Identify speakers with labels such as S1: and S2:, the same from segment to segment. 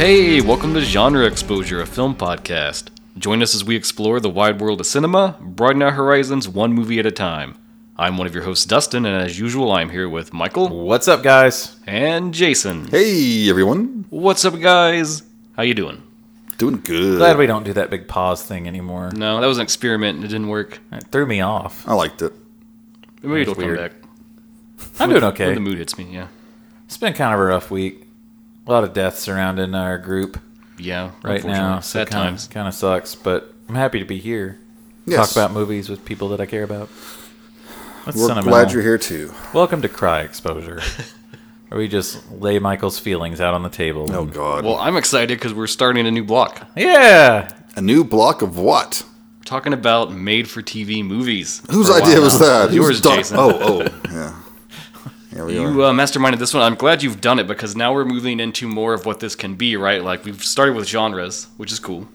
S1: Hey, welcome to Genre Exposure, a film podcast. Join us as we explore the wide world of cinema, broaden our horizons one movie at a time. I'm one of your hosts, Dustin, and as usual, I'm here with Michael
S2: What's up, guys?
S1: and Jason.
S3: Hey everyone,
S1: What's up, guys? How you doing?
S3: doing good.
S2: Glad we don't do that big pause thing anymore.
S1: No, that was an experiment and it didn't work.
S2: It threw me off.
S3: I liked it.
S1: Maybe it'll
S2: weird.
S1: come back.
S2: I'm doing
S1: When the
S2: okay.
S1: mood hits me, yeah.
S2: It's been kind of a rough week. A lot of deaths surrounding our group
S1: Yeah,
S2: right now.
S1: unfortunately. Sad times.
S2: Kind of sucks, but I'm happy to be here.
S3: Yes.
S2: Talk about movies with people that I care about. That's
S3: We're
S2: sentimental.
S3: glad you're here too.
S2: Welcome to Cry Exposure, where we just lay Michael's feelings out on the table.
S3: Oh God,
S1: Well, I'm excited because we're starting a new block.
S2: Yeah.
S3: a new block of what?
S1: We're talking about made-for-TV movies.
S3: Whose
S1: for a
S3: idea
S1: while
S3: was
S1: now.
S3: that?
S1: Yours,
S3: Who's done-
S1: Jason.
S3: Oh, oh, yeah. Here we are.
S1: You uh, masterminded this one. I'm glad you've done it because now we're moving into more of what this can be, right? Like we've started with genres, which is cool,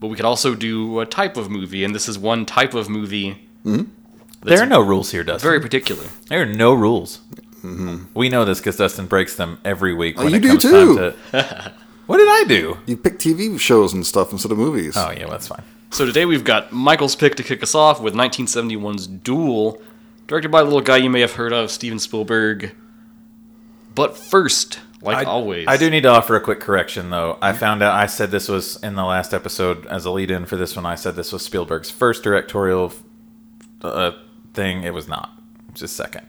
S1: but we could also do a type of movie, and this is one type of movie,
S2: There are no rules here, Dustin.
S1: very particular.
S2: There are no rules. We know this because Dustin breaks them every week. When
S3: Mm-hmm. Oh, you
S2: it
S3: do
S2: comes
S3: too.
S2: Time to... what did I do?
S3: You pick TV shows and stuff instead of movies.
S2: Oh yeah, well, that's fine.
S1: So today we've got Michael's pick to kick us off with 1971's Duel, directed by the little guy you may have heard of, Steven Spielberg. But first, like always, Mm-hmm.
S2: I do need to offer a quick correction, though. I found out I said this was in the last episode as a lead-in for this one. I said this was Spielberg's first directorial uh, thing. It was not. It's his second.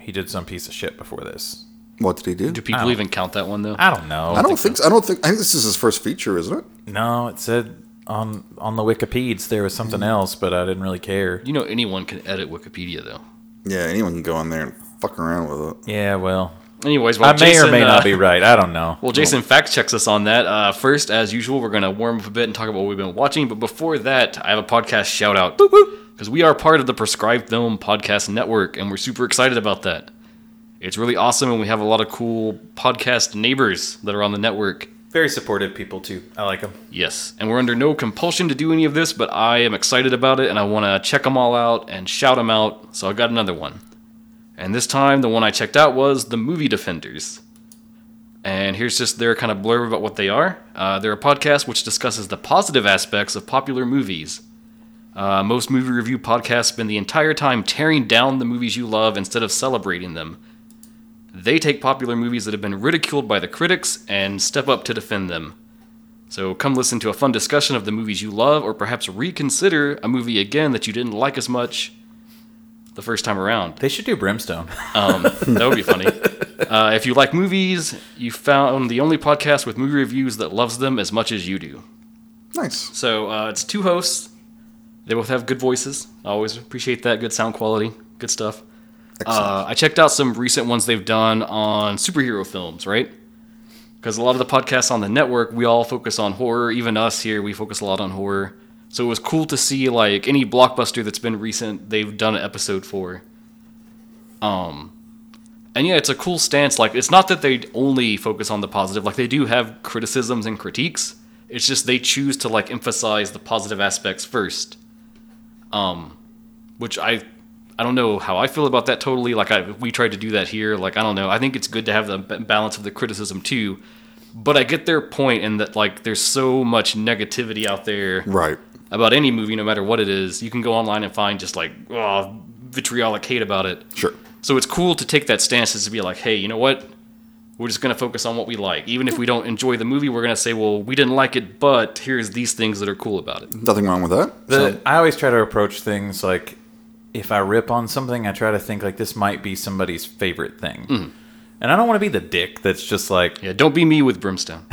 S2: He did some piece of shit before this.
S3: What did he do?
S1: Do people even count that one though?
S2: I don't know.
S3: I don't think. so. I don't think. I think this is his first feature, isn't it?
S2: No, it said on on the Wikipeds there was something
S1: Mm-hmm.
S2: else, but I didn't really care.
S1: You know, anyone can edit Wikipedia though.
S3: Yeah, anyone can go on there and fuck around with it.
S2: Yeah, well,
S1: Anyways, while
S2: I may
S1: Jason,
S2: or may
S1: uh,
S2: not be right. I don't know.
S1: Well, Jason fact checks us on that. Uh, first, as usual, we're going to warm up a bit and talk about what we've been watching. But before that, I have a podcast shout out because we are part of the Prescribed Film Podcast Network, and we're super excited about that. It's really awesome, and we have a lot of cool podcast neighbors that are on the network.
S2: Very supportive people too. I like them.
S1: Yes, and we're under no compulsion to do any of this, but I am excited about it, and I want to check them all out and shout them out. So I got another one, and this time the one I checked out was the Movie Defenders. And here's just their kind of blurb about what they are. Uh, they're a podcast which discusses the positive aspects of popular movies. Uh, most movie review podcasts spend the entire time tearing down the movies you love instead of celebrating them. They take popular movies that have been ridiculed by the critics and step up to defend them. So come listen to a fun discussion of the movies you love, or perhaps reconsider a movie again that you didn't like as much the first time around.
S2: They should do Brimstone.
S1: Um, that would be funny. Uh, if you like movies, you found the only podcast with movie reviews that loves them as much as you do.
S3: Nice.
S1: So uh, it's two hosts. They both have good voices. I always appreciate that. Good sound quality. Good stuff. Uh, I checked out some recent ones they've done on superhero films, right? Because a lot of the podcasts on the network, we all focus on horror. Even us here, we focus a lot on horror. So it was cool to see like any blockbuster that's been recent, they've done an episode for. Um, and yeah, it's a cool stance. Like it's not that they only focus on the positive. Like they do have criticisms and critiques. It's just they choose to like emphasize the positive aspects first. Um, which I, I don't know how I feel about that totally. Like I, we tried to do that here. Like I don't know. I think it's good to have the b- balance of the criticism too. But I get their point in that like there's so much negativity out there
S3: Right.
S1: about any movie, no matter what it is. You can go online and find just like oh, vitriolic hate about it.
S3: Sure.
S1: So it's cool to take that stance is to be like, hey, you know what? We're just going to focus on what we like. Even if we don't enjoy the movie, we're going to say, well, we didn't like it, but here's these things that are cool about it.
S3: Nothing wrong with that.
S2: The, I always try to approach things like if I rip on something, I try to think like this might be somebody's favorite thing. And I don't want to be the dick that's just like,
S1: Yeah, don't be me with Brimstone.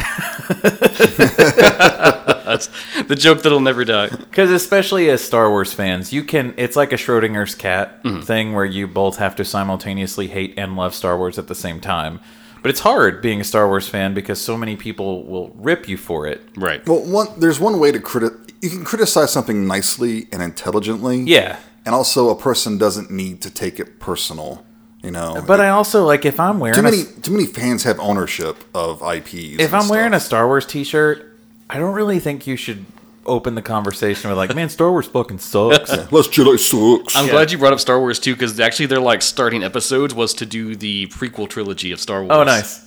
S1: That's the joke that'll never die.
S2: because especially as Star Wars fans, you can, it's like a Schrodinger's cat thing where you both have to simultaneously hate and love Star Wars at the same time. But it's hard being a Star Wars fan because so many people will rip you for it.
S1: Right.
S3: Well, one there's one way to criti- You can criticize something nicely and intelligently.
S2: Yeah.
S3: And also, a person doesn't need to take it personal. You know.
S2: But I also like if I'm wearing
S3: too
S2: a
S3: many too many fans have ownership of IPs.
S2: if I'm wearing a Star Wars T-shirt, I don't really think you should open the conversation with like, "Man, Star Wars fucking sucks."
S3: Let's Jedi sucks.
S1: I'm glad you brought up Star Wars too, because actually their like starting episodes was to do the prequel trilogy of Star Wars.
S2: oh, nice.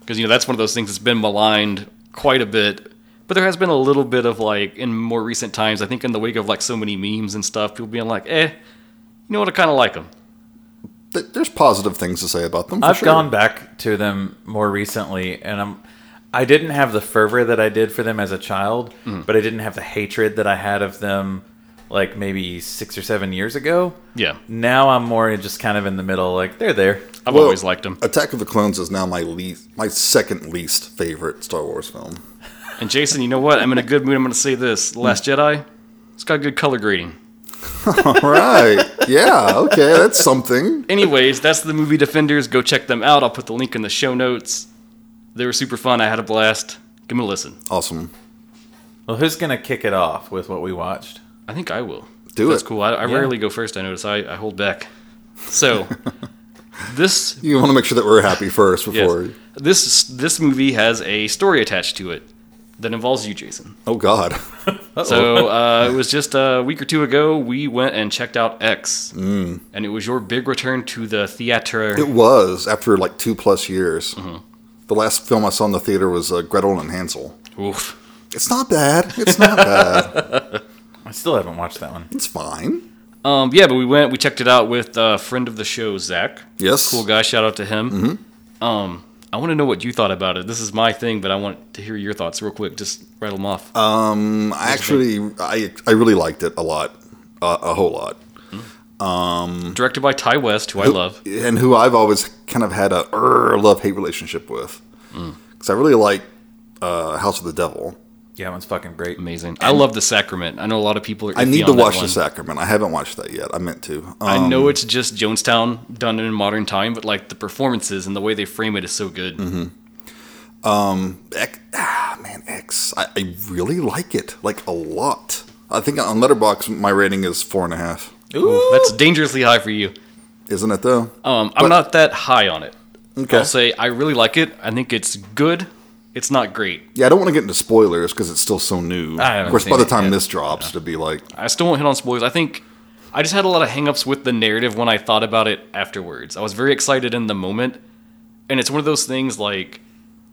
S1: because you know that's one of those things that's been maligned quite a bit. But there has been a little bit of like in more recent times. I think in the wake of like so many memes and stuff, people being like, "Eh, you know what? I kind of like them."
S3: Th- There's positive things to say about them. For
S2: I've
S3: sure.
S2: gone back to them more recently, and I'm. I didn't have the fervor that I did for them as a child,
S1: Mm.
S2: but I didn't have the hatred that I had of them, like maybe six or seven years ago.
S1: Yeah,
S2: Now I'm more just kind of in the middle, like they're there.
S1: I've
S3: Well,
S1: always liked them.
S3: Attack of the Clones is now my least, my second least favorite Star Wars film.
S1: And Jason, you know what? I'm in a good mood. I'm going to say this:
S3: Mm.
S1: The Last Jedi. It's got good color grading.
S3: All right. yeah. Okay. That's something.
S1: Anyways, that's the movie Defenders. Go check them out. I'll put the link in the show notes. They were super fun. I had a blast. Give them a listen.
S3: Awesome.
S2: Well, who's gonna kick it off with what we watched?
S1: I think I will.
S3: Do
S1: That's
S3: it.
S1: cool. I, I rarely go first. I notice I, I hold back. So this
S3: You want to make sure that we're happy first
S1: yes,
S3: before.
S1: this this movie has a story attached to it that involves you, Jason.
S3: Oh God.
S1: So uh, it was just a week or two ago we went and checked out X, mm. and it was your big return to the theater.
S3: It was after like two plus years.
S1: Mm-hmm.
S3: The last film I saw in the theater was uh, Gretel and Hansel.
S1: Oof.
S3: It's not bad. It's not bad.
S2: I still haven't watched that one.
S3: It's fine.
S1: Um, yeah, but we went, we checked it out with a friend of the show, Zach.
S3: Yes.
S1: Cool guy, shout out to him.
S3: Mm-hmm.
S1: Um, I want to know what you thought about it. This is my thing, but I want to hear your thoughts real quick. Just rattle them off.
S3: Um, I actually, I I really liked it a lot, uh, a whole lot.
S1: Directed by Ty West, who I love.
S3: and who I've always kind of had a love hate relationship with,
S1: Mm.
S3: because I really like uh, House of the Devil.
S2: Yeah, that one's fucking great.
S1: Amazing. I love The Sacrament. I know a lot of people are.
S3: I
S1: iffy
S3: need
S1: on
S3: to
S1: that
S3: watch
S1: one.
S3: The Sacrament. I haven't watched that yet. I meant to. Um,
S1: I know it's just Jonestown done in modern time, but like the performances and the way they frame it is so good.
S3: Mm-hmm. X, ah, man, X. I, I really like it, like a lot. I think on Letterbox my rating is four and a half.
S2: Ooh,
S1: That's dangerously high for you.
S3: Isn't it though?
S1: Um, I'm not that high on it.
S3: Okay.
S1: I'll say I really like it. I think it's good. It's not great.
S3: Yeah, I don't want to get into spoilers because it's still so new.
S2: I haven't
S3: Of course, by
S2: seen
S3: the
S2: it
S3: time
S2: yet.
S3: this drops, to be like,
S1: I still won't hit on spoilers. I think I just had a lot of hangups with the narrative when I thought about it afterwards. I was very excited in the moment, and it's one of those things like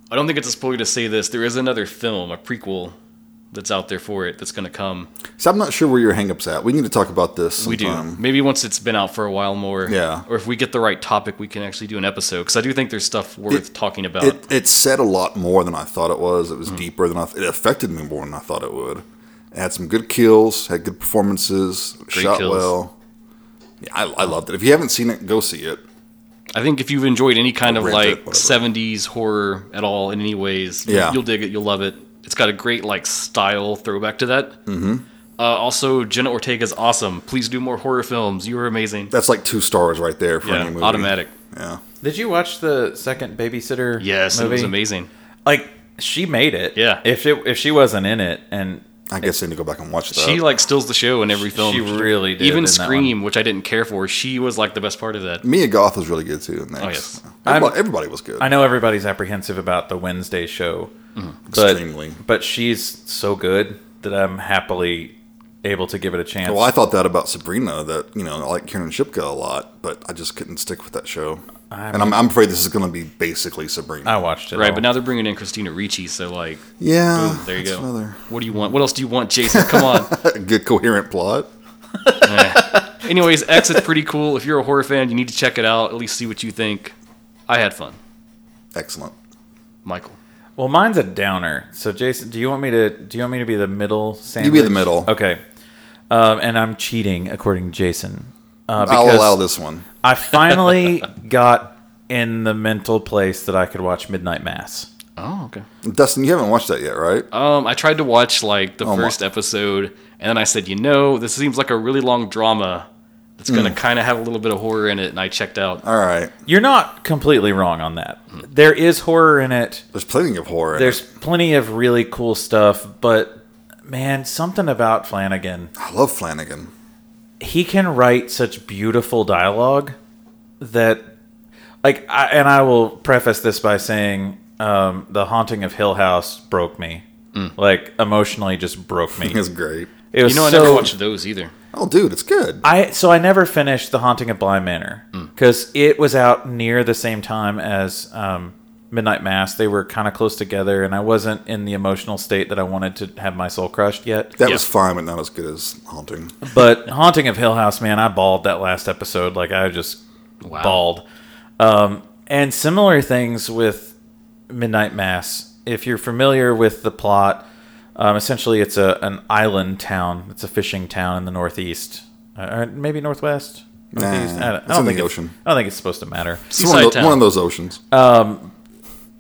S1: I don't think it's a spoiler to say this. There is another film, a prequel that's out there for it that's going to come.
S3: so I'm not sure where your hangup's at. We need to talk about this.
S1: We do
S3: Sometime.
S1: maybe once it's been out for a while more.
S3: Yeah.
S1: Or if we get the right topic, we can actually do an episode because I do think there's stuff worth talking about.
S3: It it said a lot more than I thought it was. It was
S1: Hmm.
S3: deeper than I. Th- it affected me more than I thought it would. It had some good kills. Had good performances. shot
S1: kills.
S3: well. Yeah, I, I loved it. If you haven't seen it, go see it.
S1: I think if you've enjoyed any kind of
S3: Rent it,
S1: like
S3: whatever.
S1: 70s horror at all in any ways,
S3: Yeah.
S1: you'll dig it. You'll love it. It's got a great like style throwback to that. Mm-hmm. Uh, also, Jenna Ortega's awesome. Please do more horror films. You are amazing.
S3: That's like two stars right there for any
S1: Yeah,
S3: movie.
S1: automatic.
S3: Yeah.
S2: Did you watch the second babysitter?
S1: Yes,
S2: movie?
S1: it was amazing.
S2: Like she made it.
S1: Yeah.
S2: If it if she wasn't in it, and
S3: I guess I need to go back and watch that.
S1: She like steals the show in every film.
S2: she really did in
S1: Even
S2: that
S1: Scream, which I didn't care for, she was like the best part of that.
S3: Mia Goth was really good too. In that.
S1: Oh, yes.
S3: everybody, everybody was good.
S2: I know everybody's apprehensive about the Wednesday show,
S3: Mm-hmm.
S2: but
S3: Extremely.
S2: but she's so good that I'm happily able to give it a chance.
S3: Well, I thought that about Sabrina. That you know, I like Kieran Shipka a lot, but I just couldn't stick with that show. and I'm, I'm afraid this is going to be basically Sabrina.
S2: I watched it.
S1: Right,
S2: all.
S1: but now they're bringing in Christina Ricci, so like,
S3: yeah,
S1: boom, there you
S3: Ah, that's
S1: go.
S3: another-
S1: What do you want? What else do you want, Jason? Come on.
S3: a good coherent plot.
S1: Anyways, X is pretty cool. If you're a horror fan, you need to check it out. At least see what you think. I had fun,
S3: Excellent.
S1: Michael.
S2: Well, mine's a downer. So, Jason, do you want me to do you want me to be the middle sandwich?
S3: be the middle.
S2: Okay. Um, and I'm cheating, according to Jason. Uh,
S3: I'll
S2: because
S3: allow this one.
S2: I finally got in the mental place that I could watch Midnight Mass.
S1: Oh, okay.
S3: Dustin, you haven't watched that yet, right?
S2: Uh,
S1: Um, I tried to watch like the
S3: Oh, my-
S1: first episode, and then I said, you know, this seems like a really long drama that's gonna
S3: Mm.
S1: kind of have a little bit of horror in it, and I checked out.
S3: All right.
S2: You're not completely wrong on that.
S1: Hmm.
S2: There is horror in it.
S3: There's plenty of horror. in
S2: There's plenty of really cool stuff, but man, something about Flanagan.
S3: it. I love Flanagan.
S2: he can write such beautiful dialogue that like I, and i will preface this by saying um, the haunting of hill house broke me like emotionally just broke me
S3: It's great.
S2: it was
S1: Hmm. You know, I
S2: so,
S1: never watched those either.
S3: Oh, dude, it's good.
S2: I so I never
S1: Hmm.
S2: finished The Haunting of Blind Manor because it was out near the same time as um, Midnight Mass, they were kind of close together, and I wasn't in the emotional state that I wanted to have my soul crushed yet.
S3: That
S1: Yeah.
S3: was fine, but not as good as Haunting.
S2: But Haunting of Hill House, man, I bawled that last episode. Like I just
S1: Wow.
S2: bawled. Um, and similar things with Midnight Mass. If you're familiar with the plot, um, essentially it's a an island town. It's a fishing town in the northeast, uh, or maybe northwest.
S3: Nah,
S2: Northeast? I don't, I
S3: it's
S2: don't
S3: in
S2: think
S3: the
S2: it's- Uh,
S3: ocean.
S2: I don't think it's supposed to matter
S3: It's one
S1: Seaside
S3: of, tho-
S1: town.
S3: one of those oceans.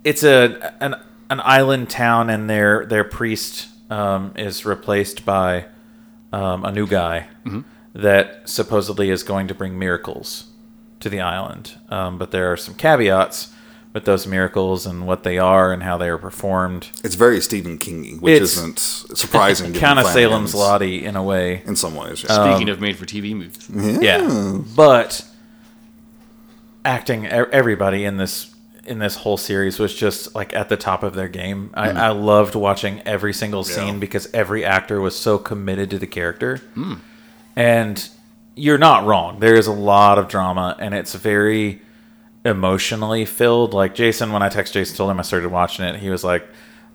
S2: it's a an an island town, and their their priest um, is replaced by um, a new guy
S3: Mm-hmm.
S2: that supposedly is going to bring miracles to the island. Um, but there are some caveats with those miracles and what they are and how they are performed.
S3: it's very Stephen Kingy, which
S2: It's-
S3: isn't surprising. given
S2: Kind of
S3: Flanagan's-
S2: Salem's Uh, Lottie in a way.
S3: in some ways. Yeah.
S1: Speaking of made for TV movies,
S2: yeah but acting e- everybody in this in this whole series was just like at the top of their game i, I loved watching every single scene because every actor was so committed to the character and you're not wrong there is a lot of drama and it's very emotionally filled like jason when i text jason told him i started watching it he was like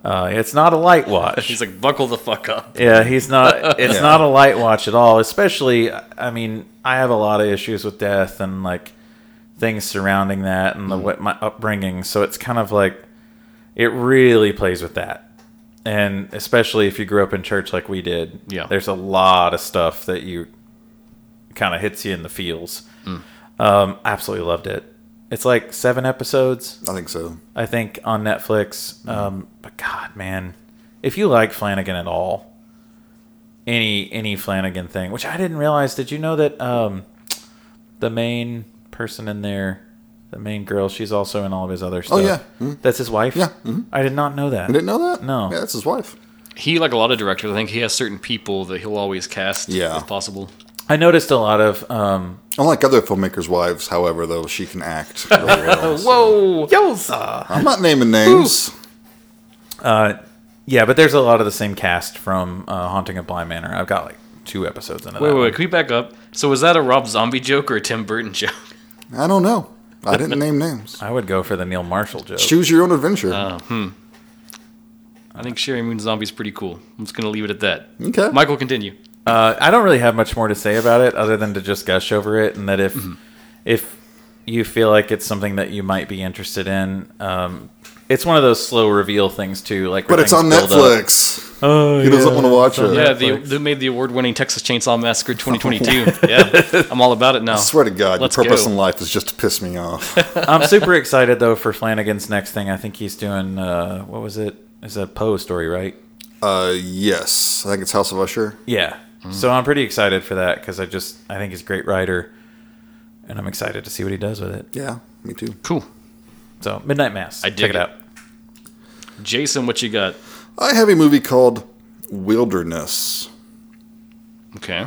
S2: uh, it's not a light watch
S1: he's like, buckle the fuck up.
S2: yeah, he's not. It's not a light watch at all. Especially, I mean, I have a lot of issues with death and like things surrounding that and the what my upbringing. So it's kind of like it really plays with that, and especially if you grew up in church like we did.
S1: Yeah.
S2: there's a lot of stuff that you kind of hits you in the feels. Um, absolutely loved it. It's like seven episodes.
S3: I think so.
S2: I think on Netflix. Um, but God, man, if you like Flanagan at all, any any Flanagan thing, which I didn't realize. Did you know that um, the main person in there, the main girl, she's also in all of his other
S1: Oh,
S2: stuff.
S3: yeah.
S2: that's his wife.
S3: Mm-hmm. Yeah,
S2: I did not know that.
S3: You didn't know that?
S2: No.
S3: Yeah, that's his wife.
S1: He, like a lot of directors, I think he has certain people that he'll always cast
S3: Yeah.
S1: if possible.
S2: I noticed a lot of um,
S3: Unlike other filmmakers' wives, however, though she can act. Really well.
S1: Whoa!
S3: I'm not naming names.
S2: yeah, but there's a lot of the same cast from uh, Haunting of Blind Manor. I've got like two episodes into
S1: Wait, wait,
S2: that. one.
S1: wait, can we back up? So was that a Rob Zombie joke or a Tim Burton joke?
S3: I don't know. I didn't name names.
S2: I would go for the Neil Marshall joke.
S3: Choose your own adventure.
S1: Oh. I think Sherry Moon Zombie's pretty cool. I'm just gonna leave it at that.
S3: okay.
S1: Michael, continue.
S2: Uh, I don't really have much more to say about it other than to just gush over it, and that if
S1: Mm-hmm.
S2: if you feel like it's something that you might be interested in, um, it's one of those slow reveal things too. Like, where
S3: but it's on
S2: things build up.
S3: Netflix.
S2: Oh,
S3: He doesn't want to watch it.
S1: Yeah, they, they made the award-winning Texas Chainsaw Massacre 2022. yeah, I'm all about it now.
S3: I swear to God, your
S1: Let's
S3: purpose
S1: go.
S3: in life is just to piss me off.
S2: I'm super excited though for Flanagan's next thing. I think he's doing uh, what was it? It's a Poe story, right?
S3: uh, yes, I think it's House of Usher.
S2: Yeah.
S1: Mm-hmm.
S2: So I'm pretty excited for that because I just I think he's a great writer, and I'm excited to see what he does with it.
S3: Yeah, me too.
S1: Cool.
S2: So Midnight Mass,
S1: I
S2: check
S1: dig
S2: it
S1: it.
S2: out.
S1: Jason, what you got?
S3: I have a movie called Wilderness.
S1: Okay.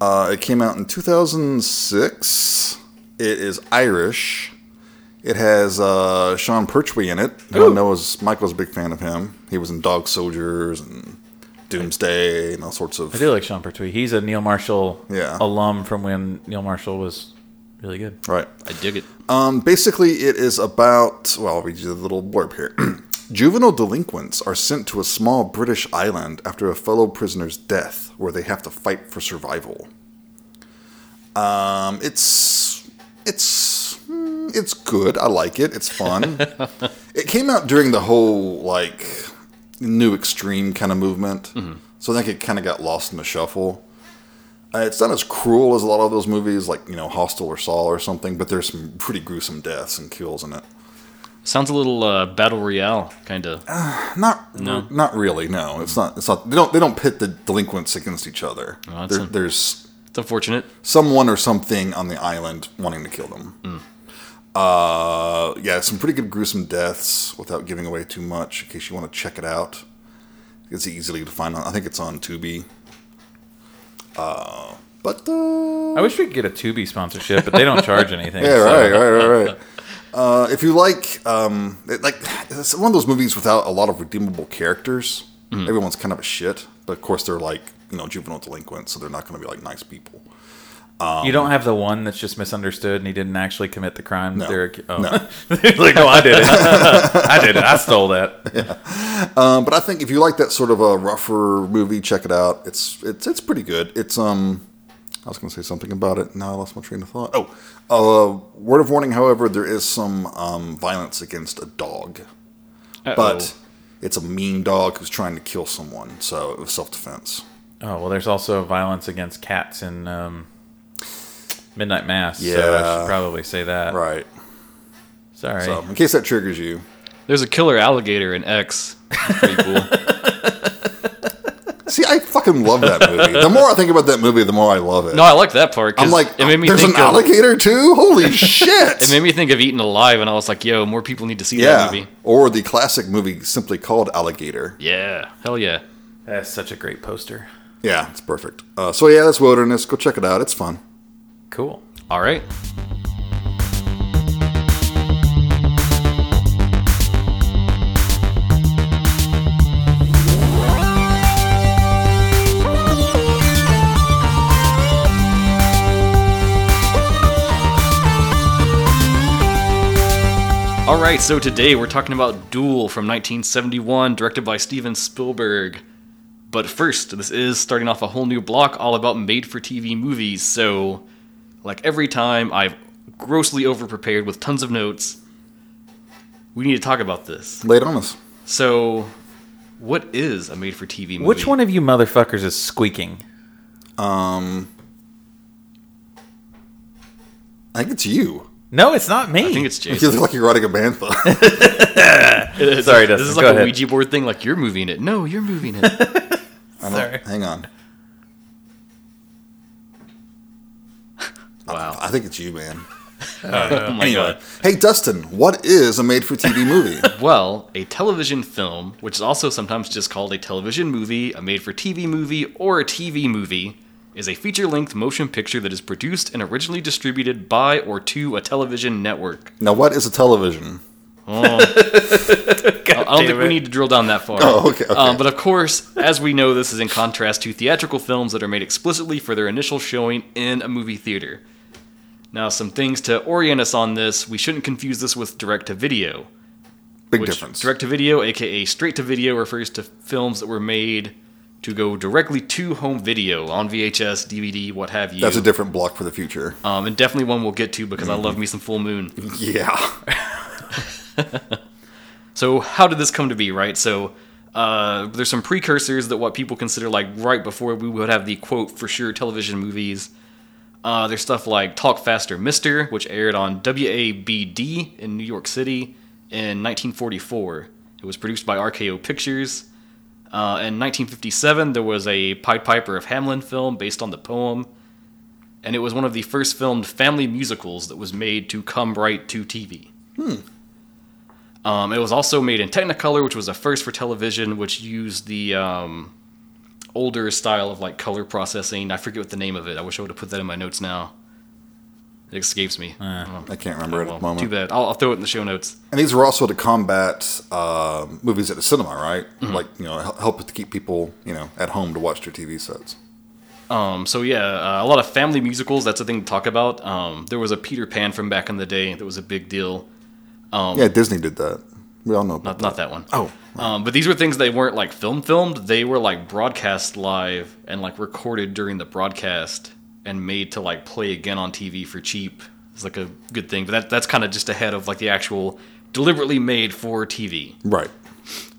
S3: Uh, it came out in 2006. It is Irish. It has uh, Sean Pertwee in it. who I know is Michael's a big fan of him. He was in Dog Soldiers and Doomsday and all sorts of.
S2: I do like Sean Pertwee. He's a Neil Marshall
S3: Yeah.
S2: alum from when Neil Marshall was really good.
S3: Right.
S1: I dig it.
S3: Um, basically, it is about. Well, I'll read you the little blurb here. Juvenile delinquents are sent to a small British island after a fellow prisoner's death, where they have to fight for survival. Um, it's it's mm, it's good. I like it. It's fun. it came out during the whole like new extreme kind of movement, so I think it kind of got lost in the shuffle. Uh, it's not as cruel as a lot of those movies, like you know Hostel or Saw or something, but there's some pretty gruesome deaths and kills in it.
S1: Sounds a little uh, battle royale kind of.
S3: Not not really. No, it's not. It's not. They don't they don't pit the delinquents against each other.
S1: Oh, that's
S3: There-
S1: un-
S3: there's
S1: It's unfortunate.
S3: someone or something on the island wanting to kill them. Uh, yeah, some pretty good gruesome deaths without giving away too much in case you want to check it out. It's easily to find on. I think it's on Tubi. Uh, but uh,
S2: I wish we could get a Tubi sponsorship, but they don't charge anything.
S3: yeah,
S2: so-
S3: right, right, right, right. Uh, if you like, um, it, like it's one of those movies without a lot of redeemable characters. Everyone's kind of a shit, but of course they're like you know juvenile delinquents, so they're not going to be like nice people.
S2: you don't have the one that's just misunderstood and he didn't actually commit the crime.
S3: No.
S2: They're ac- oh.
S3: No.
S2: They're like, no, I did it. I did it. I stole that.
S3: Um, but I think if you like that sort of a rougher movie, check it out. It's it's it's pretty good. It's um, I was going to say something about it. Now I lost my train of thought. Oh, uh, word of warning. However, there is some um, violence against a dog,
S1: Uh-oh.
S3: but it's a mean dog who's trying to kill someone, so it was self defense.
S2: Oh well, there's also violence against cats in um, Midnight Mass. so I
S3: Yeah.
S2: should probably say that.
S3: Right.
S2: Sorry.
S3: So in case that triggers you,
S1: there's a killer alligator in X. Pretty cool.
S3: see, I fucking love that movie. the more I think about that movie, the more I love it.
S1: No, I like that part. 'cause
S3: I'm like,
S1: it made me
S3: there's
S1: think
S3: an
S1: of,
S3: alligator too. Holy shit!
S1: It made me think of Eaten Alive, and I was like, yo, more people need to see that
S3: yeah,
S1: movie.
S3: or the classic movie simply called Alligator.
S1: Yeah, hell yeah.
S2: That's such a great poster.
S3: Yeah, it's perfect. Uh, so yeah, that's Wilderness. Go check it out. It's fun.
S2: Cool.
S1: All right. All right, so today we're talking about Duel from 1971, directed by Steven Spielberg. But first, this is starting off a whole new block all about made for TV movies, so like every time I've grossly overprepared with tons of notes. We need to talk about this.
S3: Lay it on us.
S1: So, what is a made for TV movie?
S2: Which one of you motherfuckers is squeaking?
S3: Um, I think it's you.
S2: No, it's not me.
S1: I think it's
S3: You
S1: Jason.
S3: look like you're riding a bantha.
S2: Sorry,
S1: this
S2: Dustin,
S1: is
S2: go
S1: like a
S2: ahead.
S1: Ouija board thing. Like you're moving it. No, you're moving it.
S3: I don't-
S2: Sorry.
S3: Hang on.
S1: wow.
S3: I think it's you, man.
S1: Oh my
S3: anyway,
S1: god.
S3: hey Dustin, what is a made-for-TV movie?
S1: Well, a television film, which is also sometimes just called a television movie, a made for TV movie, or a TV movie, is a feature length motion picture that is produced and originally distributed by or to a television network.
S3: now, what is a television?
S2: God
S1: I don't
S2: damn
S1: think we
S2: it.
S1: need to drill down that far.
S3: Oh, okay, okay.
S1: Um, but of course, as we know, this is in contrast to theatrical films that are made explicitly for their initial showing in a movie theater. Now, some things to orient us on this we shouldn't confuse this with direct to video.
S3: Big
S1: Which
S3: difference.
S1: direct to video, aka straight to video, refers to films that were made to go directly to home video on VHS, DVD, what have you.
S3: That's a Mm-hmm. different block for the future.
S1: um, and definitely one we'll get to because I love me some Full Moon.
S3: Yeah.
S1: So how did this come to be, right? So uh, there's some precursors that what people consider like right before we would have the quote for sure television movies. Uh, there's stuff like Talk Faster, Mister, which aired on WABD in New York City in 1944. It was produced by RKO Pictures. Uh, in 1957, there was a Pied Piper of Hamlin film based on the poem, and it was one of the first filmed family musicals that was made to come right to TV. Um, it was also made in Technicolor, which was a first for television, which used the um, older style of like color processing. I forget what the name of it. I wish I would have put that in my notes now. It escapes me. Oh,
S3: I can't remember it at the
S1: well, too
S3: moment.
S1: bad. I'll, I'll throw it in the show notes.
S3: And these were also to combat uh, movies at the cinema, right?
S1: Mm-hmm.
S3: Like, you know, hel- help to keep people, you know, at home to watch their TV sets.
S1: Um, so yeah, uh, a lot of family musicals. That's a thing to talk about. Um, there was a Peter Pan from back in the day that was a big deal.
S3: yeah, Disney did that. We all know
S1: Um,
S3: about
S1: Not, not that one.
S3: Oh,
S1: Um, but these were things they weren't like film filmed. They were like broadcast live and like recorded during the broadcast and made to like play again on TV for cheap. It's like a good thing. But that, that's kind of just ahead of like the actual deliberately made for TV.
S3: right.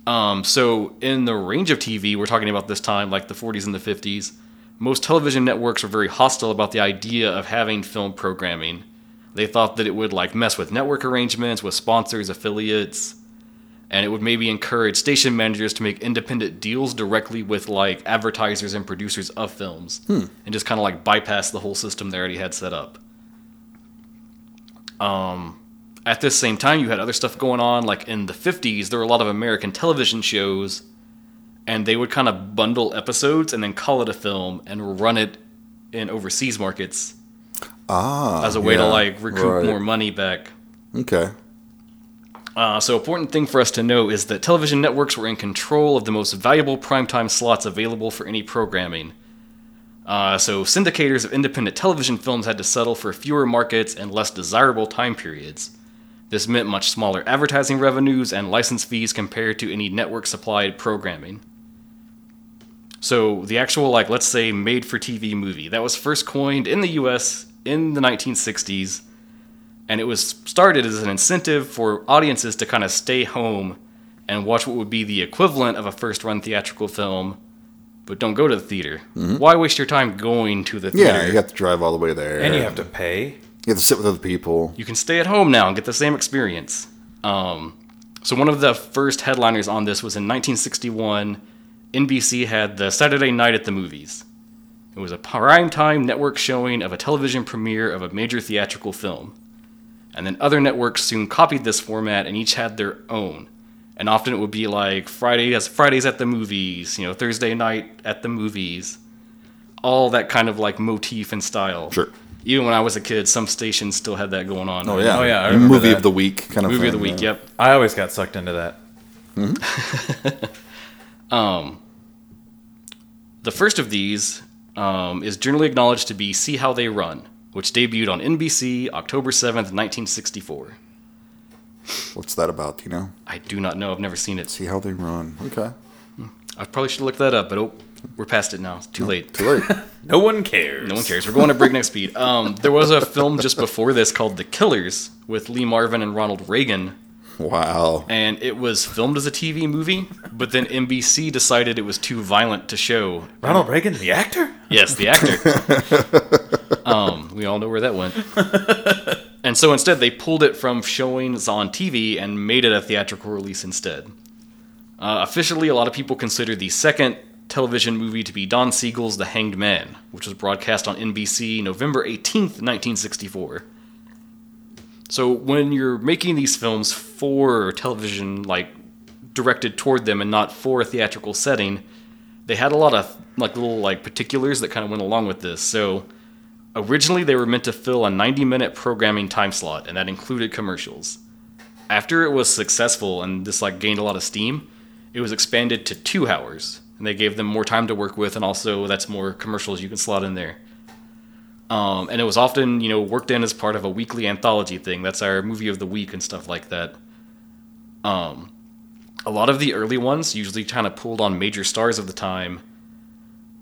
S1: Um, so in the range of TV we're talking about this time, like the 40s and the 50s, most television networks were very hostile about the idea of having film programming. They thought that it would like mess with network arrangements, with sponsors, affiliates, and it would maybe encourage station managers to make independent deals directly with like advertisers and producers of films, and just kind of like bypass the whole system they already had set up at this same time, you had other stuff going on. Like in the 50s, there were a lot of American television shows, and they would kind of bundle episodes and then call it a film and run it in overseas markets
S3: Ah.
S1: as a way to
S3: yeah,
S1: like recoup
S3: right.
S1: more money back.
S3: Okay.
S1: Uh, so, important thing for us to know is that television networks were in control of the most valuable primetime slots available for any programming. Uh, so syndicators of independent television films had to settle for fewer markets and less desirable time periods. This meant much smaller advertising revenues and license fees compared to any network supplied programming. So the actual like let's say made for TV movie that was first coined in the US in the 1960s and it was started as an incentive for audiences to kind of stay home and watch what would be the equivalent of a first run theatrical film but don't go to the theater. Why waste your time going to the theater?
S3: Mm-hmm. Yeah, you have to drive all the way there.
S2: And you have to pay.
S3: You have to sit with other people.
S1: you can stay at home now and get the same experience. Um, so one of the first headliners on this was in 1961. NBC had the Saturday Night at the Movies. It was a primetime network showing of a television premiere of a major theatrical film. And then other networks soon copied this format and each had their own. And often it would be like Friday as Fridays at the movies, you know, Thursday night at the movies. All that kind of like motif and style.
S3: Sure.
S1: Even when I was a kid, some stations still had that going on.
S3: Oh yeah,
S2: Oh, yeah, I remember
S3: Movie
S2: that.
S3: of the week kind of
S1: Movie of the
S3: thing,
S1: week,
S3: yeah.
S1: yep.
S2: I always got sucked into that.
S1: The first of these um, is generally acknowledged to be See How They Run, which debuted on NBC October 7th, 1964.
S3: What's that about? do You know,
S1: I do not know. I've never seen it.
S3: see how they run. Okay,
S1: I probably should have looked that up, but oh, we're past it now. It's too late.
S3: too late.
S2: No one cares.
S1: No one cares. We're going to breakneck speed. Um, there was a film just before this called The Killers with Lee Marvin and Ronald Reagan,
S3: wow.
S1: and it was filmed as a TV movie, but then NBC decided it was too violent to show
S2: Ronald Reagan, the actor?
S1: Yes, the actor. um, we all know where that went. and so instead, they pulled it from showings on TV and made it a theatrical release instead. Uh, officially, a lot of people consider the second television movie to be Don Siegel's The Hanged Man, which was broadcast on NBC November 18th, 1964. So when you're making these films for television, like directed toward them and not for a theatrical setting, they had a lot of like little like particulars that kind of went along with this. So originally they were meant to fill a 90 minute programming time slot and that included commercials. After it was successful and this like gained a lot of steam, it was expanded to 2 hours and they gave them more time to work with and also that's more commercials you can slot in there. Um, and it was often, you know, worked in as part of a weekly anthology thing. That's our movie of the week and stuff like that Um, a lot of the early ones usually kind of pulled on major stars of the time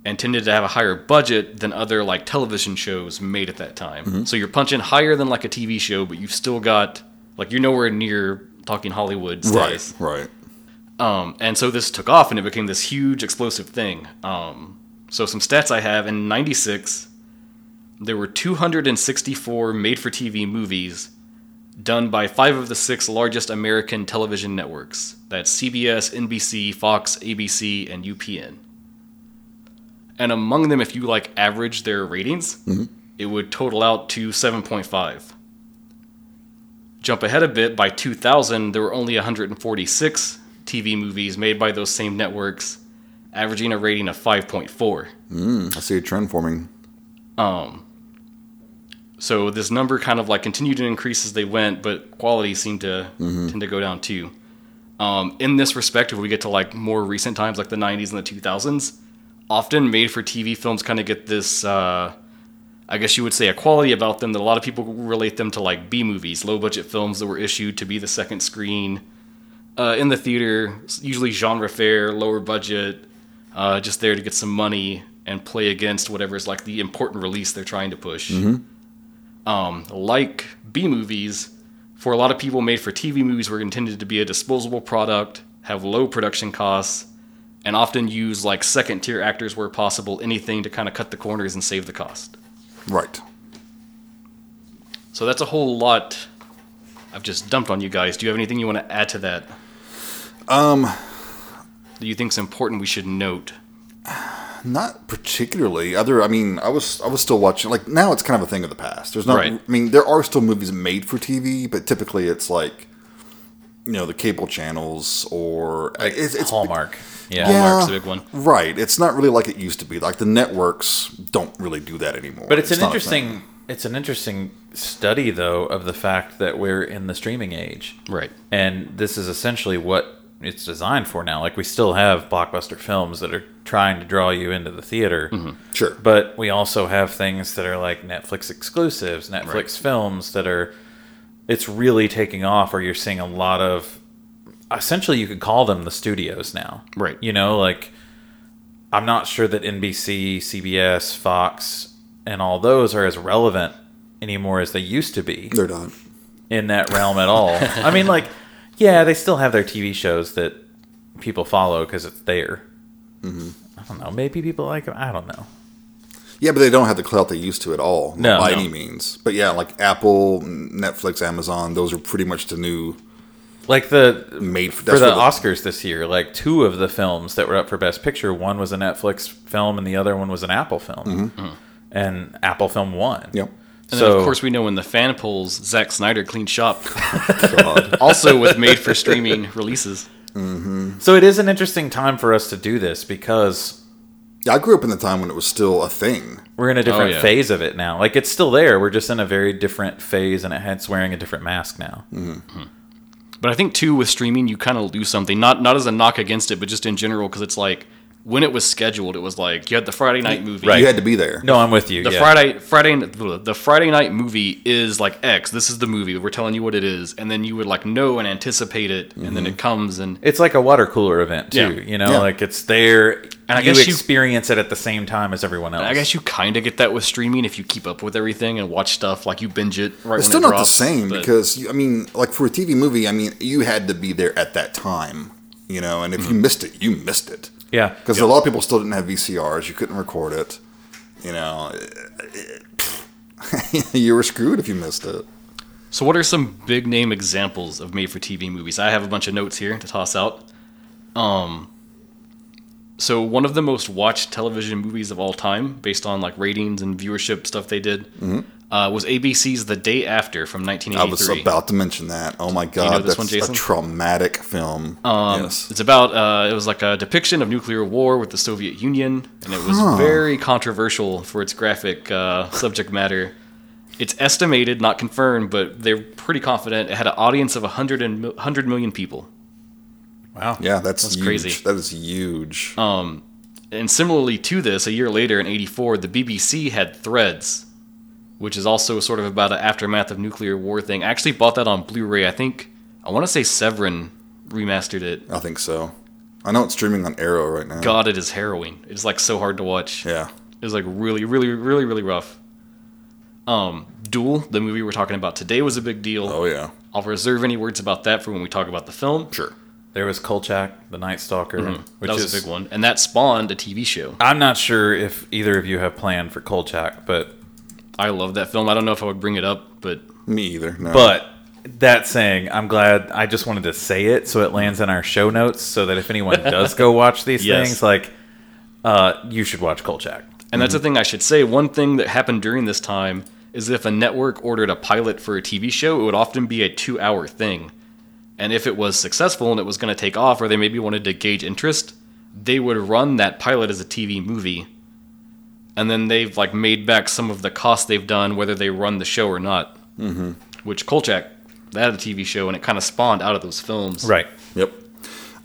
S1: and tended to have a higher budget than other like television shows made at that time. So you're punching higher than like a TV show, but you've still got like you're nowhere near talking Hollywood status.
S3: Right, right.
S1: Um, and so this took off and it became this huge explosive thing. Um, so some stats I have in 96, there were 264 made for TV movies done by five of the six largest American television networks. That's CBS, NBC, Fox, ABC, and UPN. And among them, if you like average their ratings, it would total out to 7.5. Jump ahead a bit, by 2000, there were only 146 TV movies made by those same networks, averaging a rating of 5.4.
S3: Hmm, I see a trend forming.
S1: Um, So this number kind of like continued to increase as they went, but quality seemed to tend to go down too. Um, in this respect, if we get to like more recent times, like the 90s and the 2000s, often made for TV films kind of get this, uh, I guess you would say, a quality about them that a lot of people relate them to like B movies, low budget films that were issued to be the second screen uh, in the theater, usually genre fair, lower budget, uh, just there to get some money and play against whatever is like the important release they're trying to push um, like B movies, for a lot of people, made for TV movies were intended to be a disposable product, have low production costs, and often use like second tier actors where possible, anything to kind of cut the corners and save the cost.
S3: Right.
S1: So that's a whole lot I've just dumped on you guys. Do you have anything you want to add to that? Um, that you think's important we should note?
S3: Not particularly. Other, I mean, I was I was still watching. Like now, it's kind of a thing of the past. There's not.
S1: Right.
S3: I mean, there are still movies made for TV, but typically it's like, you know, the cable channels or it's, it's
S2: Hallmark. Yeah.
S3: Yeah.
S1: Hallmark's a big one.
S3: Right. It's not really like it used to be. Like the networks don't really do that anymore.
S2: But it's, an
S3: not a thing.
S2: interesting it's an interesting study though of the fact that we're in the streaming age.
S1: Right.
S2: And this is essentially what it's designed for now. Like we still have blockbuster films that are trying to draw you into the theater,
S3: Sure.
S2: but we also have things that are like Netflix exclusives, Netflix
S1: Right.
S2: films that are. It's really taking off, or you're seeing a lot of. Essentially, you could call them the studios now,
S1: Right.
S2: You know, like I'm not sure that NBC, CBS, Fox, and all those are as relevant anymore as they used to be
S3: They're not.
S2: in that realm at all. I mean, like, yeah, they still have their TV shows that people follow because it's there.
S1: Mm-hmm.
S2: I don't know. Maybe people like them. I don't know.
S3: Yeah, but they don't have the clout they used to at all
S2: No,
S3: by
S2: no.
S3: any means. But yeah, like Apple, Netflix, Amazon, those are pretty much the new
S2: Like the
S3: made for,
S2: for
S3: that's
S2: the
S3: where
S2: Oscars this year, like two of the films that were up for Best Picture, one was a Netflix film and the other one was an Apple film, and Apple film won.
S3: Mm-hmm. Yep.
S1: Mm-hmm. And
S2: so
S1: then, of course, we know in the fan polls, Zack Snyder clean shop,
S3: God.
S1: also with made for streaming releases.
S2: so it is an interesting time for us to do this because
S3: Yeah, I grew up in the time when it was still a thing.
S2: we're in a different
S1: Oh, yeah.
S2: phase of it now. Like it's still there. We're just in a very different phase, and it hence wearing a different mask now.
S3: Mm-hmm.
S1: But I think too with streaming, you kind of lose something. Not not as a knock against it, but just in general, because it's like when it was scheduled, it was like you had the Friday night movie.
S2: Right.
S3: You had to be there.
S2: No, I'm with you.
S1: The
S2: yeah.
S1: Friday Friday the Friday night movie is like X. This is the movie. We're telling you what it is, and then you would like know and anticipate it, and then it comes and
S2: it's like a water cooler event too.
S1: Yeah.
S2: You know,
S3: Yeah.
S2: like it's there. And
S1: I
S2: you
S1: guess you-
S2: experience it at the same time as everyone else.
S1: I guess you kind of get that with streaming if you keep up with everything and watch stuff like you binge it right
S3: It's
S1: when
S3: still
S1: it
S3: not
S1: drops,
S3: the same
S1: but-
S3: because you, I mean, like for a TV movie, I mean, you had to be there at that time, you know. And if
S2: Mm-hmm.
S3: you missed it, you missed it
S2: yeah,
S3: because a lot of people still didn't have VCRs. You couldn't record it, you know. you were screwed if you missed it.
S1: So, what are some big name examples of made for TV movies? I have a bunch of notes here to toss out. Um, so one of the most watched television movies of all time, based on like ratings and viewership stuff they did, uh, was ABC's The Day After from
S3: I Mm-hmm. was
S1: 1983.
S3: about to mention that. Oh my god,
S1: E know this
S3: that's
S1: one,
S3: a
S1: Jason? Um,
S3: traumatic film. yes.
S1: It's about uh, it was like a depiction of nuclear war with the Soviet Union, and it was very controversial for its graphic uh, subject matter. It's estimated, not confirmed, but they're pretty confident it had an audience of 100, and, 100 million people.
S2: wow.
S3: Yeah, that's, huge.
S1: crazy. Um,
S3: That is huge.
S1: And similarly to this, a year later in 84, the BBC had Threads, which is also sort of about an aftermath of nuclear war thing. I actually bought that on Blu ray. I think, I want to say Severin remastered it.
S3: I think so. I know it's streaming on Arrow right now.
S1: God, it is harrowing. It's like so hard to watch.
S3: Yeah.
S1: It was like really, really, really, really rough. Um, Duel, the movie we're talking about today, was a big deal.
S3: Oh yeah.
S1: I'll reserve any words about that for when we talk about the film.
S3: Sure.
S2: There was Kolchak, the Night Stalker, which
S1: Mm-hmm. that was
S2: is
S1: a big one. And that spawned a TV show.
S2: I'm not sure if either of you have planned for Kolchak, but
S1: I love that film. I don't know if I would bring it up, but
S3: Me either. No.
S2: but that saying, I'm glad. I just wanted to say it so it lands in our show notes, so that if anyone does go watch these
S1: Yes.
S2: things, like, uh, you should watch Kolchak.
S1: And
S2: Mm-hmm.
S1: that's the thing I should say. One thing that happened during this time is if a network ordered a pilot for a TV show, it would often be a two hour thing. And if it was successful and it was going to take off, or they maybe wanted to gauge interest, they would run that pilot as a TV movie. And then they've like made back some of the cost they've done, whether they run the show or not. Mm-hmm. Which Kolchak, that had a TV show, and it kind of spawned out of those films.
S2: Right?
S3: Yep.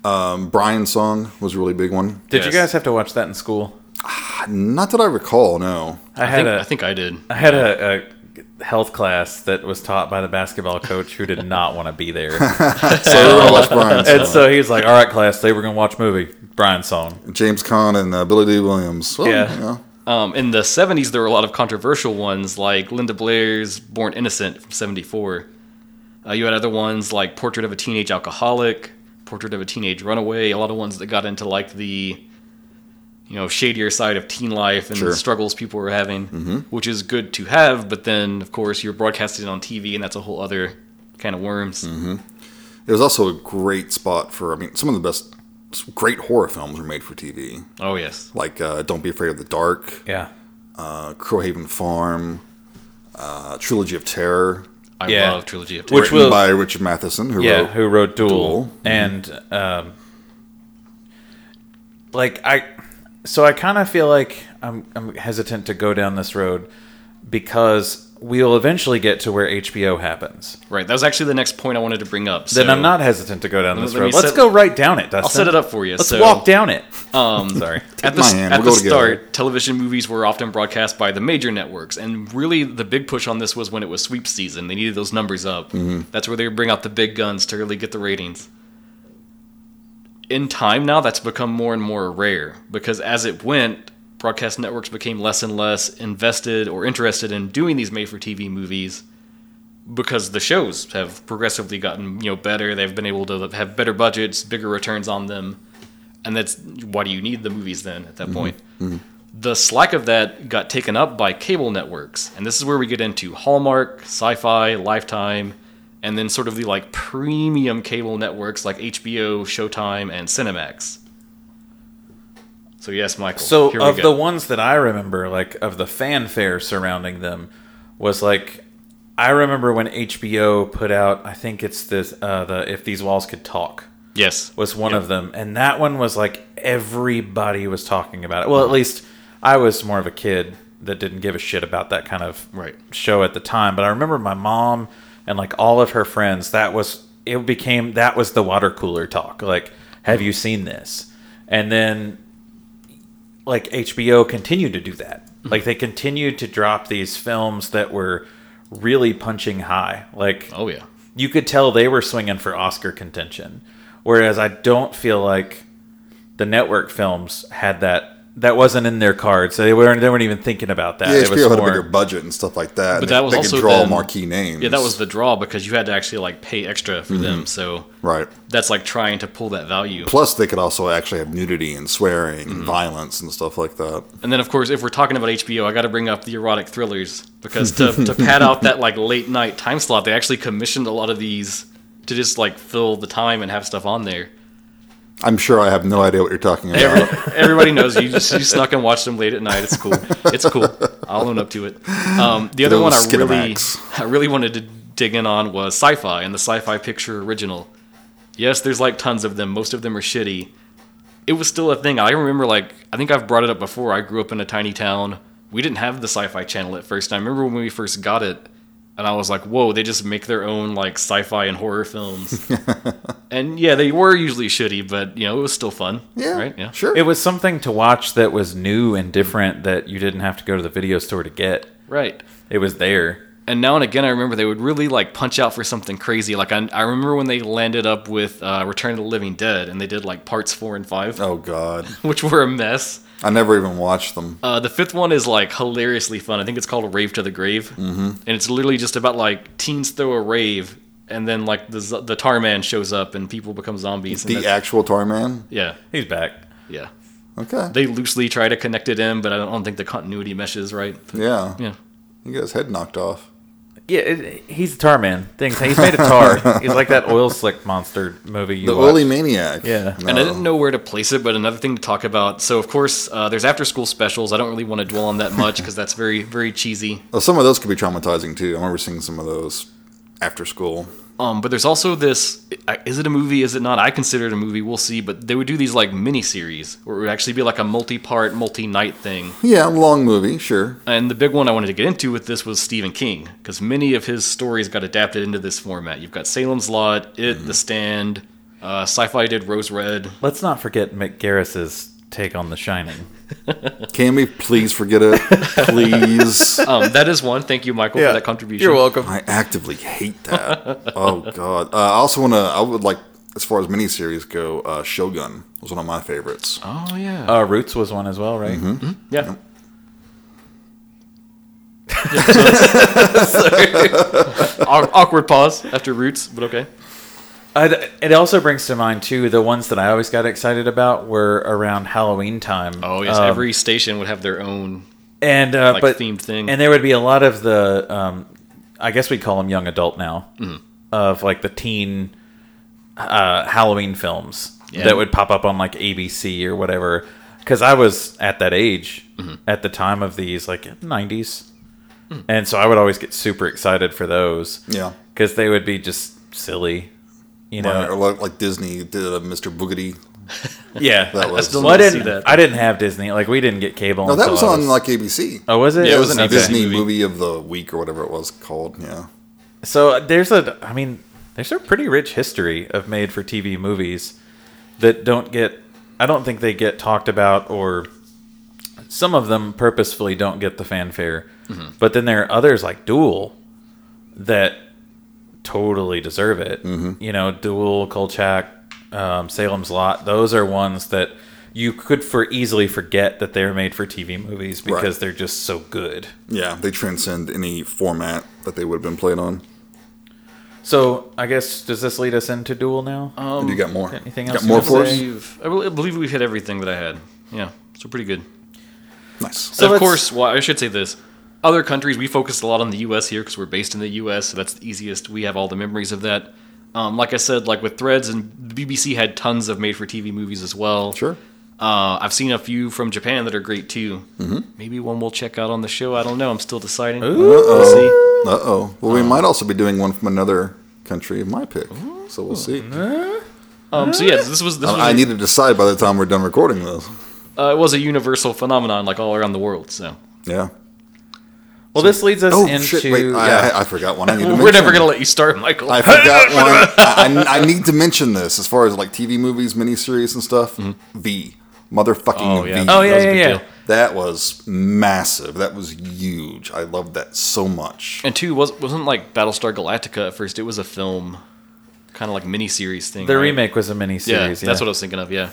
S3: Um, Brian's song was a really big one.
S2: Did you
S1: Yes.
S2: guys have to watch that in school?
S3: Not that I recall. No.
S2: I
S1: I,
S2: had
S1: think,
S2: a.
S1: I think I did.
S2: I had a, a health class that was taught by the basketball coach who did not want to be there.
S3: So everyone watched Brian's
S2: and
S3: song.
S2: so he was like, all right, class, today we're going to watch a movie. Brian's song.
S3: James Caan and uh, Billy Dee Williams. Well,
S2: Yeah.
S3: You know,
S1: Um, in the 70s, there were a lot of controversial ones like Linda Blair's Born Innocent from 74. Uh, you had other ones like Portrait of a Teenage Alcoholic, Portrait of a Teenage Runaway, a lot of ones that got into like the you know shadier side of teen life and
S3: Sure.
S1: the struggles people were having,
S2: Mm-hmm.
S1: which is good to have, but then of course you're broadcasting it on TV and that's a whole other kind of worms.
S2: Mm-hmm.
S3: it was also a great spot for. I mean, some of the best, some great horror films were made for TV,
S1: Oh yes.
S3: like uh, Don't Be Afraid of the Dark,
S2: Yeah.
S3: uh, Crowhaven Farm, uh, Trilogy of Terror,
S1: I
S2: Yeah.
S1: love Trilogy of Terror.
S2: Which
S3: written
S2: will-
S3: by Richard Matheson, who
S2: Yeah,
S3: wrote.
S2: who wrote Duel.
S3: Duel.
S2: And, um, like, I. So I kind of feel like I'm, I'm hesitant to go down this road because we'll eventually get to where HBO happens.
S1: Right. That was actually the next point I wanted to bring up.
S2: Then
S1: so-
S2: I'm not hesitant to go down this
S1: let
S2: road.
S1: me
S2: Let's
S1: set-
S2: go right down it, Dustin.
S1: I'll set it up for you.
S2: Let's
S1: so,
S2: walk down it. Um, sorry.
S1: At the,
S3: my hand,
S1: at
S3: we'll
S1: the
S3: go together.
S1: start, television movies were often broadcast by the major networks, and really the big push on this was when it was sweep season. They needed those numbers up.
S3: Mm-hmm.
S1: That's where they would bring out the big guns to really get the ratings. In time now, that's become more and more rare because as it went, broadcast networks became less and less invested or interested in doing these made-for-TV movies because the shows have progressively gotten you know better. They've been able to have better budgets, bigger returns on them and that's why do you need the movies then at that
S2: Mm-hmm.
S1: point the slack of that got taken up by cable networks and this is where we get into hallmark sci-fi lifetime and then sort of the like premium cable networks like hbo showtime and cinemax so yes michael
S2: So
S1: here
S2: of
S1: we
S2: the
S1: go.
S2: ones that I remember, like of the fanfare surrounding them, was like I remember when HBO put out. I think it's this uh, the If These Walls Could Talk
S1: yes
S2: was one of them, and that one was like everybody was talking about it. Well, at least I was more of a kid that didn't give a shit about that kind of
S1: Right.
S2: show at the time. But I remember my mom and like all of her friends. That was it became that was the water cooler talk. Like, have you seen this? And then like HBO continued to do that. Like they continued to drop these films that were really punching high. Like
S1: oh yeah
S2: you could tell they were swinging for Oscar contention. Whereas I don't feel like the network films had that. That wasn't in their cards. They weren't. They weren't even thinking about that.
S3: Yeah,
S2: it was
S3: HBO had a
S2: more-
S3: bigger budget and stuff like that.
S1: But
S3: and they-
S1: that was
S3: they
S1: also
S3: could draw
S1: then-
S3: marquee names.
S1: yeah that was the draw because you had to actually like pay extra
S2: Mm-hmm.
S1: for them so
S3: right.
S1: that's like trying to pull that value
S3: Plus, they could also actually have nudity and swearing
S1: Mm-hmm.
S3: and violence and stuff like that.
S1: And then, of course, if we're talking about HBO, I got to bring up the erotic thrillers because to, to pad out that like late night time slot, they actually commissioned a lot of these to just like fill the time and have stuff on there.
S3: I'm sure I have no idea what you're talking about.
S1: Everybody knows you just you snuck and watched them late at night. It's cool. It's cool. I'll own up to it. Um, the other
S3: Those
S1: one I really
S3: Skinamax.
S1: I really wanted to dig in on was sci-fi and the sci-fi picture original. Yes, there's like tons of them. Most of them are shitty. It was still a thing. I remember like I think I've brought it up before. I grew up in a tiny town. We didn't have the sci-fi channel at first. I remember when we first got it and I was like, "Whoa, they just make their own like sci-fi and horror films." and yeah, they were usually shitty, but you know, it was still fun.
S3: yeah,
S1: Right? Yeah.
S3: sure.
S2: It was something to watch that was new and different that you didn't have to go to the video store to get.
S1: Right.
S2: It was there.
S1: And now and again, I remember they would really like punch out for something crazy. Like I, I remember when they landed up with uh, Return of the Living Dead, and they did like parts four and five,
S3: oh God,
S1: which were a mess.
S3: I never even watched them.
S1: Uh, the fifth one is like hilariously fun. I think it's called Rave to the Grave, mm-hmm. and it's literally just about like teens throw a rave, and then like the z- the tar man shows up and people become zombies. And
S3: The
S1: that's-
S3: actual Tar Man.
S1: yeah,
S2: He's back.
S1: yeah.
S3: Okay.
S1: They loosely try to connect it in, but I don't think the continuity meshes right.
S3: yeah.
S1: Yeah.
S3: He got his head knocked off.
S2: Yeah, it, he's a tar man. Things he's made of tar. he's like that oil slick monster movie. You
S3: The
S2: watch.
S3: oily maniac.
S2: Yeah.
S1: And I
S3: No.
S1: didn't know where to place it, but another thing to talk about. So, of course, uh, there's after school specials. I don't really want to dwell on that much because that's very, very cheesy.
S3: Well, some of those could be traumatizing too. I remember seeing some of those after school.
S1: Um, but there's also this I- is it a movie? Is it not? I consider it a movie. We'll see. But they would do these like mini series where it would actually be like a multi part, multi night thing.
S3: Yeah, long movie, sure.
S1: And the big one I wanted to get into with this was Stephen King because many of his stories got adapted into this format. You've got Salem's Lot, It, The Stand. Uh, sci-fi did Rose Red.
S2: Let's not forget Mick Garris's take on The Shining.
S3: Can we please forget it? Please.
S1: Um, that is one. Thank you, Michael, for that contribution.
S2: welcome.
S3: I actively hate that. oh God. Uh, I also want to. I would like, as far as miniseries go, uh, Shogun was one of my favorites.
S1: Oh yeah.
S2: Uh, Roots was one as well, right?
S3: Mm-hmm.
S1: Yeah. Aw- Awkward pause after Roots, but okay.
S2: I, it also brings to mind too the ones that I always got excited about were around Halloween time.
S1: Oh yes,
S2: Um,
S1: every station would have their own.
S2: and uh,
S1: like,
S2: but
S1: themed thing.
S2: And there would be a lot of the, um, I guess we call them young adult now,
S1: Mm-hmm.
S2: of like the teen uh, Halloween films
S1: Yeah.
S2: that would pop up on like ABC or whatever. Because I was at that age
S1: Mm-hmm.
S2: at the time of these, like 90s,
S1: Hmm.
S2: and so I would always get super excited for those.
S3: Yeah.
S2: because they would be just silly, you know.
S3: Or like, like Disney did uh, Mr. Boogedy.
S2: Yeah,
S3: That was.
S1: still
S2: Well, I
S1: need to see
S2: didn't.
S1: that.
S2: I didn't have Disney. Like we didn't get cable.
S3: no, that
S2: until
S3: was
S2: I
S3: on like ABC.
S2: Oh, was it?
S3: yeah, it was
S2: was
S3: a
S2: an
S3: Disney
S1: movie.
S3: movie. of the week or whatever it was called. Yeah,
S2: So uh, there's a, I mean, there's a pretty rich history of made-for-TV movies that don't get, I don't think they get talked about, or some of them purposefully don't get the fanfare. But then there are others like Duel that totally deserve it. You know, Duel, Kolchak, um, Salem's Lot. Those are ones that you could for easily forget that they're made-for-TV movies because
S3: Right.
S2: they're just so good.
S3: yeah, they transcend any format that they would have been played on.
S2: So I guess does this lead us into Duel now?
S3: Have you got more?
S2: Oh, anything
S3: You
S2: else you
S3: Got more
S2: wanna
S3: for us?
S2: say?
S1: We've- I bel- I believe we hit everything that I had. Yeah, so pretty good.
S3: Nice.
S2: So
S1: of
S2: let's-
S1: course, well, I should say this. Other countries, we focused a lot on the U.S. here because we're based in the U.S., so that's the easiest. We have all the memories of that. Um, like I said, like with Threads, and BBC had tons of made-for-TV movies as well.
S3: Sure.
S1: Uh, I've seen a few from Japan that are great too.
S3: Mm-hmm.
S1: Maybe one we'll check out on the show. I don't know. I'm still deciding. We'll see.
S3: Uh oh. Well, we might also be doing one from another country of my pick, so we'll see.
S1: Oh, Um, so yeah, this was this was
S3: I I
S1: a-
S3: need to decide by the time we're done recording this.
S1: uh, it was a universal phenomenon, like all around the world. So
S3: Yeah.
S2: Well, this leads us
S3: Oh
S2: into.
S3: shit! Wait,
S2: yeah.
S3: I, I, I forgot one. I need to mention.
S1: we're never gonna let you start, Michael.
S3: I forgot one. I, I need to mention this as far as like TV movies, miniseries, and stuff. V. Motherfucking
S1: Mm-hmm. Oh, yeah. That
S2: oh
S3: V.
S1: was a
S2: yeah, yeah,
S1: big
S2: yeah.
S1: deal.
S3: That was massive. That was huge. I loved that so much.
S1: and two was wasn't like Battlestar Galactica at first. It was a film, kind of like miniseries thing.
S2: The
S1: right?
S2: remake was a miniseries.
S1: Yeah,
S2: Yeah,
S1: that's what I was thinking of. Yeah,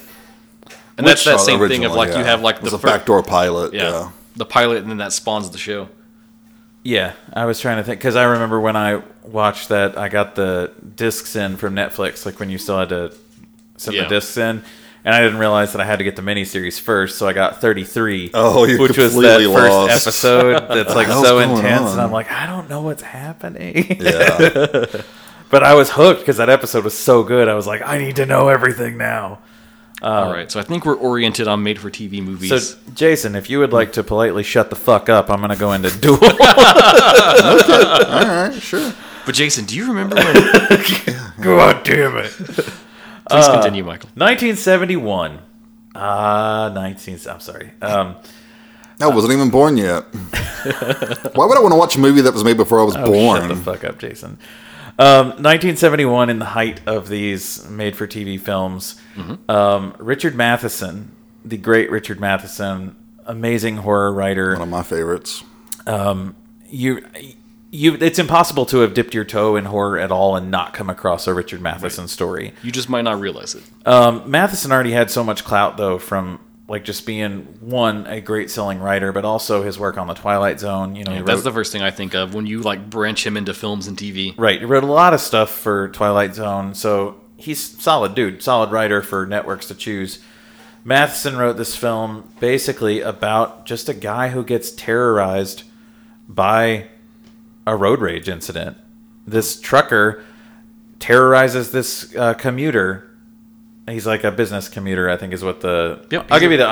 S1: and that's
S3: Which-
S1: that same thing of
S3: originally,
S1: like you
S3: yeah.
S1: have like
S3: It was
S1: the
S3: a
S1: fir-
S3: backdoor pilot.
S1: yeah,
S3: Yeah.
S1: the pilot, and then that spawns the show.
S2: yeah, I was trying to think because I remember when I watched that, I got the discs in from Netflix, like when you still had to send
S1: Yeah.
S2: the discs in, and I didn't realize that I had to get the miniseries first, so I got thirty three.
S3: Oh, you're
S2: which was that
S3: completely lost.
S2: first episode that's like
S3: hell's
S2: so
S3: going
S2: intense,
S3: on?
S2: and I'm like, I don't know what's happening.
S3: Yeah.
S2: but I was hooked because that episode was so good. I was like, I need to know everything now.
S1: All right, so I think we're oriented on made-for-TV movies.
S2: Oh. So, Jason, if you would like to politely shut the fuck up, I'm gonna go into duel.
S3: All right. Sure.
S1: but Jason, do you remember when?
S2: God damn it!
S1: Please continue, Michael.
S2: 1971. Ah, 19. I'm sorry. Um,
S3: I wasn't even born yet. Why would I want to watch a movie that was made before I
S1: Oh,
S3: was
S2: shut the
S3: born?
S2: fuck up, Jason. Um, 1971, in the height of these made-for-TV films, um, Richard Matheson, the great Richard Matheson, amazing horror writer,
S3: One of my favorites.
S2: you you it's impossible to have dipped your toe in horror at all and not come across a Richard Matheson story.
S1: You just might not realize it.
S2: Um, Matheson already had so much clout though from like just being one a great selling writer, but also his work on the Twilight Zone. You know, he
S1: That's
S2: wrote,
S1: the first thing I think of when you like branch him into films and TV.
S2: right. He wrote a lot of stuff for Twilight Zone, so he's solid dude, solid writer for networks to choose. Matheson wrote this film basically about just a guy who gets terrorized by a road rage incident. This trucker terrorizes this uh, commuter. He's like a business commuter, I think, is what the.
S1: Yep,
S2: I'll
S1: he's
S2: give
S1: a-
S2: you the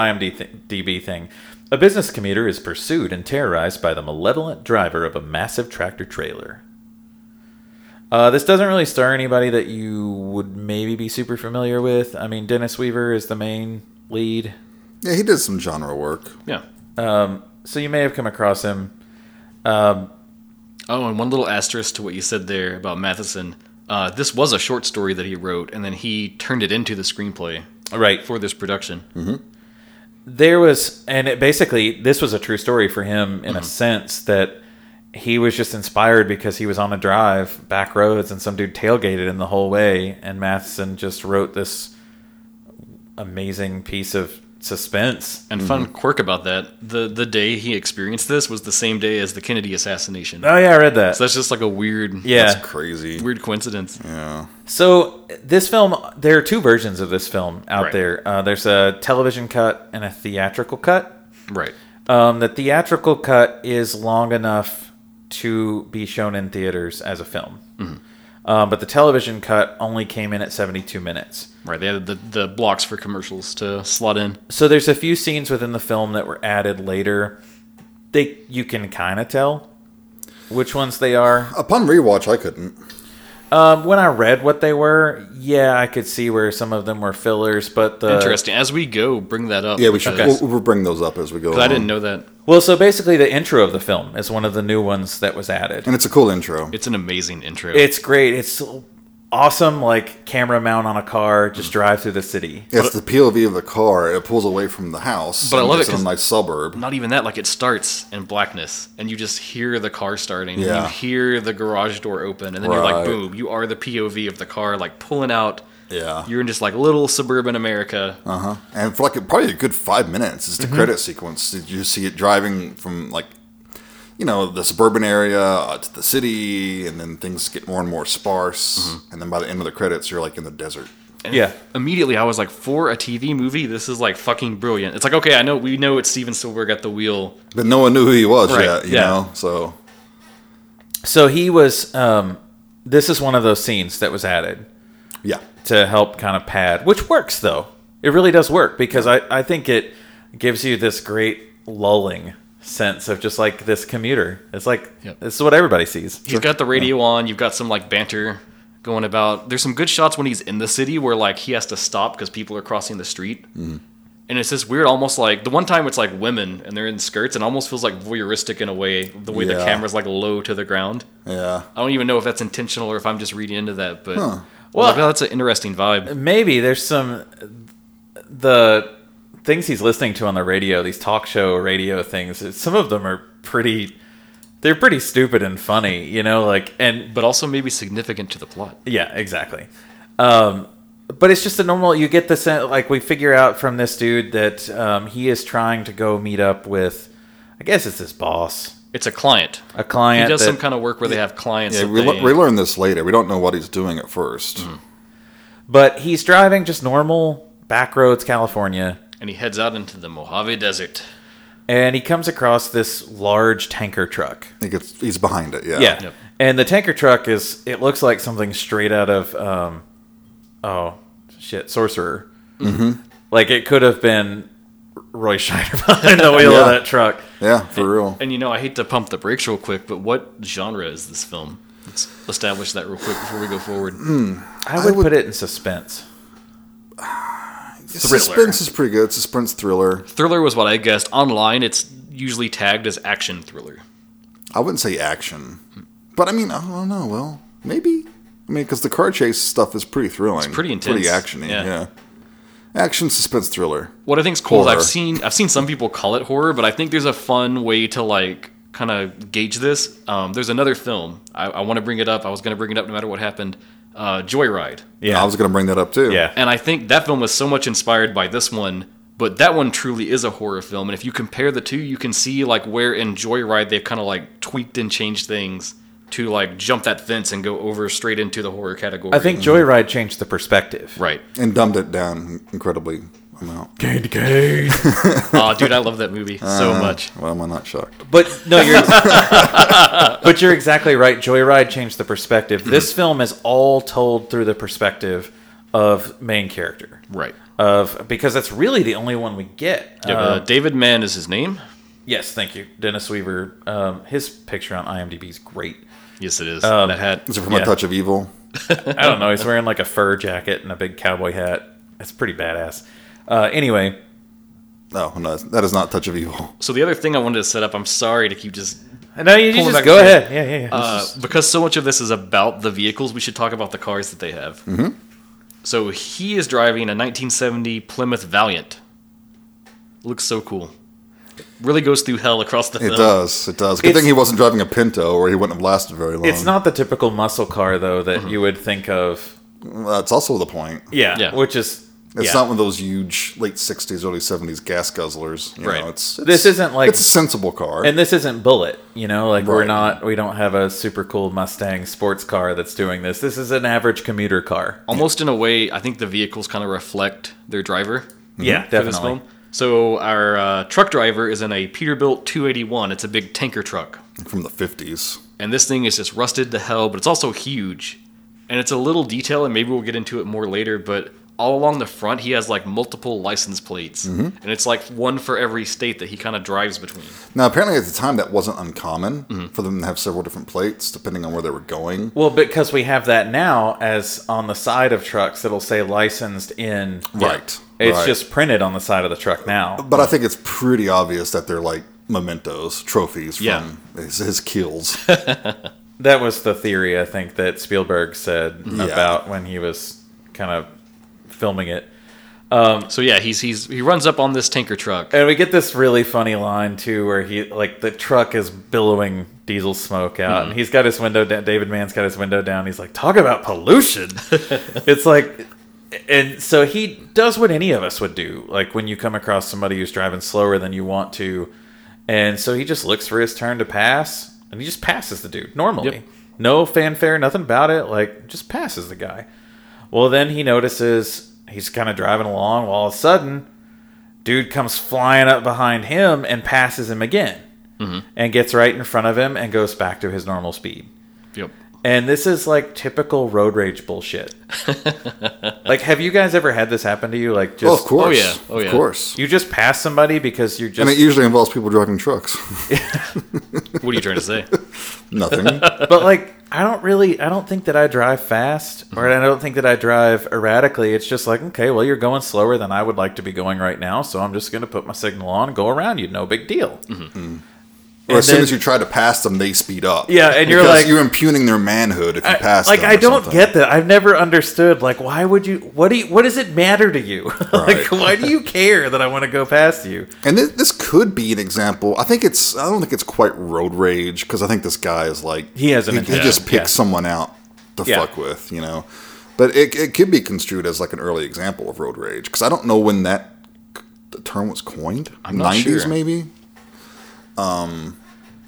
S2: IMDb thing. A business commuter is pursued and terrorized by the malevolent driver of a massive tractor trailer. Uh, this doesn't really star anybody that you would maybe be super familiar with. I mean, Dennis Weaver is the main lead.
S3: Yeah, he did some genre work.
S1: Yeah.
S2: so you may have come across him.
S1: Oh, and one little asterisk to what you said there about Matheson. Uh, this was a short story that he wrote, and then he turned it into the screenplay
S2: Right.
S1: for this production.
S2: There was, and it basically, this was a true story for him
S1: Mm-hmm.
S2: in a sense that he was just inspired because he was on a drive back roads and some dude tailgated him the whole way, and Matheson just wrote this amazing piece of suspense.
S1: And fun quirk about that: the the day he experienced this was the same day as the Kennedy assassination.
S2: Oh yeah, I read that.
S1: So that's just like a weird,
S2: yeah,
S3: That's crazy.
S1: weird coincidence.
S3: Yeah.
S2: So this film, there are two versions of this film out
S1: Right.
S2: there. Uh, there's a television cut and a theatrical cut.
S1: Right.
S2: Um, the theatrical cut is long enough to be shown in theaters as a film, um, but the television cut only came in at 72 minutes.
S1: Right. They added the, the blocks for commercials to slot in.
S2: So there's a few scenes within the film that were added later. They you can kind of tell which ones they are.
S3: Upon rewatch, I couldn't.
S2: Um, when I read what they were, yeah, I could see where some of them were fillers, but the
S1: Interesting. As we go, bring that up.
S3: Yeah, we should.
S1: because-
S3: We'll, we'll bring those up as we go.
S1: 'cause I
S3: along.
S1: didn't know that.
S2: Well, so basically, the intro of the film is one of the new ones that was added.
S3: And it's a cool intro.
S1: It's an amazing intro.
S2: It's great. It's awesome. Like camera mount on a car, just drive through the city.
S3: Yeah, it's the POV of the car. It pulls away from the house.
S1: But I
S3: and
S1: love
S3: gets
S1: it
S3: in a
S1: 'cause-
S3: nice suburb.
S1: Not even that. Like it starts in blackness, and you just hear the car starting. And
S3: Yeah.
S1: you hear the garage door open, and then you're like,
S3: Right.
S1: boom! You are the POV of the car, like pulling out.
S3: Yeah.
S1: You're in just like little suburban America.
S3: Uh huh. And for like a, probably a good five minutes, it's the
S1: Mm-hmm.
S3: credit sequence. Did you see it driving from like, you know, the suburban area uh, to the city, and then things get more and more sparse,
S1: Mm-hmm.
S3: and then by the end of the credits, you're like in the desert.
S2: Yeah.
S1: Immediately, I was like, for a TV movie, this is like fucking brilliant. It's like, okay, I know we know it's Steven Spielberg at the wheel.
S3: But no one knew who he was
S1: Right,
S3: yet, you
S1: yeah.
S3: know. So
S2: So he was. Um, this is one of those scenes that was added
S3: yeah,
S2: to help kind of pad, which works though. It really does work because I, I think it gives you this great lulling sense of just like this commuter. It's like
S1: Yep.
S2: this is what everybody sees.
S1: He's got the radio on. You've got some like banter going about. There's some good shots when he's in the city where like he has to stop because people are crossing the street.
S3: Mm-hmm.
S1: And it's this weird, almost like the one time it's like women and they're in skirts and almost feels like voyeuristic in a way, the way the
S3: Yeah.
S1: camera's like low to the ground.
S3: yeah.
S1: I don't even know if that's intentional or if I'm just reading into that, but I was
S2: Well-
S1: like, "Oh, that's an interesting vibe.
S2: Maybe there's some the things he's listening to on the radio, these talk show radio things. Some of them are pretty. They're pretty stupid and funny, you know. Like and
S1: But also maybe significant to the plot.
S2: yeah, exactly. Um, but it's just a normal. You get the sense, like we figure out from this dude that um, he is trying to go meet up with. I guess it's his boss,
S1: It's a client.
S2: a client.
S1: He does
S2: that-
S1: some kind of work where they have clients.
S3: Yeah,
S1: that
S3: we,
S1: they- Mm-hmm.
S3: le- we learn this later. We don't know what he's doing at 1st
S2: but he's driving just normal back roads, California.
S1: and he heads out into the Mojave Desert.
S2: And he comes across this large tanker truck.
S3: He gets, he's behind it. Yeah.
S2: Yeah.
S1: Yep.
S2: And the tanker truck is it looks like something straight out of um oh shit, sorcerer. Mm-hmm. Like it could have been Roy Scheider behind the wheel of
S3: Yeah.
S2: that truck.
S3: Yeah, for real.
S1: And you know, I hate to pump the brakes real quick, but what genre is this film? Let's establish that real quick before we go forward.
S2: I would,
S3: would-
S2: put it in suspense.
S3: Suspense is pretty good. Suspense thriller.
S1: Thriller was what I guessed. Online, it's usually tagged as action thriller.
S3: I wouldn't say action, but I mean, I don't know. Well, maybe. I mean, because the car chase stuff is pretty thrilling. It's
S1: pretty
S3: Pretty
S1: intense,
S3: actiony.
S1: yeah.
S3: Yeah. Action suspense thriller.
S1: What I think's cool is I've
S3: Horror.
S1: seen I've seen some people call it horror, but I think there's a fun way to like kind of gauge this. Um, there's another film I, I want to bring it up. I was going to bring it up no matter what happened. Uh, Joyride,
S2: Yeah.
S3: I was going to bring that up too.
S2: yeah.
S1: and I think that film was so much inspired by this one. But that one truly is a horror film, and if you compare the two, you can see like where in Joyride they've kind of like tweaked and changed things to like jump that fence and go over straight into the horror category.
S2: I think Joyride changed the perspective.
S1: right.
S3: And dumbed it down incredibly amount.
S2: Gain to gain.
S1: Aw, dude, I love that movie so
S2: Uh-huh.
S1: much.
S3: Well, am I not shocked?
S2: But no, you're But you're exactly right. Joyride changed the perspective. This film is all told through the perspective of main character.
S1: Right.
S2: Of because that's really the only one we get.
S1: Yeah,
S2: Um,
S1: uh, David Mann is his name.
S2: yes, thank you, Dennis Weaver. Um, his picture on IMDb is great.
S1: Yes, it is.
S2: Um,
S1: that hat.
S3: Is it from
S2: Yeah.
S3: a touch of evil?
S2: I don't know. He's wearing like a fur jacket and a big cowboy hat. It's pretty badass. Uh, anyway,
S3: No, no, that's- that is not touch of evil.
S1: So the other thing I wanted to set up, I'm sorry to keep just
S2: no, you, you
S1: Pulling
S2: just
S1: back
S2: go
S1: the-
S2: ahead. Yeah, yeah, yeah.
S1: uh, because so much of this is about the vehicles. We should talk about the cars that they have. Mm-hmm. So he is driving a 1970 Plymouth Valiant. Looks so cool. Really goes through hell across the
S3: It
S1: film.
S3: does. It does. Good
S2: It's-
S3: thing he wasn't driving a Pinto, or he wouldn't have lasted very long.
S2: it's not the typical muscle car though
S1: Mm-hmm.
S2: that you would think of.
S3: That's also the point.
S2: Yeah,
S1: Yeah.
S2: which is
S3: It's
S2: yeah.
S3: not one of those huge late '60s, early '70s gas guzzlers. You
S1: Right.
S3: Know, it's, it's
S2: This isn't like-
S3: it's a sensible car.
S2: And this isn't Bullet, you know, like we're
S3: Right.
S2: not we don't have a super cool Mustang sports car that's doing this. This is an average commuter car.
S1: Almost in a way, I think the vehicles kind of reflect their driver.
S3: Mm-hmm.
S2: Yeah,
S1: for this film. So our uh, truck driver is in a Peterbilt 281. It's a big tanker truck.
S3: from the 50s.
S1: and this thing is just rusted to hell, but it's also huge. And it's a little detail, and maybe we'll get into it more later, but all along the front, he has like multiple license plates, and it's like one for every state that he kind of drives between.
S3: Now, apparently at the time, that wasn't uncommon
S2: Mm-hmm.
S3: for them to have several different plates depending on where they were going.
S2: Well, because we have that now as on the side of trucks, it'll say licensed in.
S3: Right.
S2: It's
S3: right.
S2: just printed on the side of the truck now.
S3: But I think it's pretty obvious that they're like mementos, trophies from
S1: Yeah.
S3: his, his kills.
S2: That was the theory I think that Spielberg said about when he was kind of filming it.
S1: So yeah, he's he's he runs up on this tanker truck.
S2: And we get this really funny line too, where he like the truck is billowing diesel smoke out, and he's got his window down. David Mann's got his window down. He's like, "Talk about pollution." it's like, and so he does what any of us would do, like when you come across somebody who's driving slower than you want to, and so he just looks for his turn to pass, and he just passes the dude normally,
S1: Yep.
S2: no fanfare, nothing about it, like just passes the guy. Well, then he notices he's kind of driving along. Well, all of a sudden, dude comes flying up behind him and passes him again, and gets right in front of him and goes back to his normal speed.
S1: Yep.
S2: And this is like typical road rage bullshit. like, have you guys ever had this happen to you? Like, just
S3: well, of course.
S1: yeah, oh, yeah.
S3: Of course.
S2: you just pass somebody because you're just
S3: And it usually involves people driving trucks.
S1: What are you trying to say?
S3: Nothing.
S2: but like I don't really I don't think that I drive fast or I don't think that I drive erratically. It's just like, okay, well you're going slower than I would like to be going right now, so I'm just going to put my signal on and go around you. No big deal.
S3: Or as soon
S2: then-
S3: as you try to pass them, they speed up.
S2: Yeah, and you're
S3: Because
S2: like-
S3: you're impugning their manhood if you pass.
S2: like
S3: them
S2: I
S3: or
S2: don't
S3: something.
S2: get that. I've never understood like why would you what do you, what does it matter to you? like
S3: Right.
S2: why do you care that I want to go past you?
S3: And this, this could be an example. I think it's. I don't think it's quite road rage because I think this guy is like
S2: He has an
S3: He, he just
S2: intention,
S3: picks
S2: yeah.
S3: someone out to
S2: Yeah.
S3: fuck with, you know. But it, it could be construed as like an early example of road rage because I don't know when that c- the term was coined.
S1: I'm not sure.
S3: maybe.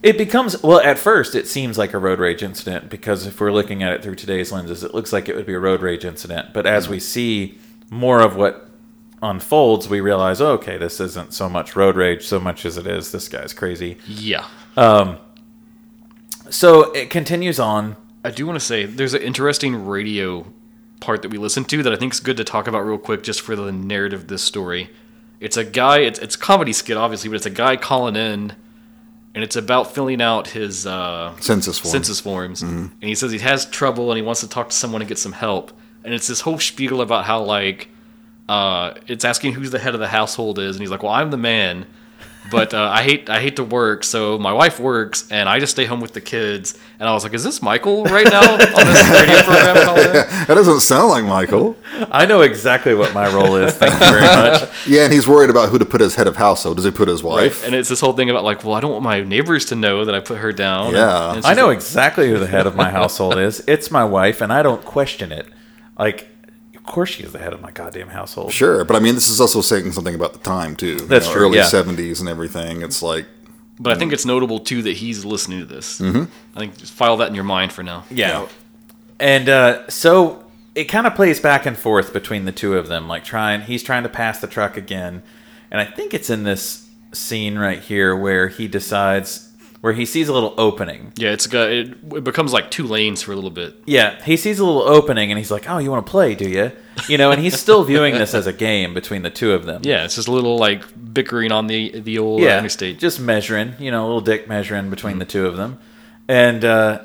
S2: It becomes well at first it seems like a road rage incident because if we're looking at it through today's lenses it looks like it would be a road rage incident but
S3: Mm-hmm.
S2: as we see more of what unfolds we realize oh, okay this isn't so much road rage so much as it is this guy's crazy
S1: Yeah.
S2: so it continues on
S1: I do want to say there's an interesting radio part that we listened to that I think is good to talk about real quick just for the narrative of this story. It's a guy, it's, it's a comedy skit, obviously, but it's a guy calling in and it's about filling out his uh,
S3: Census form.
S1: census forms. And he says he has trouble and he wants to talk to someone and get some help. And it's this whole spiel about how, like, uh, it's asking who's the head of the household is. And he's like, well, I'm the man but uh, I hate I hate to work, so my wife works and I just stay home with the kids. And I was like, is this Michael right now on this radio program? calling in?
S3: That doesn't sound like Michael.
S2: i know exactly what my role is thank you very much
S3: Yeah, and he's worried about who to put as head of household. Does he put his wife?
S1: And it's this whole thing about like, well, I don't want my neighbors to know that I put her down.
S3: Yeah.
S1: And it's
S2: i
S1: just
S2: know
S1: like-
S2: exactly who the head of my household is it's my wife and i don't question it like of course she is the head of my goddamn household
S3: Sure, but I mean, this is also saying something about the time too. You
S2: That's
S3: know,
S2: true,
S3: Early
S2: yeah.
S3: '70s and everything. It's like
S1: but I think it's notable too that he's listening to this.
S3: Mm-hmm.
S1: I think just file that in your mind for now.
S2: Yeah. And uh, so it kind of plays back and forth between the two of them. Like trying, he's trying to pass the truck again, and I think it's in this scene right here where he decides, where he sees a little opening.
S1: Yeah, it's got it, it becomes like two lanes for a little bit.
S2: Yeah, he sees a little opening, and he's like, "Oh, you want to play, do you?" You know, and he's still viewing this as a game between the two of them.
S1: Yeah, it's just a little like bickering on the the old uh, interstate.
S2: Just measuring, you know, a little dick measuring between
S3: Mm.
S2: the two of them. And uh,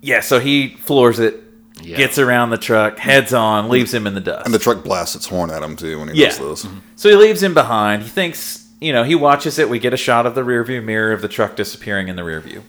S2: yeah, so he floors it,
S1: Yeah.
S2: gets around the truck, heads on, leaves him in the dust.
S3: and the truck blasts its horn at him too when he
S2: Yeah. Mm-hmm.
S3: does this.
S2: So he leaves him behind. He thinks, you know, he watches it. We get a shot of the rearview mirror of the truck disappearing in the rearview.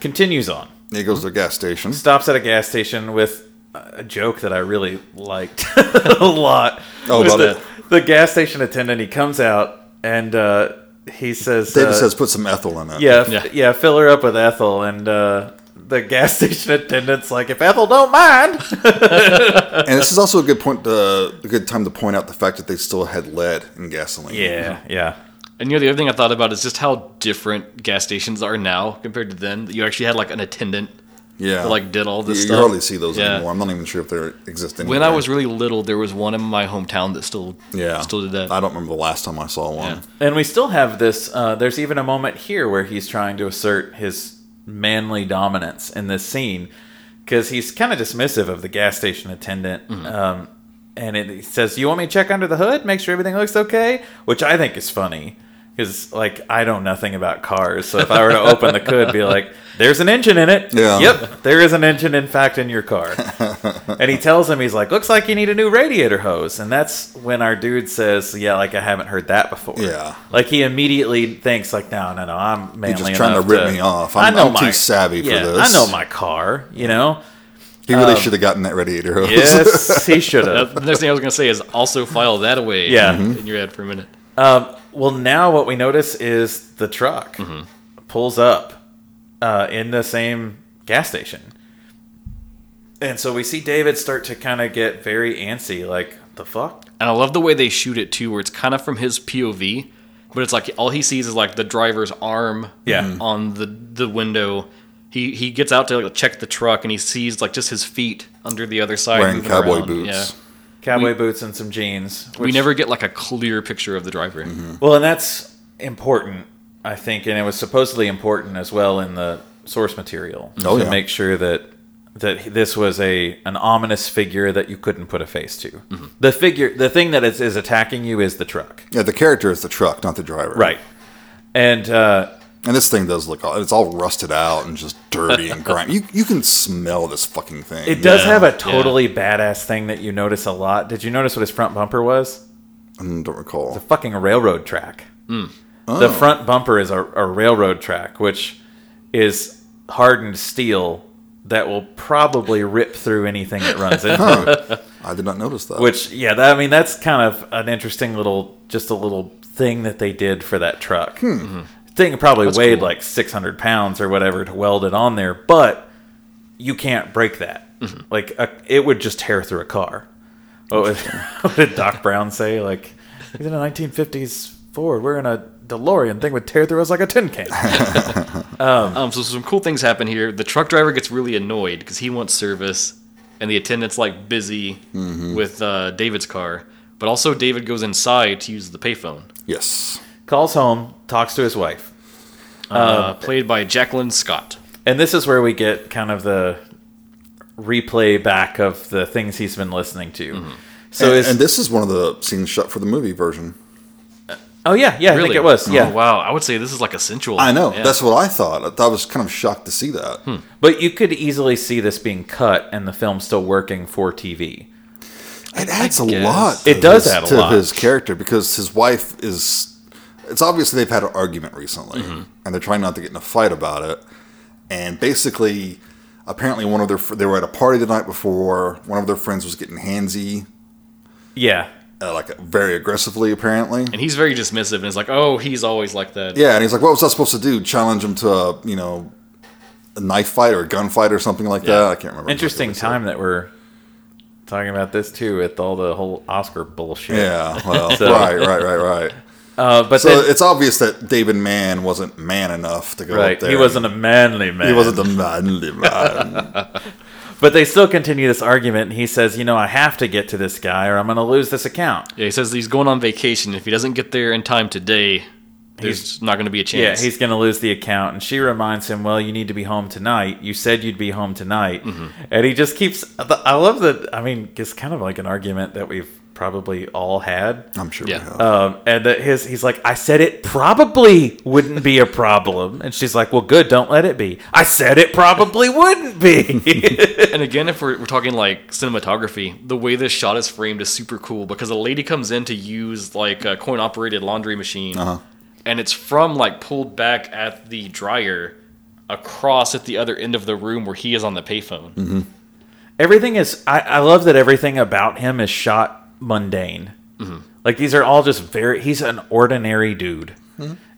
S2: Continues on.
S3: He goes to a gas station.
S2: Stops at a gas station with a joke that I really liked a lot.
S3: Oh,
S2: Was
S3: about
S2: the,
S3: it.
S2: the gas station attendant, he comes out and uh, he says,
S3: David
S2: uh,
S3: says, "Put some ethyl in it."
S2: yeah, f-
S1: Yeah.
S2: yeah, fill her up with Ethel. And uh, the gas station attendant's like, if Ethel don't mind.
S3: and this is also a good point. To, a good time to point out the fact that they still had lead in gasoline.
S2: yeah, yeah.
S1: And you know, the other thing I thought about is just how different gas stations are now compared to then. You actually had like an attendant
S3: yeah.
S1: that like did all
S3: you,
S1: this
S3: you
S1: stuff.
S3: hardly see those
S1: Yeah.
S3: anymore. I'm not even sure if they exist anymore.
S1: When I was really little, there was one in my hometown that still
S3: yeah,
S1: still did
S3: I
S1: that.
S3: don't remember the last time I saw one.
S1: Yeah.
S2: And we still have this. Uh, there's even a moment here where he's trying to assert his manly dominance in this scene because he's kind of dismissive of the gas station attendant. Um, and it says, "You want me to check under the hood, make sure everything looks okay," which I think is funny because like I know nothing about cars, so if I were to open the hood, be like, "There's an engine in it."
S3: Yeah.
S2: Yep, there is an engine, in fact, in your car. and he tells him, he's like, "Looks like you need a new radiator hose," and that's when our dude says, "Yeah, like I haven't heard that before."
S3: Yeah.
S2: like he immediately thinks, like, "No, no, no, I'm manly."
S3: just trying to
S2: enough
S3: rip me off. I'm-
S2: I know
S3: I'm
S2: my-
S3: too savvy for
S2: yeah,
S3: this."
S2: I know my car, you know.
S3: He really
S1: Um,
S3: should have gotten that radiator hose.
S2: Yes, he should have.
S1: the next thing I was gonna say is also file that away.
S2: Yeah.
S1: in your head for a minute.
S2: Um, well, now what we notice is the truck
S3: Mm-hmm.
S2: pulls up uh, in the same gas station. And so we see David start to kind of get very antsy, like, the fuck?
S1: And I love the way they shoot it too, where it's kind of from his POV, but it's like all he sees is like the driver's arm
S2: Yeah.
S3: Mm-hmm.
S2: Mhm.
S1: on the the window. He he gets out to like, check the truck and he sees like just his feet under the other side
S3: Wearing
S1: moving
S3: cowboy
S1: around.
S3: boots.
S1: Yeah.
S2: Cowboy boots and some jeans.
S1: We
S2: which-
S1: never get like a clear picture of the driver.
S3: Mm-hmm.
S2: Well, and that's important, I think, and it was supposedly important as well in the source material
S3: Oh,
S2: to
S3: yeah.
S2: make sure that that this was a an ominous figure that you couldn't put a face to. The figure, the thing that is, is attacking you is the truck,
S3: Yeah, the character is the truck, not the driver.
S2: right? And uh,
S3: And this thing does look all it's all rusted out and just dirty and grimy. You you can smell this fucking thing.
S2: it does
S1: Yeah,
S2: have a
S1: yeah.
S2: totally badass thing that you notice a lot. Did you notice what his front bumper was?
S3: Mm, don't recall.
S2: fucking railroad track. The front bumper is a, a railroad track, which is hardened steel that will probably rip through anything it runs into.
S3: I did not notice that.
S2: which, yeah, that, I mean, that's kind of an interesting little, just a little thing that they did for that truck. Thing probably weighed like 600 pounds or whatever to weld it on there, but you can't break that. Like, a, it would just tear through a car. What, would, what did Doc Brown say? Like, he's in a 1950s Ford. We're in a DeLorean. Thing would tear through us like a tin can.
S1: Um, so some cool things happen here. The truck driver gets really annoyed because he wants service, and the attendant's like busy
S3: Mm-hmm.
S1: with uh, David's car. But also David goes inside to use the payphone,
S3: yes.
S2: Calls home, talks to his wife. Oh.
S1: uh, played by Jacqueline Scott.
S2: And this is where we get kind of the replay back of the things he's been listening to. So
S3: and,
S2: is
S3: and this is one of the scenes shot for the movie version.
S2: oh yeah yeah I think it was yeah
S1: Oh, wow. I would say this is like a sensual.
S3: I know.
S1: Yeah. Hmm.
S3: That's what I thought. I, I was kind of shocked to see that.
S2: but you could easily see this being cut and the film still working for TV.
S3: It adds a
S1: guess.
S3: lot.
S2: It does
S3: his,
S2: add a
S3: to
S2: lot.
S3: his character because his wife is. It's obvious they've had an argument recently,
S1: Mm-hmm.
S3: and they're trying not to get in a fight about it. And basically, apparently, one of their fr- they were at a party the night before. One of their friends was getting handsy,
S2: Yeah,
S3: uh, like very aggressively, apparently.
S1: And he's very dismissive and is like, oh, he's always like that.
S3: Yeah, and he's like, "What was I supposed to do? Challenge him to a you know a knife fight or a gunfight or something like that? I can't remember." exactly
S2: interesting
S3: what he said.
S2: time that we're talking about this too with all the whole Oscar bullshit.
S3: Yeah, well,
S2: So-
S3: right, right, right, right.
S2: uh, but
S3: So
S2: then-
S3: it's obvious that David Mann wasn't man enough to go up
S2: right,
S3: there.
S2: he wasn't a manly man.
S3: He wasn't the manly man.
S2: But they still continue this argument. And he says, "You know, I have to get to this guy, or I'm going to lose this account."
S1: Yeah, he says he's going on vacation. If he doesn't get there in time today, there's not going to be a
S2: Yeah,
S1: chance.
S2: he's going to lose the account. And she reminds him, "Well, you need to be home tonight. You said you'd be home tonight." And he just keeps. I love that. I mean, it's kind of like an argument that we've probably all had.
S3: I'm sure
S1: Yeah.
S3: we have.
S2: Um, and that his he's like, I said it probably wouldn't be a problem, and she's like, Well, good, don't let it be. I said it probably wouldn't be.
S1: and again, if we're, we're talking like cinematography, the way this shot is framed is super cool because a lady comes in to use like a coin operated laundry machine.
S2: Uh-huh.
S1: And it's from like pulled back at the dryer across at the other end of the room where he is on the payphone.
S2: Mm-hmm. everything is. I, I love that everything about him is shot mundane. Like these are all just very. He's an ordinary dude,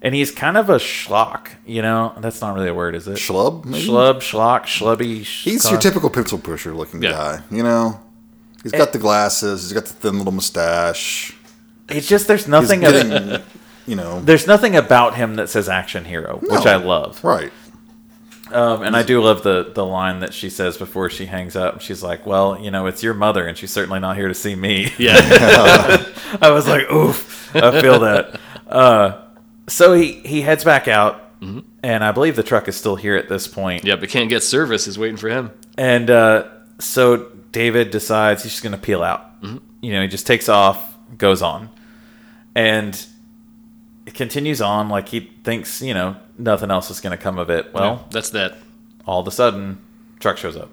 S2: and he's kind of a schlock. You know, that's not really a word, is it?
S3: Schlub, maybe?
S2: Schlub, schlock, schlubby. sch-
S3: He's your
S2: cock.
S3: typical pencil pusher looking
S1: Yeah.
S3: guy. You know, he's
S2: Eh.
S3: got the glasses. He's got the thin little mustache.
S2: It's just there's
S3: He's
S2: nothing. ab-
S3: getting, you know,
S2: there's nothing about him that says action hero, which
S3: No.
S2: I love.
S3: right.
S2: Um, and I do love the the line that she says before she hangs up. She's like, "Well, you know, it's your mother, and she's certainly not here to see me."
S1: Yeah.
S2: I was like, "Oof, I feel that." Uh, so he he heads back out,
S3: Mm-hmm.
S2: and I believe the truck is still here at this point.
S1: yeah, but can't get service is waiting for him.
S3: Mm-hmm.
S2: And uh, so David decides he's just going to peel out. you know, he just takes off, goes on, and it continues on like he thinks, you know, nothing else is going to come of it. Well,
S1: that's that.
S2: all of a sudden, truck shows up.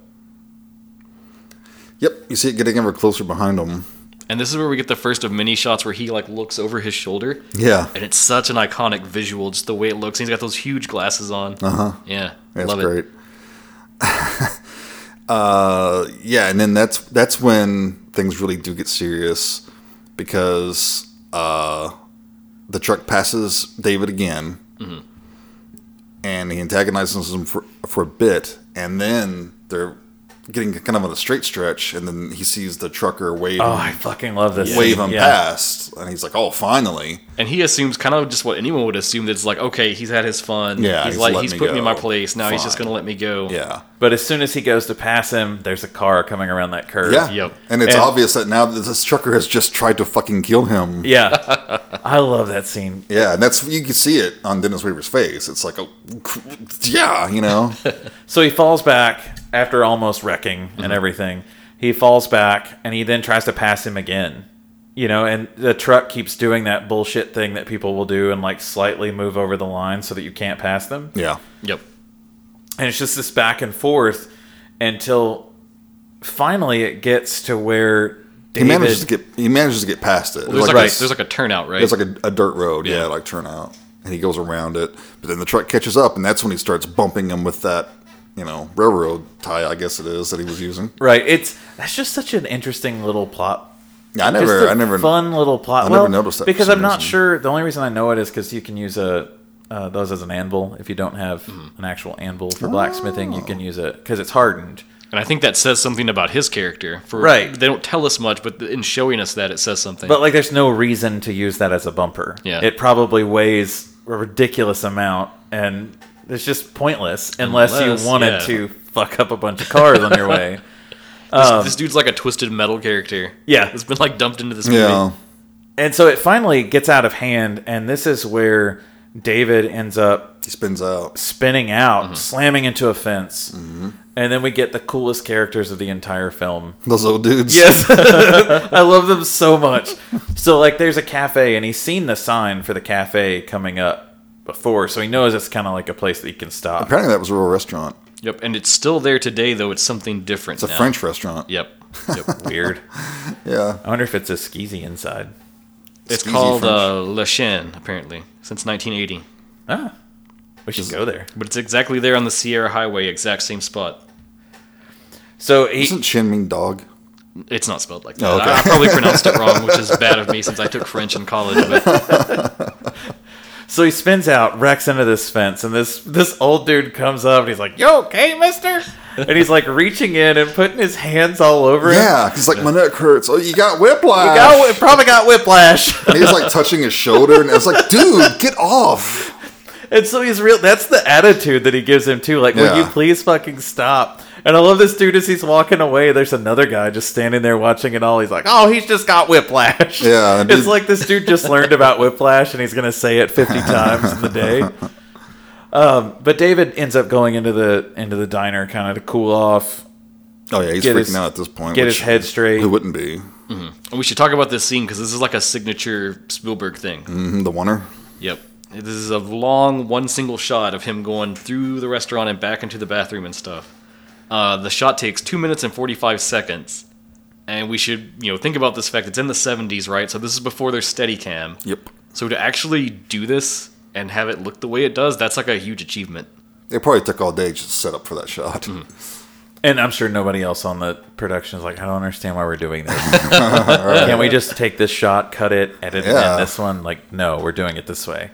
S3: Yep, you see it getting ever closer behind him.
S1: And this is where we get the first of many shots where he like looks over his shoulder,
S3: Yeah,
S1: and it's such an iconic visual, just the way it looks. And he's got those huge glasses on. Uh huh. Yeah,
S3: that's
S1: love it.
S3: Uh-huh. great. uh, yeah, and then that's that's when things really do get serious because uh, the truck passes David again,
S1: Mm-hmm.
S3: and he antagonizes him for for a bit, and then they're getting kind of on a straight stretch, and then he sees the trucker wave
S2: Oh, I
S3: him,
S2: fucking love this.
S3: wave
S2: scene.
S3: him
S2: Yeah.
S3: past, and he's like, "Oh, finally!"
S1: And he assumes kind of just what anyone would assume that's like, okay, he's had his fun.
S3: Yeah,
S1: he's,
S3: he's
S1: like
S3: let
S1: he's
S3: me
S1: put me in my
S3: go.
S1: place. Now he's just
S3: Fine.
S1: gonna let me go.
S3: Yeah.
S2: But as soon as he goes to pass him, there's a car coming around that curve.
S3: Yeah.
S1: Yep.
S3: And it's
S2: And-
S3: obvious that now that this trucker has just tried to fucking kill him. Yeah.
S2: Yeah. I love that scene.
S3: and that's you can see it on Dennis Weaver's face. It's like, oh, yeah, you know,
S2: So he falls back after almost wrecking
S3: Mm-hmm.
S2: and everything. He falls back and he then tries to pass him again. You know, and the truck keeps doing that bullshit thing that people will do and like slightly move over the line so that you can't pass them.
S3: yeah,
S1: Yep.
S2: And it's just this back and forth until finally it gets to where
S3: he
S2: David,
S3: manages to get he manages to get past it.
S1: There's like,
S3: like
S1: a,
S3: a-
S1: there's like a turnout, right?
S3: It's like a, a dirt road, yeah. like turnout, and he goes around it. But then the truck catches up, and that's when he starts bumping him with that, you know, railroad tie, I guess it is that he was using.
S2: right. It's that's just such an interesting little plot
S3: I
S2: Just
S3: never,
S2: a
S3: I never,
S2: fun little plot.
S3: I
S2: well,
S3: never noticed that for
S2: because
S3: some
S2: I'm not
S3: reason.
S2: sure. The only reason I know it is because you can use a uh, those as an anvil. If you don't have
S3: Hmm.
S2: an actual anvil
S3: Oh.
S2: for blacksmithing, you can use it because it's hardened.
S1: and I think that says something about his character. For
S2: Right.
S1: They don't tell us much, but in showing us that, it says something.
S2: But like, there's no reason to use that as a bumper.
S1: Yeah.
S2: it probably weighs a ridiculous amount, and it's just pointless unless,
S1: Unless-
S2: you wanted
S1: yeah.
S2: to fuck up a bunch of cars on your way.
S1: this,
S3: um,
S1: this dude's like a twisted metal character.
S2: Yeah.
S1: It's been like dumped into this movie.
S3: yeah,
S2: And so it finally gets out of hand, and this is where David ends up
S3: he spins out.
S2: spinning out, slamming into a fence, and then we get the coolest characters of the entire film.
S3: Those little dudes,
S2: Yes, I love them so much. So like, there's a cafe, and he's seen the sign for the cafe coming up before, so he knows it's kind of like a place that he can stop.
S3: Apparently, that was a real restaurant.
S1: Yep. And it's still there today, though it's something different.
S3: It's a
S1: now.
S3: French restaurant.
S1: Yep. Yep.
S2: Weird.
S3: Yeah.
S2: I wonder if it's a skeezy inside.
S1: it's
S3: Skeezy
S1: called
S3: French.
S1: uh, Le Chien, apparently, since 1980.
S2: Ah, we should go there.
S1: But it's exactly there on the Sierra Highway, exact same spot.
S2: So he,
S3: Doesn't Shin mean dog?
S1: It's not spelled like that.
S3: Oh, okay.
S1: I, I probably pronounced it wrong, which is bad of me since I took French in college. But
S2: So he spins out, wrecks into this fence, and this this old dude comes up and he's like, "You okay, Mister?" and he's like reaching in and putting his hands all over him.
S3: Yeah, he's like, my neck hurts. Oh, you got whiplash.
S2: He got, wh- probably got whiplash.
S3: and he's like touching his shoulder, and I was like, dude, get off.
S2: and so he's real. That's the attitude that he gives him too. Like, will you
S3: Yeah.
S2: please fucking stop? And I love this dude as he's walking away. There's another guy just standing there watching it all. He's like, "Oh, he's just got whiplash."
S3: Yeah,
S2: it's
S3: dude.
S2: like this dude just learned about whiplash and he's gonna say it 50 times in the day. Um, but David ends up going into the into the diner kind of to cool off,
S3: Oh yeah, he's
S2: Get
S3: freaking
S2: his-
S3: out at this point.
S2: get
S3: which-
S2: his head straight.
S3: Who wouldn't be?
S1: we should talk about this scene because this is like a signature Spielberg thing.
S3: Mhm, The winner.
S1: Yep. This is a long one single shot of him going through the restaurant and back into the bathroom and stuff. Uh, the shot takes two minutes and forty five seconds, and we should you know think about this fact. It's in the seventies, right? So this is before their Steadicam.
S3: Yep.
S1: So to actually do this and have it look the way it does, that's like a huge achievement.
S3: It probably took all day just to set up for that shot.
S2: Mm-hmm. And I'm sure nobody else on the production is like, I don't understand why we're doing this. Can we just take this shot, cut it, edit it
S3: Yeah.
S2: in this one? Like, no, we're doing it this way.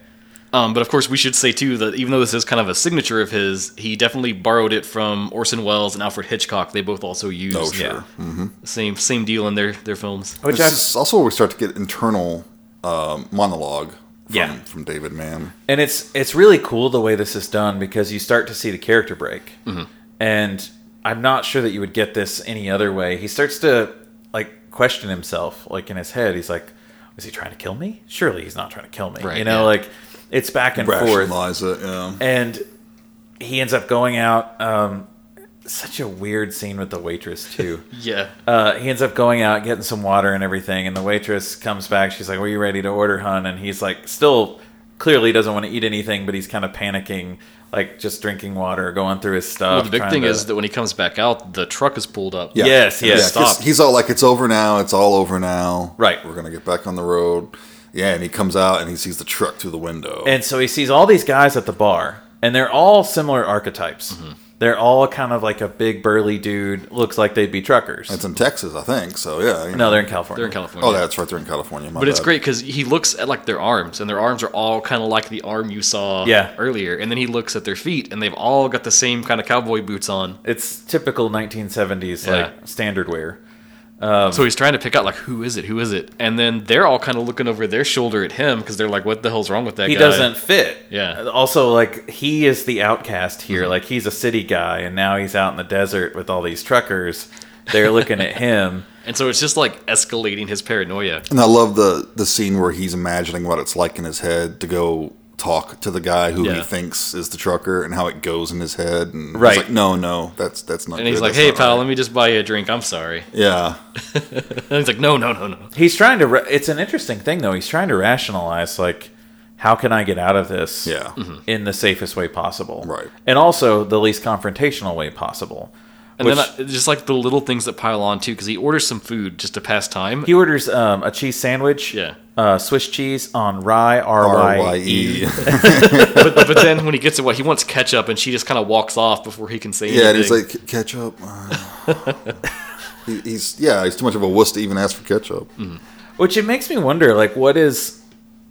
S1: Um, but of course, we should say too that even though this is kind of a signature of his, he definitely borrowed it from Orson Welles and Alfred Hitchcock. They both also used
S3: Oh sure.
S2: yeah. Oh,
S1: same same deal in their their films.
S2: Which
S3: This
S2: I,
S3: is also where we start to get internal um, monologue. From,
S2: Yeah.
S3: From David Mann.
S2: and it's it's really cool the way this is done because you start to see the character break.
S3: Mm-hmm.
S2: And I'm not sure that you would get this any other way. He starts to like question himself, like in his head. He's like, "Was he trying to kill me? Surely he's not trying to kill me."
S1: Right,
S2: you know,
S1: yeah.
S2: like it's back and forth.
S3: Rationalize it. Yeah.
S2: and he ends up going out um, such a weird scene with the waitress too.
S1: Yeah.
S2: uh, he ends up going out getting some water and everything, and the waitress comes back. She's like, "Were you ready to order, hun?" And he's like, still clearly doesn't want to eat anything, but he's kind of panicking, like just drinking water, going through his stuff.
S1: Well, the big
S2: trying
S1: thing
S2: to-
S1: is that when he comes back out, the truck is pulled up.
S3: Yeah.
S2: Yes, yes,
S3: Yeah, 'cause
S2: stop.
S3: He's all like, "It's over now. It's all over now.
S2: Right.
S3: We're gonna get back on the road." Yeah, and he comes out and he sees the truck through the window.
S2: And so he sees all these guys at the bar, and they're all similar archetypes.
S1: Mm-hmm.
S2: They're all kind of like a big burly dude, looks like they'd be truckers.
S3: it's in Texas, I think. So yeah. you know.
S2: no, they're in California.
S1: They're in California.
S3: Oh, that's right. They're in California. my
S1: But it's
S3: bad.
S1: great because he looks at like their arms, and their arms are all kind of like the arm you saw
S2: Yeah.
S1: earlier. And then he looks at their feet, and they've all got the same kind of cowboy boots on.
S2: It's typical 1970s
S1: Yeah.
S2: like standard wear.
S1: so he's trying to pick out like who is it, who is it, and then they're all kind of looking over their shoulder at him because they're like, "What the hell's wrong with that
S2: He
S1: guy?"
S2: doesn't fit.
S1: Yeah.
S2: Also, like he is the outcast here. Like he's a city guy, and now he's out in the desert with all these truckers. They're looking at him.
S1: And so it's just like escalating his paranoia.
S3: And I love the the scene where he's imagining what it's like in his head to go talk to the guy who he
S1: Yeah.
S3: thinks is the trucker and how it goes in his head. And he's
S2: Right.
S3: like, no, no, that's that's not.
S1: And he's
S3: good,
S1: like,
S3: that's
S1: "Hey,
S3: not
S1: pal,
S3: right."
S1: let me just buy you a drink. I'm sorry."
S3: Yeah,
S1: And he's like, "No, no, no, no."
S2: He's trying to. Ra- it's an interesting thing though. He's trying to rationalize like, how can I get out of this?
S3: yeah.
S2: in the safest way possible.
S3: Right.
S2: And also the least confrontational way possible.
S1: And
S2: which
S1: then I, just like the little things that pile on too, because he orders some food just to pass time.
S2: he orders um, a cheese sandwich.
S1: Yeah.
S2: Uh, Swiss cheese on rye, R
S3: R
S2: Y
S3: Y
S2: E.
S3: E.
S1: but, but then when he gets it, what he wants ketchup, and she just kind of walks off before he can say anything.
S3: Yeah, and he's like, "K- ketchup. uh." he, he's yeah, he's too much of a wuss to even ask for ketchup.
S2: Which it makes me wonder, like, what is.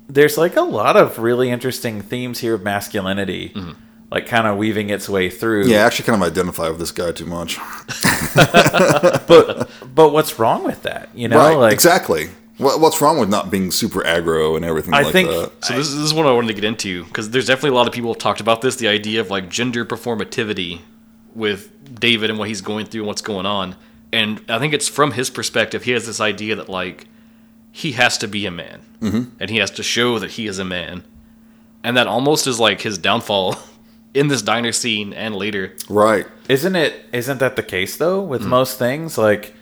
S2: There's like a lot of really interesting themes here of masculinity, like kind of weaving its way through.
S3: Yeah, I actually kind of identify with this guy too much.
S2: But but what's wrong with that? You know,
S3: right,
S2: like
S3: exactly. What, what's wrong with not being super aggro and everything
S2: I
S3: like
S2: think
S3: that?
S1: So this, this is what I wanted to get into because there's definitely a lot of people have talked about this, the idea of like gender performativity with David and what he's going through and what's going on. And I think it's from his perspective, he has this idea that like he has to be a man
S3: Mm-hmm.
S1: and he has to show that he is a man. And that almost is like his downfall in this diner scene and later.
S3: Right.
S2: Isn't it? Isn't that the case though with most things? Like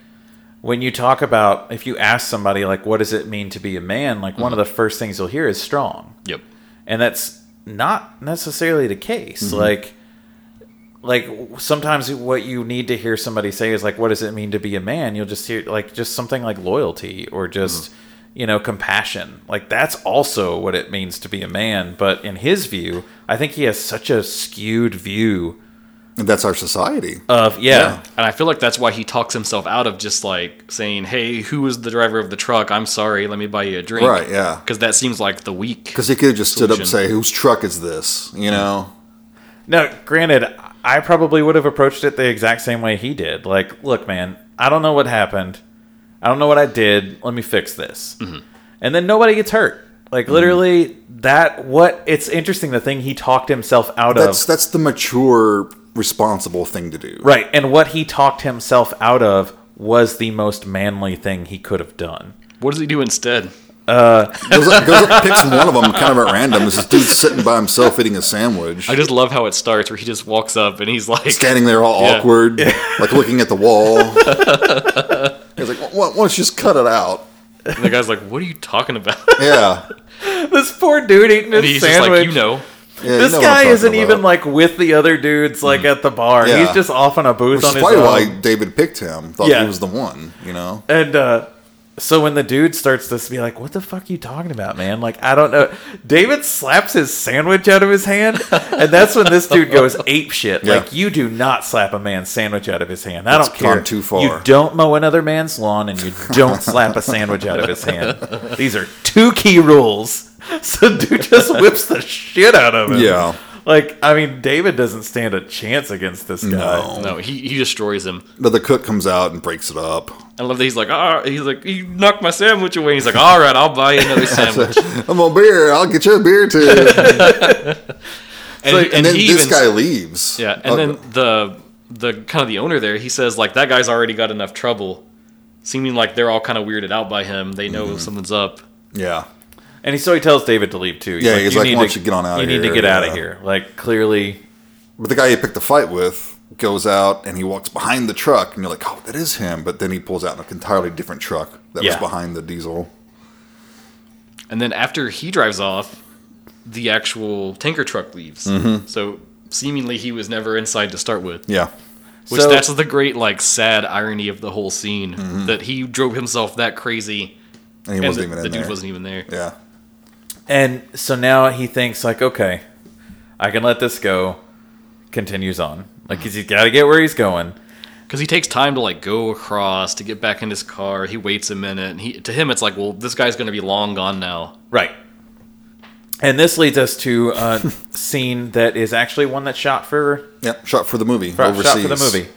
S2: when you talk about, if you ask somebody, like, what does it mean to be a man? Like one of the first things you'll hear is strong,
S1: Yep.
S2: and that's not necessarily the case. Like, like w- sometimes what you need to hear somebody say is like, what does it mean to be a man? You'll just hear like just something like loyalty or just. You know, compassion. Like, that's also what it means to be a man. But in his view, I think he has such a skewed view
S3: And that's our society.
S2: of, yeah.
S1: And I feel like that's why he talks himself out of just like saying, "Hey, who was the driver of the truck? I'm sorry, let me buy you a drink."
S3: Right, yeah.
S1: Because that seems like the weak.
S3: Because he could have just stood up and
S1: Solution.
S3: say, "Whose truck is this?" You know.
S2: Now, granted, I probably would have approached it the exact same way he did. Like, look, man, I don't know what happened. I don't know what I did. Let me fix this.
S1: Mm-hmm.
S2: And then nobody gets hurt. Like, literally, that what it's interesting the thing he talked himself out
S3: That's
S2: of.
S3: that's the mature, responsible thing to do.
S2: Right. And what he talked himself out of was the most manly thing he could have done.
S1: What does he do instead?
S3: Goes up, goes up, picks one of them kind of at random. There's this dude sitting by himself eating a sandwich,
S1: I just love how it starts, where he just walks up and he's like,
S3: standing there all
S1: Yeah.
S3: awkward, like looking at the wall. He's like, "Why, why don't you just cut it out?"
S1: and the guy's like, "What are you talking about?"
S3: Yeah,
S2: This poor dude eating his
S1: And he's just
S2: sandwich.
S1: like, "You know."
S3: Yeah, you
S2: This
S3: know what I'm
S2: guy
S3: talking
S2: isn't
S3: about.
S2: even like with the other dudes
S1: Mm-hmm.
S2: like at the bar.
S3: Yeah.
S2: He's just off on a booth
S3: Which
S2: on
S3: is
S2: his
S3: probably
S2: own.
S3: why David picked him. Thought
S2: Yeah.
S3: he was the one. You know.
S2: And uh, so when the dude starts this, be like, "What the fuck you talking about, man? Like, I don't know." David slaps his sandwich out of his hand, and that's when this dude goes ape shit.
S3: Yeah.
S2: Like, you do not slap a man's sandwich out of his hand. I
S3: It's
S2: don't care.
S3: gone too far.
S2: You don't mow another man's lawn, and you don't slap a sandwich out of his hand. These are two key rules. So dude just whips the shit out of him.
S3: Yeah.
S2: Like, I mean, David doesn't stand a chance against this guy.
S3: No.
S1: No, he, he destroys him.
S3: But the cook comes out and breaks it up.
S1: I love that he's like, ah, he's like, he knocked my sandwich away. He's like, all right, I'll buy you another sandwich.
S3: I'm on beer. I'll get you a beer too.
S1: And,
S3: and, then
S1: he
S3: this
S1: even-
S3: guy leaves.
S1: Yeah, and
S3: Uh,
S1: then the the kind of the owner there, he says like that guy's already got enough trouble, seeming like they're all kind of weirded out by him. They
S3: Mm-hmm.
S1: know something's up.
S3: yeah,
S2: And he, so he tells David to leave too.
S3: Yeah, he's like,
S2: need
S3: "Why don't you get on outta
S2: You need to
S3: here,"
S2: get out of
S3: yeah.
S2: here. Like clearly,
S3: but the guy he picked the fight with goes out and he walks behind the truck, and you're like, oh, that is him. But then he pulls out an entirely different truck that was
S2: Yeah.
S3: behind the diesel.
S1: And then after he drives off, the actual tanker truck leaves.
S3: Mm-hmm.
S1: So seemingly he was never inside to start with.
S3: Yeah.
S1: Which
S2: So-
S1: that's the great like sad irony of the whole scene that he drove himself that crazy
S3: And Mm-hmm. he
S1: and
S3: wasn't
S1: the,
S3: even in
S1: the
S3: there.
S1: dude wasn't even there.
S3: Yeah.
S2: And so now he thinks like, okay, I can let this go. Continues on, like 'cause he's got to get where he's going.
S1: Because he takes time to like go across to get back in his car. He waits a minute, and he to him it's like, well, this guy's gonna be long gone now.
S2: Right. And this leads us to a scene that is actually one that shot for,
S3: Yep. Shot for the movie.
S2: for-
S3: overseas.
S2: shot for the movie.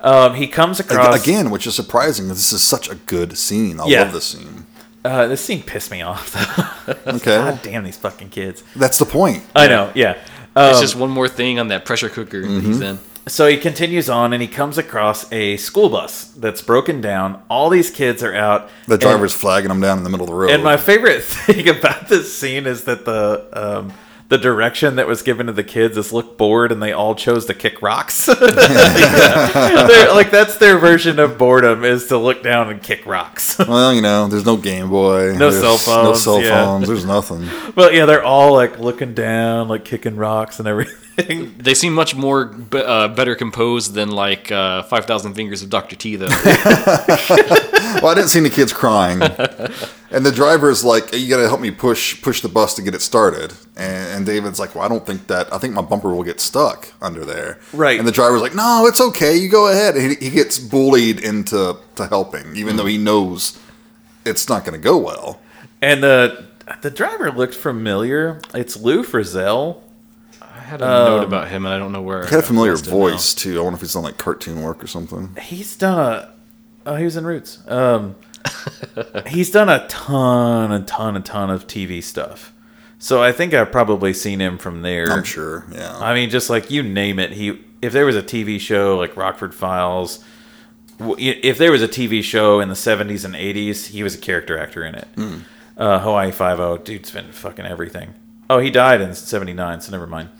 S2: Um, he comes
S3: Ag-
S2: across
S3: Again, which is surprising. 'cause This is such a good scene. I
S2: Yeah.
S3: love this scene.
S2: Uh, this scene pissed me off.
S3: Okay.
S2: God damn these fucking kids.
S3: That's the point.
S2: I know. Yeah. Um,
S1: It's
S3: Um,
S1: just one more thing on that pressure cooker he's
S3: mm-hmm.
S1: in.
S2: So he continues on and he comes across a school bus that's broken down. All these kids are out.
S3: The
S2: and-
S3: driver's flagging him down in the middle of the road.
S2: And my favorite thing about this scene is that the um, the direction that was given to the kids is look bored, and they all chose to kick rocks. Yeah. They're- like that's their version of boredom is to look down and kick rocks.
S3: well, you know, there's no Game Boy.
S2: No
S3: there's
S2: cell
S3: No
S2: phones,
S3: cell
S2: yeah.
S3: phones. There's nothing.
S2: but yeah, they're all like looking down, like kicking rocks and everything.
S1: They seem much more be, uh, better composed than like uh, Five Thousand Fingers of Doctor T, though.
S3: Well, I didn't see any kids crying. and the driver's like, "You got to help me push push the bus to get it started." And, and David's like, "Well, I don't think that. I think my bumper will get stuck under there."
S2: Right.
S3: And the driver's like, "No, it's okay. You go ahead." And he, he gets bullied into to helping, even though he knows it's not going to go well.
S2: and the the driver looked familiar. It's Lou Frizzell.
S1: I had a note about him, and I don't know where.
S3: He had Um, a familiar
S1: lost it now.
S3: voice too. I wonder if he's done like cartoon work or something.
S2: He's done a. Oh, he was in Roots. Um, he's done a ton, a ton, a ton of TV stuff. So I think I've probably seen him from there.
S3: I'm sure. Yeah.
S2: I mean, just like you name it. He, if there was a TV show like Rockford Files, w- i- if there was a TV show in the '70s and '80s, he was a character actor in it.
S3: Hmm.
S2: Uh, Hawaii Five O, dude's been fucking everything. Oh, he died in '79, so never mind.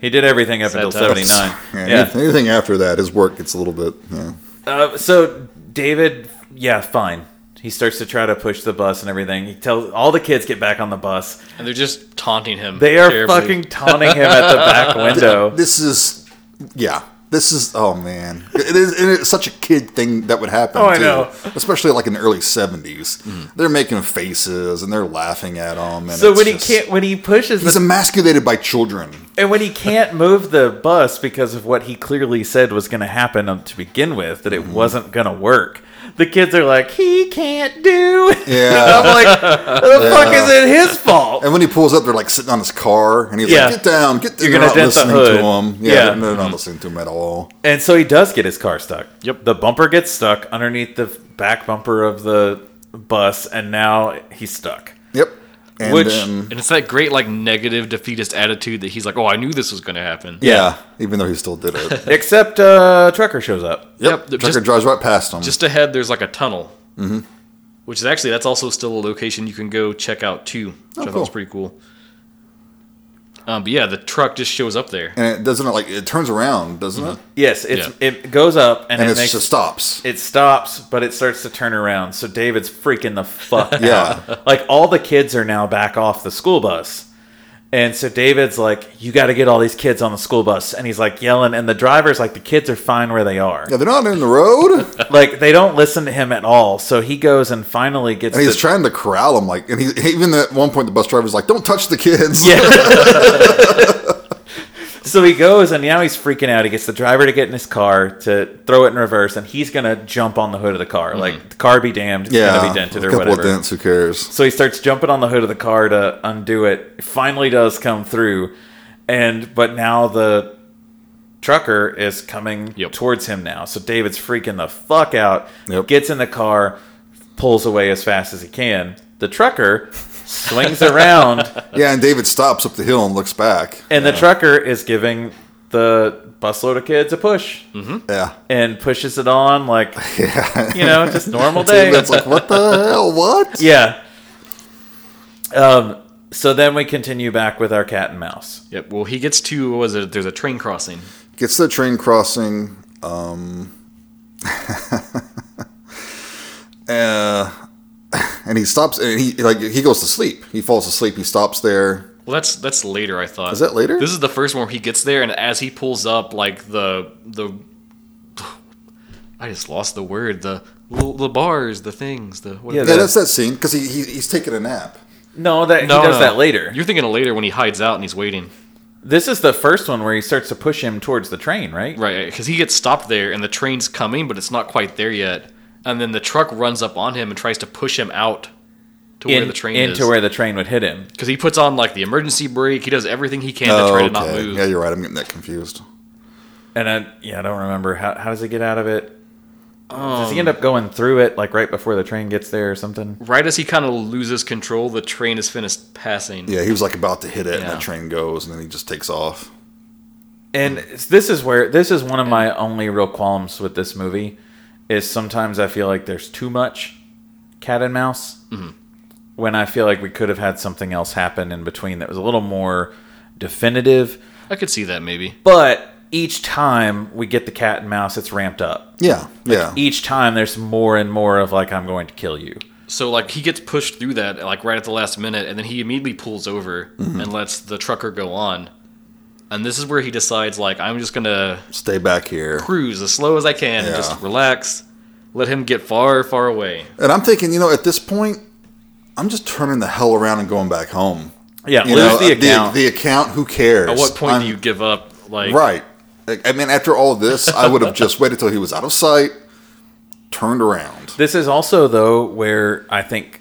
S2: He did everything up until
S1: time.
S2: '79.
S3: Yeah, anyth- Anything after that, his work gets a little bit. Yeah.
S2: Uh, so David, yeah, fine. He starts to try to push the bus and everything. He tells all the kids get back on the bus.
S1: and they're just taunting him.
S2: They are
S1: terribly.
S2: fucking taunting him at the back window.
S3: This is, yeah. This is oh man, it is and it's such a kid thing that would happen.
S2: Oh, I
S3: too.
S2: know.
S3: especially like in the early seventies. They're making faces and they're laughing at him. And
S2: So
S3: it's
S2: when he
S3: just-
S2: can't, when he pushes,
S3: he's
S2: the,
S3: emasculated by children.
S2: and when he can't move the bus because of what he clearly said was going to happen um, to begin with, that
S3: Mm-hmm.
S2: it wasn't going to work. The kids are like, he can't do. It.
S3: Yeah,
S2: I'm like, the fuck is it his fault?
S3: and when he pulls up, they're like sitting on his car, and he's
S2: Yeah.
S3: like, "Get down, get down."
S2: You're
S3: They're
S2: gonna
S3: not
S2: dent the
S3: listening
S2: hood.
S3: to him. Yeah,
S2: Yeah. Mm-hmm.
S3: They're, they're not listening to him at all.
S2: And so he does get his car stuck.
S1: Yep.
S2: The bumper gets stuck underneath the back bumper of the bus, and now he's stuck.
S3: Yep. And
S2: Which-
S3: then,
S1: And it's that great like negative defeatist attitude that he's like, oh, I knew this was going to happen.
S3: yeah. even though he still did it. yep.
S2: Except uh, trucker shows up.
S1: Yep,
S3: Trucker
S1: just-
S3: drives right past him.
S1: Just ahead, there's like a tunnel, mm-hmm. which is actually that's also still a location you can go check out too, which I thought
S3: Oh, cool.
S1: was pretty cool. Um, but yeah, the truck just shows up there.
S3: and it doesn't it, like it turns around, doesn't it?
S2: Yes, it's it goes up Mm-hmm. and,
S3: And
S2: it
S3: it
S2: makes
S3: just stops.
S2: it stops, but it starts to turn around. So David's freaking the fuck out.
S3: Yeah.
S2: Like all the kids are now back off the school bus. And so David's like, "You got to get all these kids on the school bus," and he's like yelling, and the driver's like, "The kids are fine where they are."
S3: Yeah, they're not in the road.
S2: Like they don't listen to him at all. So he goes and finally gets.
S3: And he's
S2: the-
S3: trying to corral him, like, and he even at one point the bus driver's like, "Don't touch the kids."
S2: Yeah. so he goes, and now he's freaking out. He gets the driver to get in his car to throw it in reverse, and he's gonna jump on the hood of the car. Like the car be damned, it's
S3: yeah.
S2: gonna be dented
S3: a
S2: or
S3: couple
S2: whatever.
S3: of dents. Who cares?
S2: So he starts jumping on the hood of the car to undo it. Finally, does come through, and but now the trucker is coming
S1: Yep.
S2: towards him now. So David's freaking the fuck out.
S3: Yep.
S2: Gets in the car, pulls away as fast as he can. The trucker swings around.
S3: Yeah, and David stops up the hill and looks back.
S2: And the trucker is giving the busload of kids a push
S3: Yeah,
S2: and pushes it on like
S3: yeah.
S2: you know just normal day.
S3: David's like, "What the hell? What?"
S2: yeah. Um. So then we continue back with our cat and mouse.
S1: Yep. Well, he gets to what was it? There's a train crossing.
S3: Gets to the train crossing. Um, uh, and he stops. And he like he goes to sleep. He falls asleep. He stops there.
S1: Well, that's that's later. I thought.
S3: Is that later?
S1: This is the first one where he gets there, and as he pulls up, like the the, I just lost the word. The the bars, the things, the what
S2: Yeah,
S3: yeah, that's that scene because he, he he's taking a nap.
S2: No, that he does that later.
S1: You're thinking of later when he hides out and he's waiting,
S2: this is the first one where he starts to push him towards the train, right?
S1: right? Because he gets stopped there, and the train's coming, but it's not quite there yet. And then the truck runs up on him and tries to push him out to where
S2: In-
S1: the train
S2: into
S1: is.
S2: where the train would hit him.
S1: Because he puts on like the emergency brake, he does everything he can to try to not move.
S3: Yeah, you're right. I'm getting that confused.
S2: And I, yeah, I don't remember how how does he get out of it. does he end up going through it like right before the train gets there or something?
S1: Right as he kind of loses control, the train is finished passing.
S3: Yeah, he was like about to hit it, and
S1: Yeah.
S3: that train goes, and then he just takes off.
S2: And it's- this is where this is one of my only real qualms with this movie is sometimes I feel like there's too much cat and mouse
S3: Mm-hmm.
S2: when I feel like we could have had something else happen in between that was a little more definitive.
S1: I could see that maybe.
S2: But each time we get the cat and mouse, it's ramped up.
S3: Yeah, yeah.
S2: Each time there's more and more of like I'm going to kill you.
S1: So like he gets pushed through that like right at the last minute, and then he immediately pulls over and lets the trucker go on. And this is where he decides like I'm just gonna
S3: Stay back here.
S1: cruise as slow as I can and just
S3: Yeah.
S1: relax, let him get far, far away.
S3: And I'm thinking, you know, at this point, I'm just turning the hell around and going back home.
S2: Yeah,
S3: You
S2: lose
S3: know, uh,
S2: the account.
S3: The, account. Who cares?
S1: At what point
S3: I'm-
S1: do you give up? Like
S3: Right. Like, I mean, after all this, I would have just waited till he was out of sight, turned around.
S2: this is also though where I think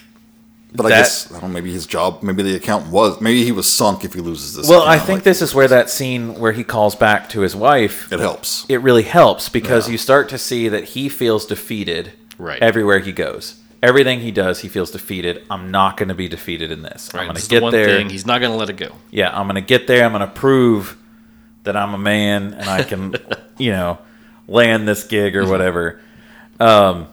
S3: But I
S2: That-
S3: guess I don't. know, Maybe his job. Maybe the account was. Maybe he was sunk if he loses this.
S2: well, I
S3: account,
S2: think
S3: like,
S2: this is where that scene where he calls back to his wife
S3: it helps.
S2: it really helps because you start to see that he feels defeated
S1: Right.
S2: everywhere he goes. Everything he does, he feels defeated. I'm not going to be defeated in this.
S1: right,
S2: I'm going
S1: this
S2: to
S1: is the
S2: get
S1: one
S2: there.
S1: thing he's not gonna let it go.
S2: yeah, I'm going to get there. I'm going to prove that I'm a man and I can, you know, land this gig
S1: Mm-hmm.
S2: or whatever. Um,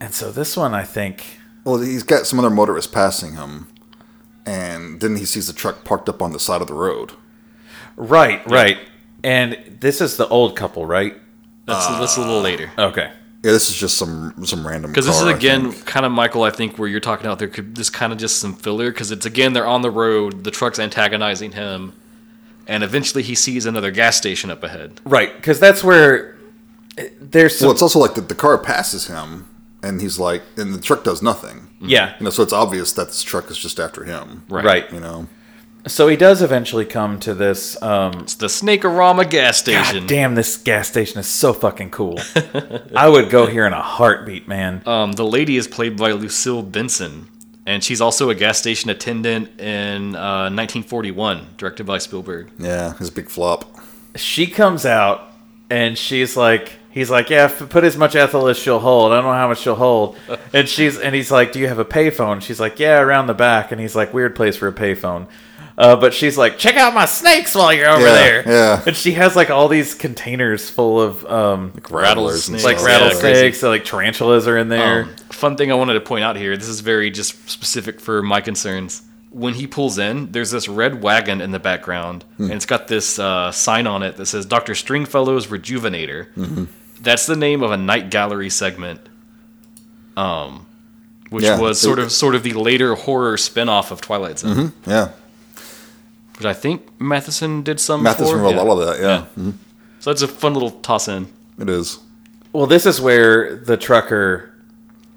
S2: and so this one, I think,
S3: Well, he's got some other motorist passing him, and then he sees the truck parked up on the side of the road.
S2: right, right. And this is the old couple, right?
S1: That's
S3: Uh,
S1: that's a little later.
S2: Okay.
S3: Yeah, this is just some some random.
S1: Because this is
S3: car, I
S1: again
S3: think.
S1: kind of Michael, I think, where you're talking about there could this kind of just some filler because it's again they're on the road, the truck's antagonizing him, and eventually he sees another gas station up ahead.
S2: Right. Because that's where eh, there's some.
S3: Well, it's also like the, the car passes him, and he's like, and the truck does nothing.
S2: yeah.
S3: You know, so it's obvious that this truck is just after him.
S1: Right.
S2: right.
S3: You know.
S2: So he does eventually come to this. Um,
S1: It's the Snakerama gas station.
S2: God damn, this gas station is so fucking cool. Uh, I would go here in a heartbeat, man.
S1: Um, the lady is played by Lucille Benson, and she's also a gas station attendant in uh, 1941, directed by Spielberg.
S3: Yeah, his big flop.
S2: She comes out and she's like, he's like, yeah, f- put as much ethyl as she'll hold. I don't know how much she'll hold. And she's and he's like, do you have a payphone? She's like, yeah, around the back. And he's like, weird place for a payphone. Uh, but she's like, check out my snakes while you're over
S3: Yeah,
S2: there.
S3: yeah.
S2: And she has like all these containers full of um,
S1: Rattlers and
S2: like
S1: Yeah,
S2: rattlesnakes,
S1: crazy.
S2: so, like tarantulas are in there.
S1: Um, fun thing I wanted to point out here. This is very just specific for my concerns. When he pulls in, there's this red wagon in the background,
S3: Hmm.
S1: and it's got this uh, sign on it that says "Dr. Stringfellow's Rejuvenator."
S3: Mm-hmm.
S1: That's the name of a night gallery segment, um, which
S3: Yeah,
S1: was
S3: it- Mm-hmm.
S1: sort of sort of the later horror spin-off of Twilight Zone,
S3: Yeah,
S1: which I think Matheson did some.
S3: Matheson
S1: for.
S3: wrote
S1: Yeah.
S3: a lot of that. Yeah,
S1: So that's a fun little toss in.
S3: it is.
S2: Well, this is where the trucker.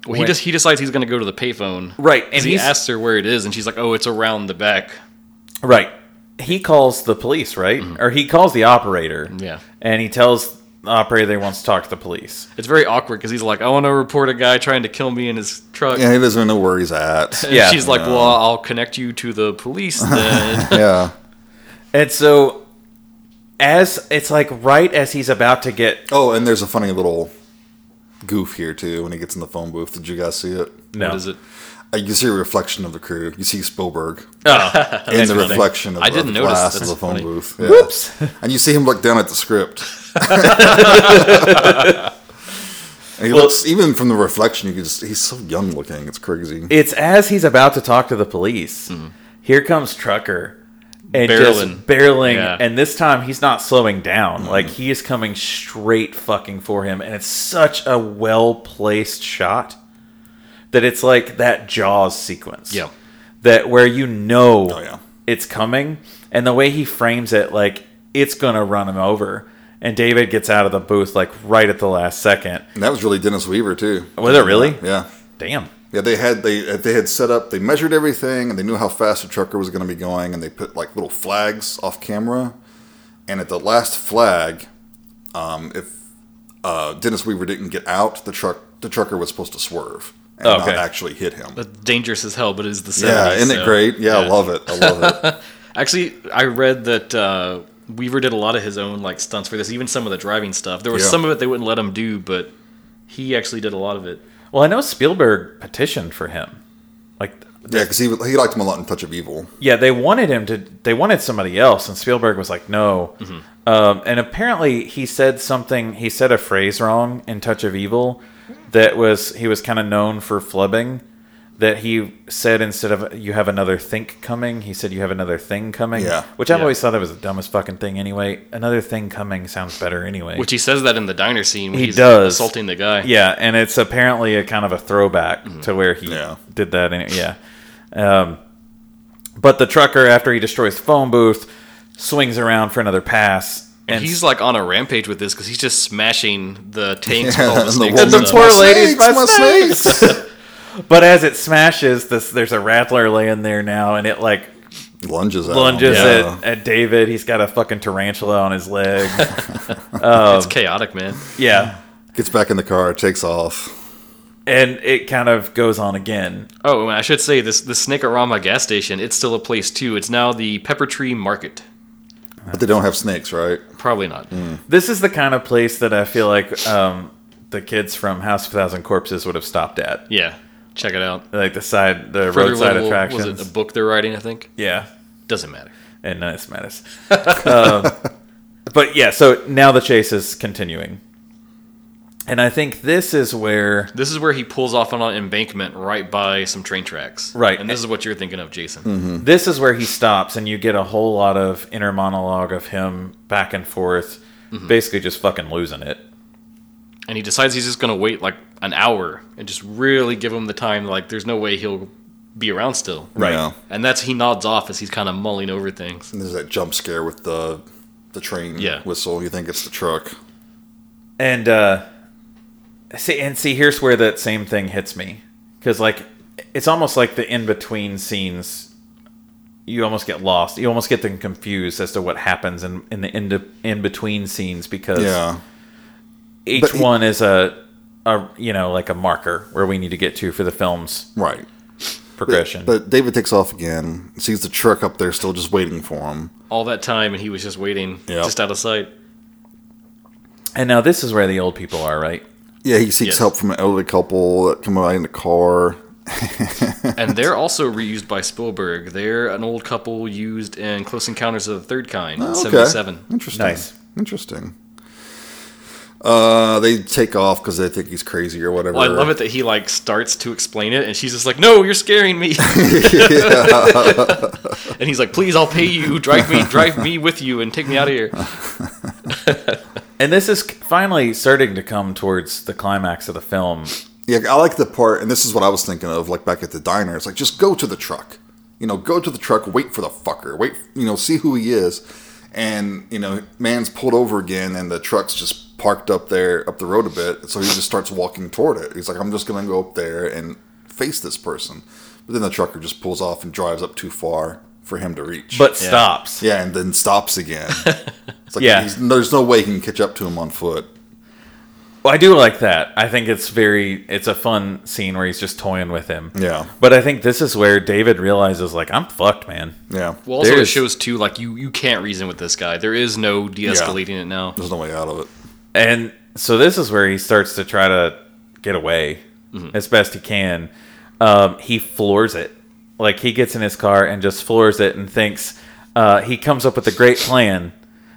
S1: Well, he
S2: Wait.
S1: just he decides he's going to go to the payphone,
S2: Right, and
S1: And he
S2: he's-
S1: asks her where it is, and she's like, "Oh, it's around the back."
S2: Right. He calls the police, right? Or he calls the operator.
S1: Mm-hmm. Yeah.
S2: And he tells the operator they wants to talk to the police.
S1: It's very awkward because he's like, I want to report a guy trying to kill me in his truck.
S3: Yeah, he doesn't even know where he's at.
S1: And
S2: Yeah.
S1: she's like, Well, I'll connect you to the police then.
S3: yeah,
S2: And so, as it's like right as he's about to get
S3: Oh, and there's a funny little goof here too when he gets in the phone booth. Did you guys see it?
S2: no,
S1: What is it?
S3: Uh, You see a reflection of the crew. You see Spielberg
S2: Oh,
S1: Ah.
S3: in the reflection of,
S1: I didn't
S3: of the
S1: notice.
S3: glass of
S1: That's
S3: the phone
S1: funny.
S3: booth. Yeah.
S2: whoops.
S3: And you see him look down at the script. and he looks even from the reflection. You can just—he's so young looking. It's crazy.
S2: It's as he's about to talk to the police. Here comes Trucker. and
S1: Mm. Barreling.
S2: just barreling.
S1: Yeah. Mm-hmm.
S2: And this time he's not slowing down. Like he is coming straight fucking for him, and it's such a well placed shot that it's like that Jaws sequence.
S1: Yeah.
S2: That where you know
S3: Oh, yeah.
S2: it's coming, and the way he frames it, like it's gonna run him over. And David gets out of the booth like right at the last second.
S3: And that was really Dennis Weaver too.
S2: Was it really?
S3: Yeah.
S2: Damn.
S3: Yeah, they had they they had set up. They measured everything, and they knew how fast the trucker was going to be going, and they put like little flags off camera. And at the last flag, um, if uh, Dennis Weaver didn't get out, the truck the trucker was supposed to swerve and
S2: Oh, okay.
S3: not actually hit him.
S1: That's Uh, dangerous as hell, but it is the 70s.
S3: yeah, isn't
S1: so-
S3: it great? Yeah, I love it. I love it.
S1: Actually, I read that uh, Weaver did a lot of his own like stunts for this, even some of the driving stuff. There was
S3: Yeah.
S1: some of it they wouldn't let him do, but he actually did a lot of it.
S2: Well, I know Spielberg petitioned for him. Like
S3: yeah, because he he liked him a lot in Touch of Evil.
S2: yeah, they wanted him to. They wanted somebody else, and Spielberg was like, "No." Um, and apparently, he said something. He said a phrase wrong in Touch of Evil. That was he was kind of known for flubbing. That he said instead of "you have another think coming," he said "you have another thing coming."
S3: Yeah.
S2: which I've
S1: Yeah.
S2: always thought that was the dumbest fucking thing. Anyway, another thing coming sounds better anyway.
S1: Which he says that in the diner scene when
S2: He
S1: he's
S2: does.
S1: assaulting the guy.
S2: Yeah, and it's apparently a kind of a throwback to where he
S3: Mm-hmm. Yeah.
S2: did that. In, yeah. Um, but the trucker, after he destroys the phone booth, swings around for another pass. And,
S1: He's like on a rampage with this because he's just smashing the tanks with
S3: Yeah,
S1: all the
S3: and the
S1: snakes. and
S2: And the
S3: woman's
S1: stuff.
S2: poor
S3: "My
S2: lady's
S3: snakes,
S2: my
S3: my
S2: snakes!"
S3: snakes.
S2: but as it smashes, this there's a rattler laying there now, and it like
S3: Lunges at
S2: lunges
S3: him. Oh, Yeah.
S2: at, at David. He's got a fucking tarantula on his leg.
S1: it's chaotic, man.
S2: yeah,
S3: Gets back in the car, takes off.
S2: and it kind of goes on again.
S1: Oh, and I should say this: the Snakerama gas station. It's still a place too. It's now the Pepper Tree Market.
S3: But they don't have snakes, right?
S1: Probably not.
S2: This is the kind of place that I feel like um, the kids from House of a Thousand Corpses would have stopped at.
S1: Yeah, check it out.
S2: like the side the
S1: Further
S2: roadside
S1: level,
S2: attractions.
S1: Was it a book they're writing? I think
S2: yeah,
S1: doesn't matter.
S2: and nice menace. um, but yeah, so now the chase is continuing, and I think this is where
S1: This is where he pulls off on an embankment right by some train tracks.
S2: Right. Mm-hmm.
S1: And this is what you're thinking of, Jason.
S2: this is where he stops, and you get a whole lot of inner monologue of him back and forth,
S1: Mm-hmm.
S2: basically just fucking losing it.
S1: And he decides he's just going to wait like an hour and just really give him the time. Like, there's no way he'll be around still.
S2: Right.
S3: Yeah.
S1: And that's he nods off as he's kind of mulling over things.
S3: And there's that jump scare with the the train
S1: Yeah.
S3: whistle. You think it's the truck.
S2: And uh, see, and see, here's where that same thing hits me because like it's almost like the in between scenes. You almost get lost. You almost get them confused as to what happens in in the in, in between scenes because
S3: Yeah.
S2: each
S3: But he-
S2: one is a a you know like a marker where we need to get to for the film's
S3: Right.
S2: progression.
S3: But David takes off again, sees the truck up there still just waiting for him.
S1: All that time, and he was just waiting,
S3: Yeah.
S1: just out of sight.
S2: and now this is where the old people are, right?
S3: Yeah, he seeks
S1: Yes.
S3: help from an elderly couple that come out in the car.
S1: and they're also reused by Spielberg. They're an old couple used in Close Encounters of the Third Kind in
S3: Oh, Okay.
S1: 77.
S3: Interesting.
S2: Nice.
S3: Interesting. Uh, they take off because they think he's crazy or whatever.
S1: Well, Oh, I love it that he like starts to explain it, and she's just like, "No, you're scaring me." and he's like, "Please, I'll pay you. Drive me, drive me with you, and take me out of here."
S2: And this is finally starting to come towards the climax of the film.
S3: Yeah, I like the part, and this is what I was thinking of, like back at the diner. It's like just go to the truck, you know, go to the truck, wait for the fucker, wait, you know, see who he is, and you know, man's pulled over again, and the truck's just parked up there up the road a bit, so he just starts walking toward it. He's like, I'm just gonna go up there and face this person, but then the trucker just pulls off and drives up too far for him to reach.
S2: But stops.
S3: yeah, and then stops again. It's like
S2: Yeah.
S3: he's, there's no way he can catch up to him on foot.
S2: Well, I do like that. I think it's very it's a fun scene where he's just toying with him.
S3: Yeah.
S2: But I think this is where David realizes like I'm fucked, man.
S3: Yeah,
S1: Well, also it
S2: There's-
S1: shows too, like you you can't reason with this guy. There is no de-escalating it now.
S3: there's no way out of it.
S2: And so this is where he starts to try to get away
S1: Mm-hmm.
S2: as best he can. Um, he floors it. Like he gets in his car and just floors it and thinks uh, he comes up with a great plan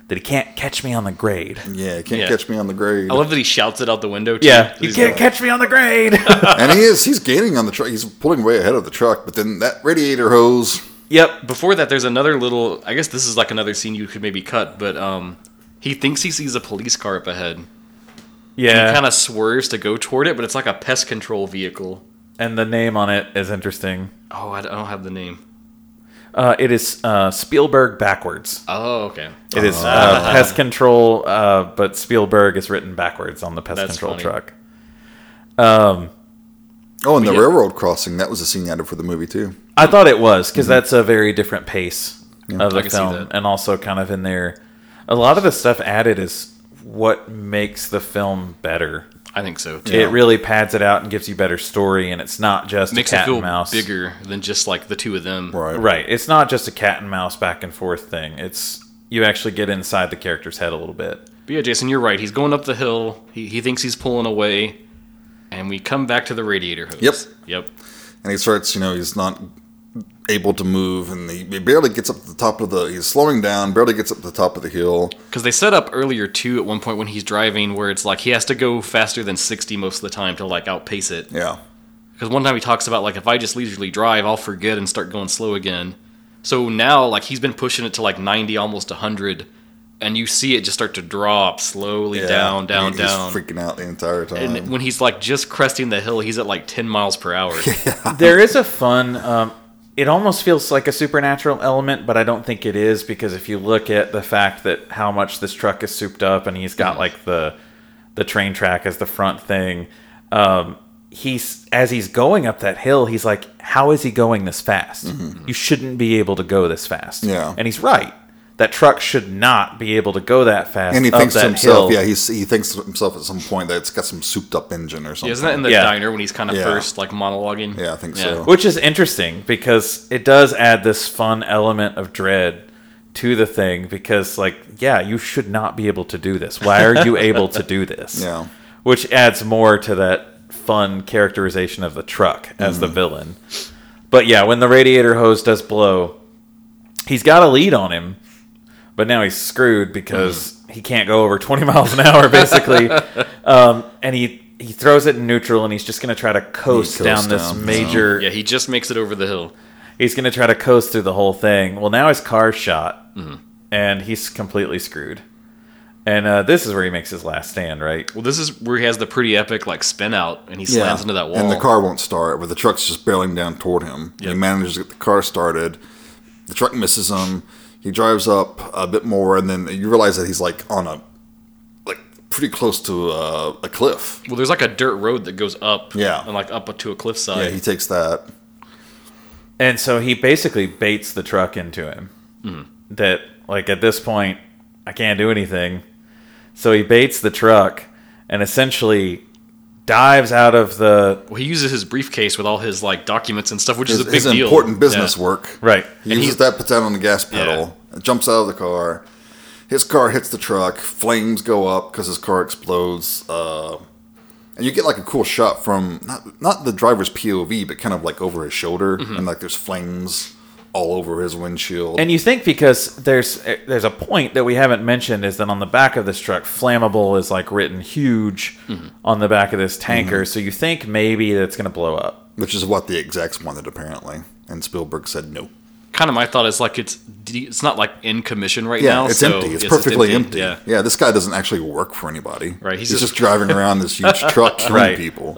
S2: that he can't catch me on the grade.
S3: Yeah, can't
S1: Yeah.
S3: catch me on the grade.
S1: I love that he shouts it out the window. Too,
S2: Yeah, you
S1: He's
S2: can't
S1: like-
S2: catch me on the grade.
S3: and he is he's gaining on the truck he's pulling way ahead of the truck but then that radiator hose
S1: Yep. Before that, there's another little. I guess this is like another scene you could maybe cut, but um, he thinks he sees a police car up ahead.
S2: Yeah.
S1: He kind of swerves to go toward it, but it's like a pest control vehicle.
S2: and the name on it is interesting.
S1: Oh, I don't I don't have the name.
S2: Uh, it is uh, Spielberg backwards.
S1: Oh, okay.
S2: It is uh, pest control, uh, but Spielberg is written backwards on the pest
S1: That's
S2: control
S1: funny.
S2: truck.
S3: Oh, and the
S1: yeah.
S3: railroad crossing. That was a scene added for the movie, too.
S2: I thought it was because that's a very different pace of
S1: Mm-hmm. I
S2: the
S1: can see
S2: film,
S1: that.
S2: and also kind of in there. A lot of the stuff added is what makes the film better.
S1: I think so too.
S2: It really pads it out and gives you better story, and it's not just
S1: Makes
S2: a
S1: it
S2: cat
S1: feel
S2: and mouse.
S1: bigger than just like the two of them.
S3: Right.
S2: Right. It's not just a cat and mouse back and forth thing. It's you actually get inside the character's head a little bit.
S1: But yeah, Jason, you're right. He's going up the hill. He, he thinks he's pulling away, and we come back to the radiator hose.
S3: Yep.
S1: Yep.
S3: And he starts, you know, he's not able to move, and he, he barely gets up to the top of the. He's slowing down, barely gets up to the top of the hill.
S1: Because they set up earlier too at one point when he's driving, where it's like he has to go faster than 60 most of the time to like outpace it.
S3: Yeah.
S1: Because one time he talks about like if I just leisurely drive, I'll forget and start going slow again. So now like he's been pushing it to like 90, almost 100, and you see it just start to drop slowly
S3: yeah.
S1: down, down,
S3: He-
S1: down.
S3: He's freaking out the entire time.
S1: and when he's like just cresting the hill, he's at like 10 miles per hour.
S2: there is a fun. Um, it almost feels like a supernatural element, but I don't think it is because if you look at the fact that how much this truck is souped up, and he's
S3: Mm-hmm.
S2: got like the the train track as the front thing. Um, he's as he's going up that hill, he's like, "How is he going this fast? You shouldn't be able to go this fast."
S3: Mm-hmm. Yeah.
S2: and he's right. That truck should not be able to go that fast.
S3: And he
S2: up
S3: thinks to
S2: that
S3: himself,
S2: hill.
S3: yeah, he's, he thinks to himself at some point that it's got some souped up engine or something.
S1: Isn't that in the
S2: Yeah.
S1: diner when he's kind of
S3: Yeah.
S1: first like monologuing?
S3: Yeah, I think so.
S2: Which is interesting because it does add this fun element of dread to the thing because, like, yeah, you should not be able to do this. Why are you able to do this?
S3: Yeah.
S2: Which adds more to that fun characterization of the truck as the villain. But yeah, when the radiator hose does blow, he's got a lead on him, but now he's screwed because he can't go over 20 miles an hour, basically. um, and he. He throws it in neutral, and he's just going to try to coast,
S3: coasts
S2: down this
S3: down, so-
S2: major
S1: Yeah, he just makes it over the hill.
S2: he's going to try to coast through the whole thing. Well, now his car's shot, and he's completely screwed. And uh, this is where he makes his last stand, right?
S1: Well, this is where he has the pretty epic like spin out and he slams into that wall.
S3: And the car won't start, but the truck's just barreling down toward him. He manages to get the car started. The truck misses him. He drives up a bit more, and then you realize that he's like on a, like pretty close to uh, a cliff.
S1: Well, there's like a dirt road that goes up.
S3: Yeah.
S1: And like up to a
S3: Yeah,
S1: cliffside.
S3: he takes that.
S2: And so he basically baits the truck into him. That, like, at this point, I can't do anything. So he baits the truck and essentially dives out of the.
S1: well, he uses his briefcase with all his like documents and stuff, which
S3: His,
S1: is a big
S3: his
S1: deal.
S3: important business
S1: Yeah.
S3: work.
S2: Right.
S3: He uses that, puts that on the gas pedal, and jumps out of the car. His car hits the truck. Flames go up because his car explodes. Uh, and you get like a cool shot from not not the driver's POV, but kind of like over his shoulder, and like there's flames all over his windshield.
S2: And you think because there's eh, there's a point that we haven't mentioned is that on the back of this truck, flammable is like written huge on the back of this tanker. So you think maybe that's going to blow up.
S3: which is what the execs wanted apparently, and Spielberg said no.
S1: Kind of my thought is like it's de- it's not like in commission right
S3: Yeah,
S1: now.
S3: it's
S1: so
S3: empty. It's
S1: yes,
S3: perfectly empty.
S1: Yeah.
S3: Yeah. this guy doesn't actually work for anybody.
S1: Right,
S3: he's,
S1: he's
S3: just,
S1: just-
S3: driving around this huge truck killing
S2: Right.
S3: people.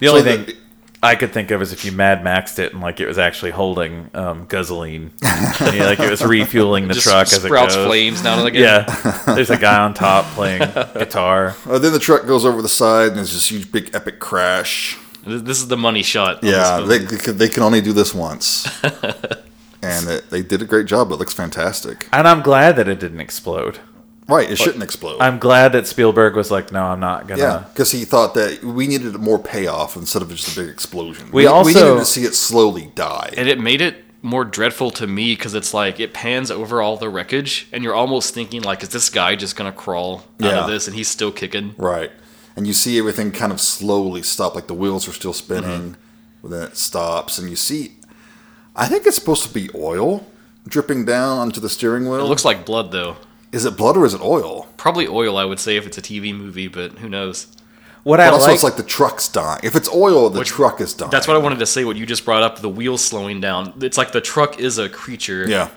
S2: The
S3: So
S2: only
S3: the-
S2: thing I could think of is if you Mad Maxed it and like it was actually holding um, gasoline, And, like it was refueling the
S1: Just
S2: truck as it
S1: sprouts
S2: goes.
S1: flames now and again.
S2: Yeah, there's a guy on top playing guitar.
S3: Uh, then the truck goes over the side, and there's this huge, big, epic crash.
S1: Th- This is the money shot. on
S3: Yeah,
S1: this
S3: they,
S1: film.
S3: they, could- they can only do this once. and it, they did a great job. It looks fantastic.
S2: And I'm glad that it didn't explode.
S3: Right, it shouldn't explode.
S2: I'm glad that Spielberg was like, no, I'm not gonna.
S3: yeah, because he thought that we needed more payoff instead of just a big explosion.
S2: We
S3: we needed
S2: also-
S3: to see it slowly die.
S1: and it made it more dreadful to me because it's like it pans over all the wreckage and you're almost thinking like, is this guy just gonna crawl out
S3: Yeah.
S1: of this and he's still kicking?
S3: Right. And you see everything kind of slowly stop, like the wheels are still spinning,
S1: Mm-hmm.
S3: but then it stops, and you see. I think it's supposed to be oil dripping down onto the steering wheel.
S1: It looks like blood though.
S3: is it blood or is it oil?
S1: Probably oil, I would say, if it's a TV movie, but who knows?
S2: What I
S3: But also,
S2: like,
S3: it's like the truck's dying. If it's oil, the truck is dying.
S1: That's what I wanted to say. What you just brought up, the wheels slowing down. It's like the truck is a creature.
S3: Yeah.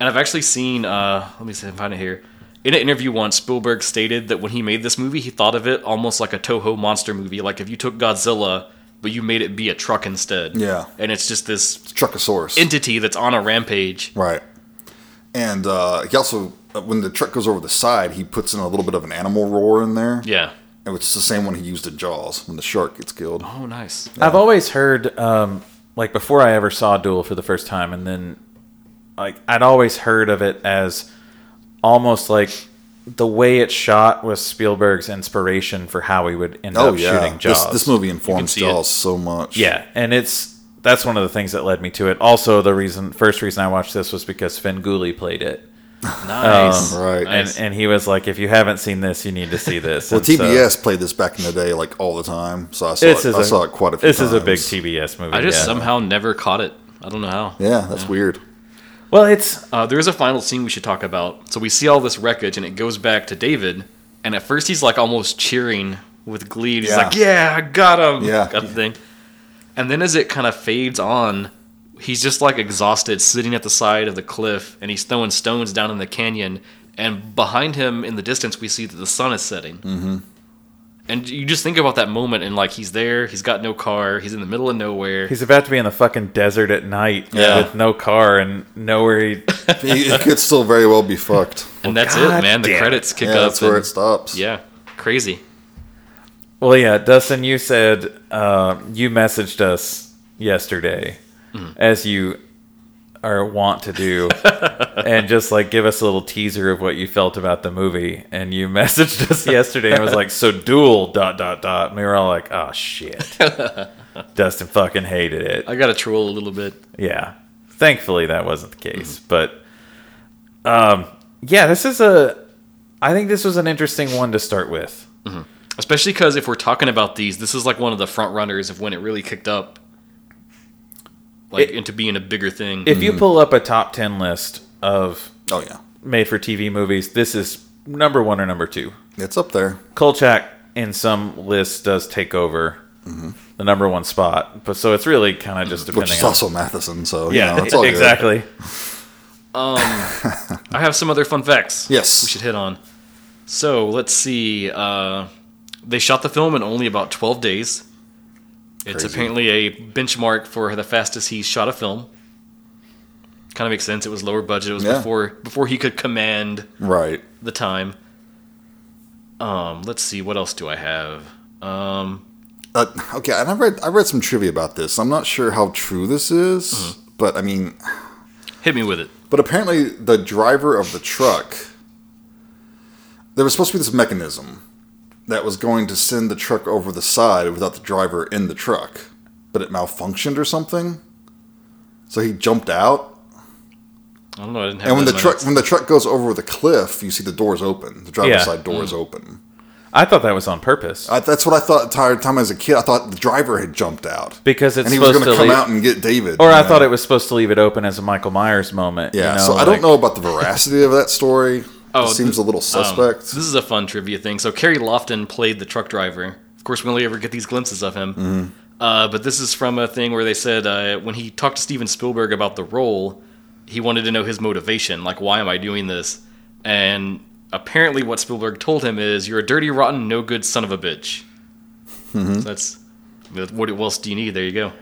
S1: And I've actually seen. Uh, let me see if I can find it here. In an interview once, Spielberg stated that when he made this movie, he thought of it almost like a Toho monster movie. Like if you took Godzilla, but you made it be a truck instead.
S3: Yeah.
S1: And it's just this
S3: Truckosaurus.
S1: entity that's on a rampage.
S3: Right. And uh, he also, when the truck goes over the side, he puts in a little bit of an animal roar in there.
S1: Yeah.
S3: And Which is the same one he used in Jaws when the shark gets killed.
S1: Oh, nice.
S2: I've always heard, um, like before I ever saw Duel for the first time, and then like I'd always heard of it as almost like the way it's shot was Spielberg's inspiration for how he would end
S3: Oh,
S2: up
S3: yeah.
S2: shooting Jaws.
S3: This, this movie informs
S1: see it.
S3: Jaws so much.
S2: yeah, and it's that's one of the things that led me to it. Also, the reason first reason I watched this was because Finn Gooley played it.
S1: Nice.
S3: right.
S1: Nice.
S2: And, and he was like, if you haven't seen this, you need to see this.
S3: Well,
S2: And so-
S3: TBS played this back in the day, like all the time. So I saw,
S2: uh, This
S3: it,
S2: is
S3: I
S2: a-
S3: saw it quite a few
S2: This
S3: times.
S2: is a big TBS movie.
S1: I just
S2: yeah.
S1: somehow never caught it. I don't know how.
S3: Yeah, that's weird.
S2: well, it's
S1: Uh, there is a final scene we should talk about. So we see all this wreckage, and it goes back to David. And at first, he's like almost cheering with glee. He's
S3: Yeah.
S1: like, "Yeah, I got him!"
S3: Yeah.
S1: got the thing. And then as it kind of fades on, he's just like exhausted, sitting at the side of the cliff, and he's throwing stones down in the canyon. And behind him, in the distance, we see that the sun is setting. Mm-hmm. And you just think about that moment, and like he's there, he's got no car, he's in the middle of nowhere.
S2: he's about to be in the fucking desert at night
S3: Yeah.
S2: with no car and nowhere. He,
S3: He- it could still very well be fucked.
S1: and that's
S2: God
S1: it, man. The
S2: damn it.
S1: credits kick
S3: Yeah,
S1: up.
S3: that's where
S1: and-
S3: it stops.
S1: yeah, crazy.
S2: well, yeah, Dustin, you said uh, you messaged us yesterday, as you are want to do, and just like give us a little teaser of what you felt about the movie. And you messaged us yesterday and was like, "So duel dot dot dot." And we were all like, "Oh shit." Dustin fucking hated it.
S1: I got to troll a little bit.
S2: Yeah. Thankfully, that wasn't the case.
S3: Mm-hmm.
S2: But um, yeah, this is a. I think this was an interesting one to start with.
S1: Especially because if we're talking about these, this is like one of the front runners of when it really kicked up, like
S2: It-
S1: into being a bigger thing.
S2: If
S3: Mm-hmm.
S2: you pull up a top 10 list of
S3: Oh, yeah.
S2: made for TV movies, this is number one or number two.
S3: It's up there.
S2: Kolchak in some lists does take over the number one spot. But so it's really kind of just
S3: Mm-hmm. Which
S2: depending
S3: is
S2: on.
S3: also Matheson, so you
S2: yeah,
S3: know, it's all good.
S2: exactly.
S1: I have some other fun facts.
S3: Yes.
S1: we should hit on. So let's see. Uh, they shot the film in only about twelve days. It's
S3: Crazy.
S1: apparently a benchmark for the fastest he shot a film. Kind of makes sense. It was lower budget. It was
S3: Yeah.
S1: before before he could command
S3: Right.
S1: the time. Um, let's see. What else do I have? Um,
S3: Uh, okay, and I read I read some trivia about this. I'm not sure how true this is,
S2: Mm-hmm.
S3: but I mean,
S1: hit me with it.
S3: but apparently the driver of the truck there was supposed to be this mechanism that was going to send the truck over the side without the driver in the truck, but it malfunctioned or something. So he jumped out,
S1: I don't know. I didn't have.
S3: and when
S1: that in
S3: the
S1: my
S3: truck
S1: notes.
S3: when the truck goes over the cliff, you see the doors open. The driver's
S2: Yeah. Mm.
S3: side door is open.
S2: I thought that was on purpose.
S3: I, that's what I thought the entire time as a kid. I thought the driver had jumped out.
S2: Because it's
S3: and he was
S2: supposed
S3: going to
S2: to
S3: come
S2: leave-
S3: out and get David.
S2: Or
S3: you
S2: I
S3: know?
S2: thought it was supposed to leave it open as a Michael Myers moment. you
S3: Yeah,
S2: know,
S3: so I
S2: like-
S3: don't know about the veracity of that story.
S1: Oh,
S3: it seems
S1: the-
S3: a little
S1: Um,
S3: suspect.
S1: this is a fun trivia thing. So Kerry Lofton played the truck driver. Of course, we only ever get these glimpses of him.
S3: Mm-hmm.
S1: Uh, but this is from a thing where they said uh, when he talked to Steven Spielberg about the role, he wanted to know his motivation, like why am I doing this? And apparently, what Spielberg told him is, "You're a dirty, rotten, no good son of a bitch."
S3: Mm-hmm.
S1: So that's that- what else do you need? There you go.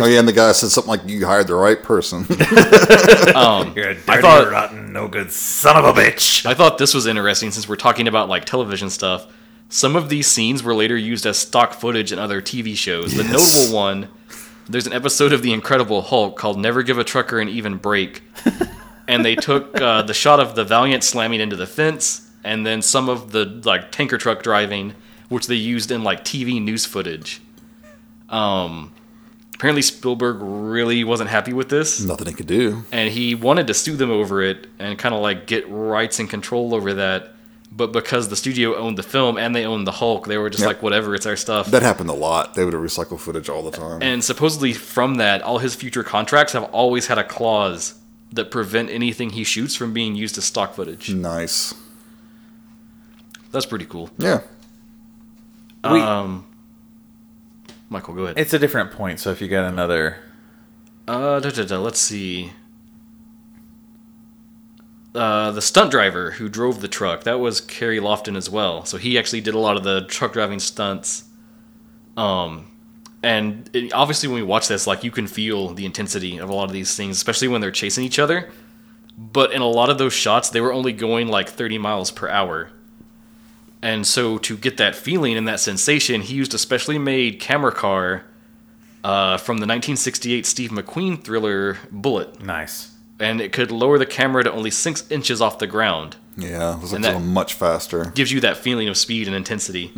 S3: oh yeah, and the guy said something like, "You hired the right person."
S2: You're a dirty,
S1: I thought-
S2: rotten, no good son of a bitch.
S1: I thought this was interesting since we're talking about like television stuff. Some of these scenes were later used as stock footage in other TV shows. The
S3: Yes.
S1: notable one, there's an episode of The Incredible Hulk called "Never Give a Trucker an Even Break," and they took uh, the shot of the Valiant slamming into the fence, and then some of the like tanker truck driving, which they used in like TV news footage. Um, apparently Spielberg really wasn't happy with this
S3: Nothing he could do.
S1: and he wanted to sue them over it and kind of like get rights and control over that. But because the studio owned the film and they owned the Hulk, they were just
S3: Yep.
S1: like, whatever, it's our stuff.
S3: That happened a lot. They would recycle footage all the time.
S1: and supposedly from that, all his future contracts have always had a clause that prevent anything he shoots from being used as
S3: Hmm.
S1: stock footage.
S3: nice.
S1: That's pretty cool.
S3: Yeah.
S2: We-
S1: Um, Michael, go ahead.
S2: It's a different point, so if you got another,
S1: Uh, da, da, da, let's see. Uh, the stunt driver who drove the truck that was Kerry Lofton as well. So he actually did a lot of the truck driving stunts. Um, and it- obviously when we watch this, like you can feel the intensity of a lot of these things, especially when they're chasing each other. But in a lot of those shots, they were only going like 30 miles per hour. And so to get that feeling and that sensation, he used a specially made camera car uh, from the 1968 Steve McQueen thriller Bullet,
S2: nice.
S1: and it could lower the camera to only six inches off the ground.
S3: Yeah, it was like
S1: And that-
S3: going much faster.
S1: Gives you that feeling of speed and intensity.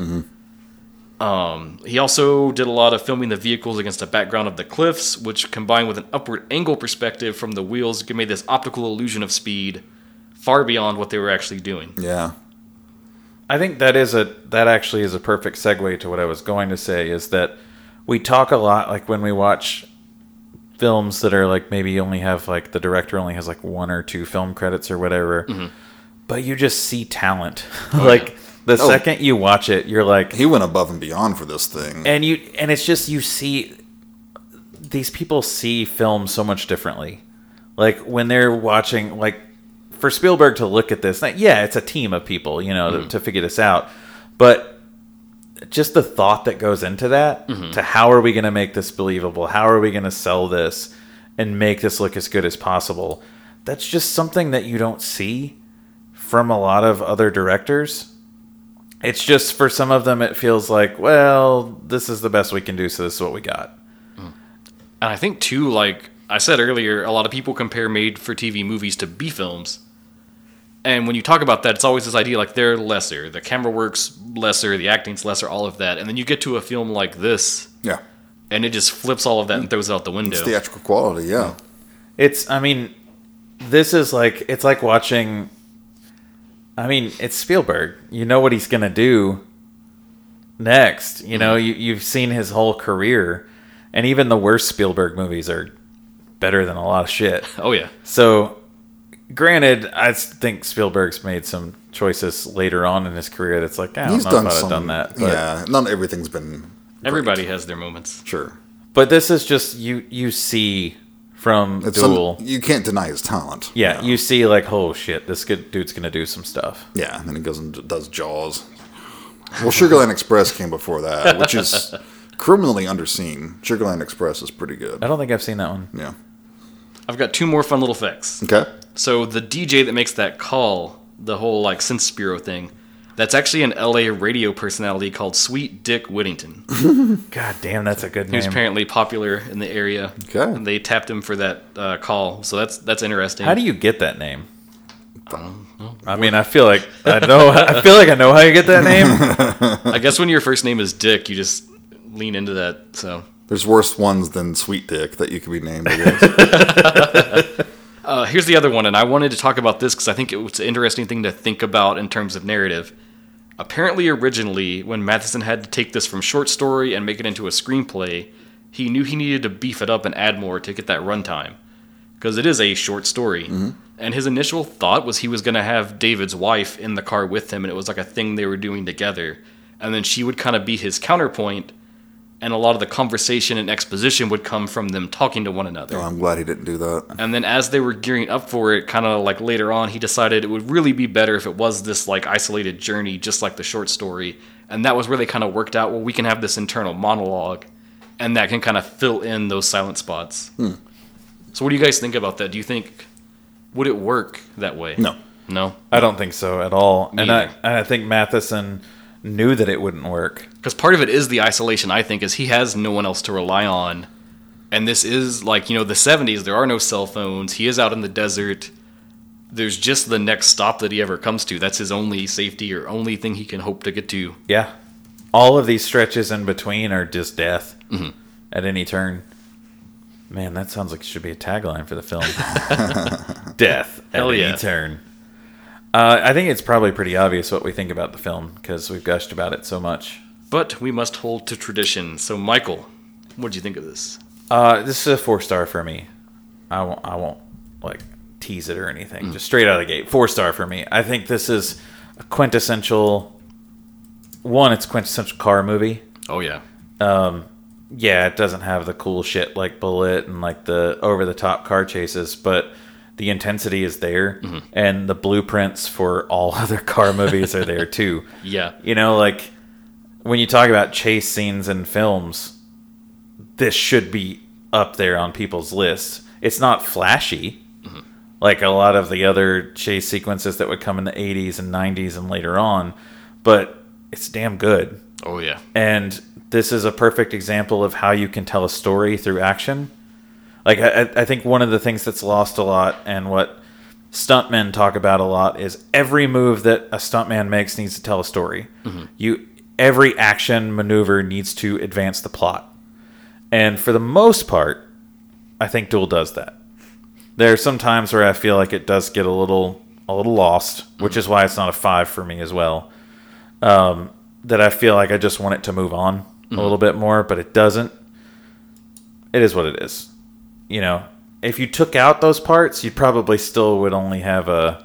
S1: Um, he also did a lot of filming the vehicles against a background of the cliffs, which combined with an upward angle perspective from the wheels made this optical illusion of speed far beyond what they were actually doing.
S3: Yeah.
S2: I think that is a that actually is a perfect segue to what I was going to say is that we talk a lot like when we watch films that are like maybe only have like the director only has like one or two film credits or whatever. But you just see talent. like the
S3: Oh.
S2: second you watch it, you're like
S3: He went above and beyond for this thing.
S2: and you and it's just you see these people see film so much differently like when they're watching like for spielberg to look at this like, yeah it's a team of people you know to, to figure this out but just the thought that goes into that to how are we going to make this believable how are we going to sell this and make this look as good as possible that's just something that you don't see from a lot of other directors it's just for some of them, it feels like, well, this is the best we can do, so this is what we got.
S1: And I think too, like I said earlier, a lot of people compare made-for-TV movies to B films. And when you talk about that, it's always this idea like they're lesser, the camera works lesser, the acting's lesser, all of that. And then you get to a film like this,
S3: yeah.
S1: and it just flips all of that and throws it out the window.
S3: It's theatrical quality, yeah.
S2: It's, I mean, this is like, it's like watching. I mean, it's Spielberg. You know what he's gonna do next. You
S3: Mm-hmm.
S2: know, you, you've seen his whole career, and even the worst Spielberg movies are better than a lot of shit.
S1: oh yeah,
S2: So, granted, I s- think Spielberg's made some choices later on in his career that's like, I don't
S3: He's
S2: know
S3: done
S2: if I'd have
S3: some.
S2: done that. But
S3: yeah, not everything's been
S1: everybody has their moments.
S3: sure.
S2: But this is just you you see from
S3: It's some-
S2: Duel.
S3: you can't deny his talent.
S2: yeah, you see like, oh shit, this good dude's gonna do some stuff.
S3: Yeah, and then he goes and d- does Jaws. Well, Sugarland Express came before that, which is criminally underseen. Sugarland Express is pretty good.
S2: I don't think I've seen that one.
S3: Yeah.
S1: I've got two more fun little facts.
S3: Okay.
S1: So the DJ that makes that call, the whole like synth bureau thing, that's actually an LA radio personality called Sweet Dick Whittington.
S2: God damn, that's a good
S1: He was
S2: name.
S1: apparently popular in the area.
S3: Okay.
S1: And they tapped him for that uh, call, so that's that's interesting.
S2: How do you get that name? I mean, I feel like I know. I feel like I know how you get that name.
S1: I guess when your first name is Dick, you just lean into that. So,
S3: There's worse ones than Sweet Dick that you could be named. I guess.
S1: uh, here's the other one, and I wanted to talk about this because I think it was an interesting thing to think about in terms of narrative. Apparently, originally, when Matheson had to take this from short story and make it into a screenplay, he knew he needed to beef it up and add more to get that runtime because it is a short story. And his initial thought was he was going to have David's wife in the car with him, and it was like a thing they were doing together. And then she would kind of be his counterpoint, and a lot of the conversation and exposition would come from them talking to one another.
S3: Oh, I'm glad he didn't do that.
S1: And then as they were gearing up for it, kind of like later on, he decided it would really be better if it was this like isolated journey, just like the short story. And that was where they kind of worked out, well, we can have this internal monologue, and that can kind of fill in those silent spots. So, what do you guys think about that? Do you think would it work that way?
S3: No.
S1: no,
S2: I don't think so at all. and I
S1: either.
S2: and I think Matheson knew that it wouldn't work.
S1: because part of it is the isolation. I think is he has no one else to rely on, and this is like you know the '70s. There are no cell phones. He is out in the desert. There's just the next stop that he ever comes to. That's his only safety or only thing he can hope to get to.
S2: Yeah, all of these stretches in between are just death at any turn. Man, that sounds like it should be a tagline for the film. death at
S1: Hell yeah.
S2: any turn. Uh, I think it's probably pretty obvious what we think about the film because we've gushed about it so much.
S1: But we must hold to tradition. So, Michael, what do you think of this?
S2: Uh, this is a four star for me. I won't. I won't like tease it or anything. Just straight out of the gate, four star for me. I think this is a quintessential one, it's a quintessential car movie.
S1: Oh yeah.
S2: yeah, it doesn't have the cool shit like Bullet and like the over the top car chases, but the intensity is there and the blueprints for all other car movies are there too.
S1: Yeah.
S2: You know, like when you talk about chase scenes in films, this should be up there on people's lists. It's not flashy like a lot of the other chase sequences that would come in the 80s and 90s and later on, but it's damn good.
S1: Oh yeah.
S2: And this is a perfect example of how you can tell a story through action. Like, I, I- I think one of the things that's lost a lot and what stuntmen talk about a lot is every move that a stuntman makes needs to tell a story. You, every action maneuver needs to advance the plot. And for the most part, I think Duel does that. There are some times where I feel like it does get a little a little lost, which is why it's not a five for me as well that I feel like I just want it to move on a little bit more, but it doesn't. It is what it is. You know, if you took out those parts, you probably still would only have a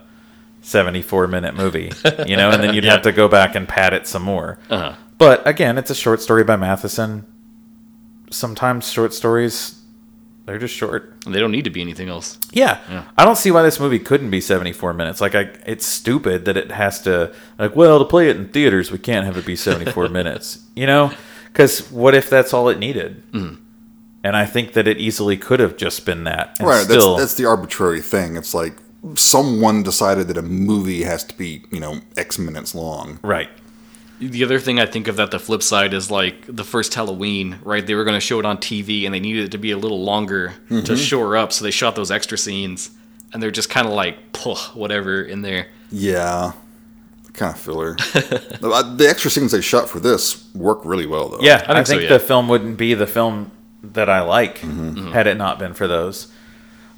S2: 74 minute movie, you know, and then you'd
S1: Yeah.
S2: have to go back and pad it some more.
S1: Uh-huh.
S2: But again, it's a short story by Matheson. Sometimes short stories, they're just short.
S1: They don't need to be anything else.
S2: Yeah. I don't see why this movie couldn't be 74 minutes. Like, I, it's stupid that it has to, like, well, to play it in theaters, we can't have it be 74 minutes, you know? Because what if that's all it needed? And I think that it easily could have just been that. And
S3: right.
S2: Still,
S3: That's that's the arbitrary thing. It's like someone decided that a movie has to be you know X minutes long.
S2: right.
S1: The other thing I think of that the flip side is like the first Halloween, right? They were going to show it on TV and they needed it to be a little longer to shore up, so they shot those extra scenes and they're just kind of like, "Puh, whatever in there.
S3: Yeah. Kind of filler. Uh, the extra scenes they shot for this work really well though.
S2: Yeah. I think,
S1: so, yeah.
S2: the film wouldn't be the film that I like had it not been for those.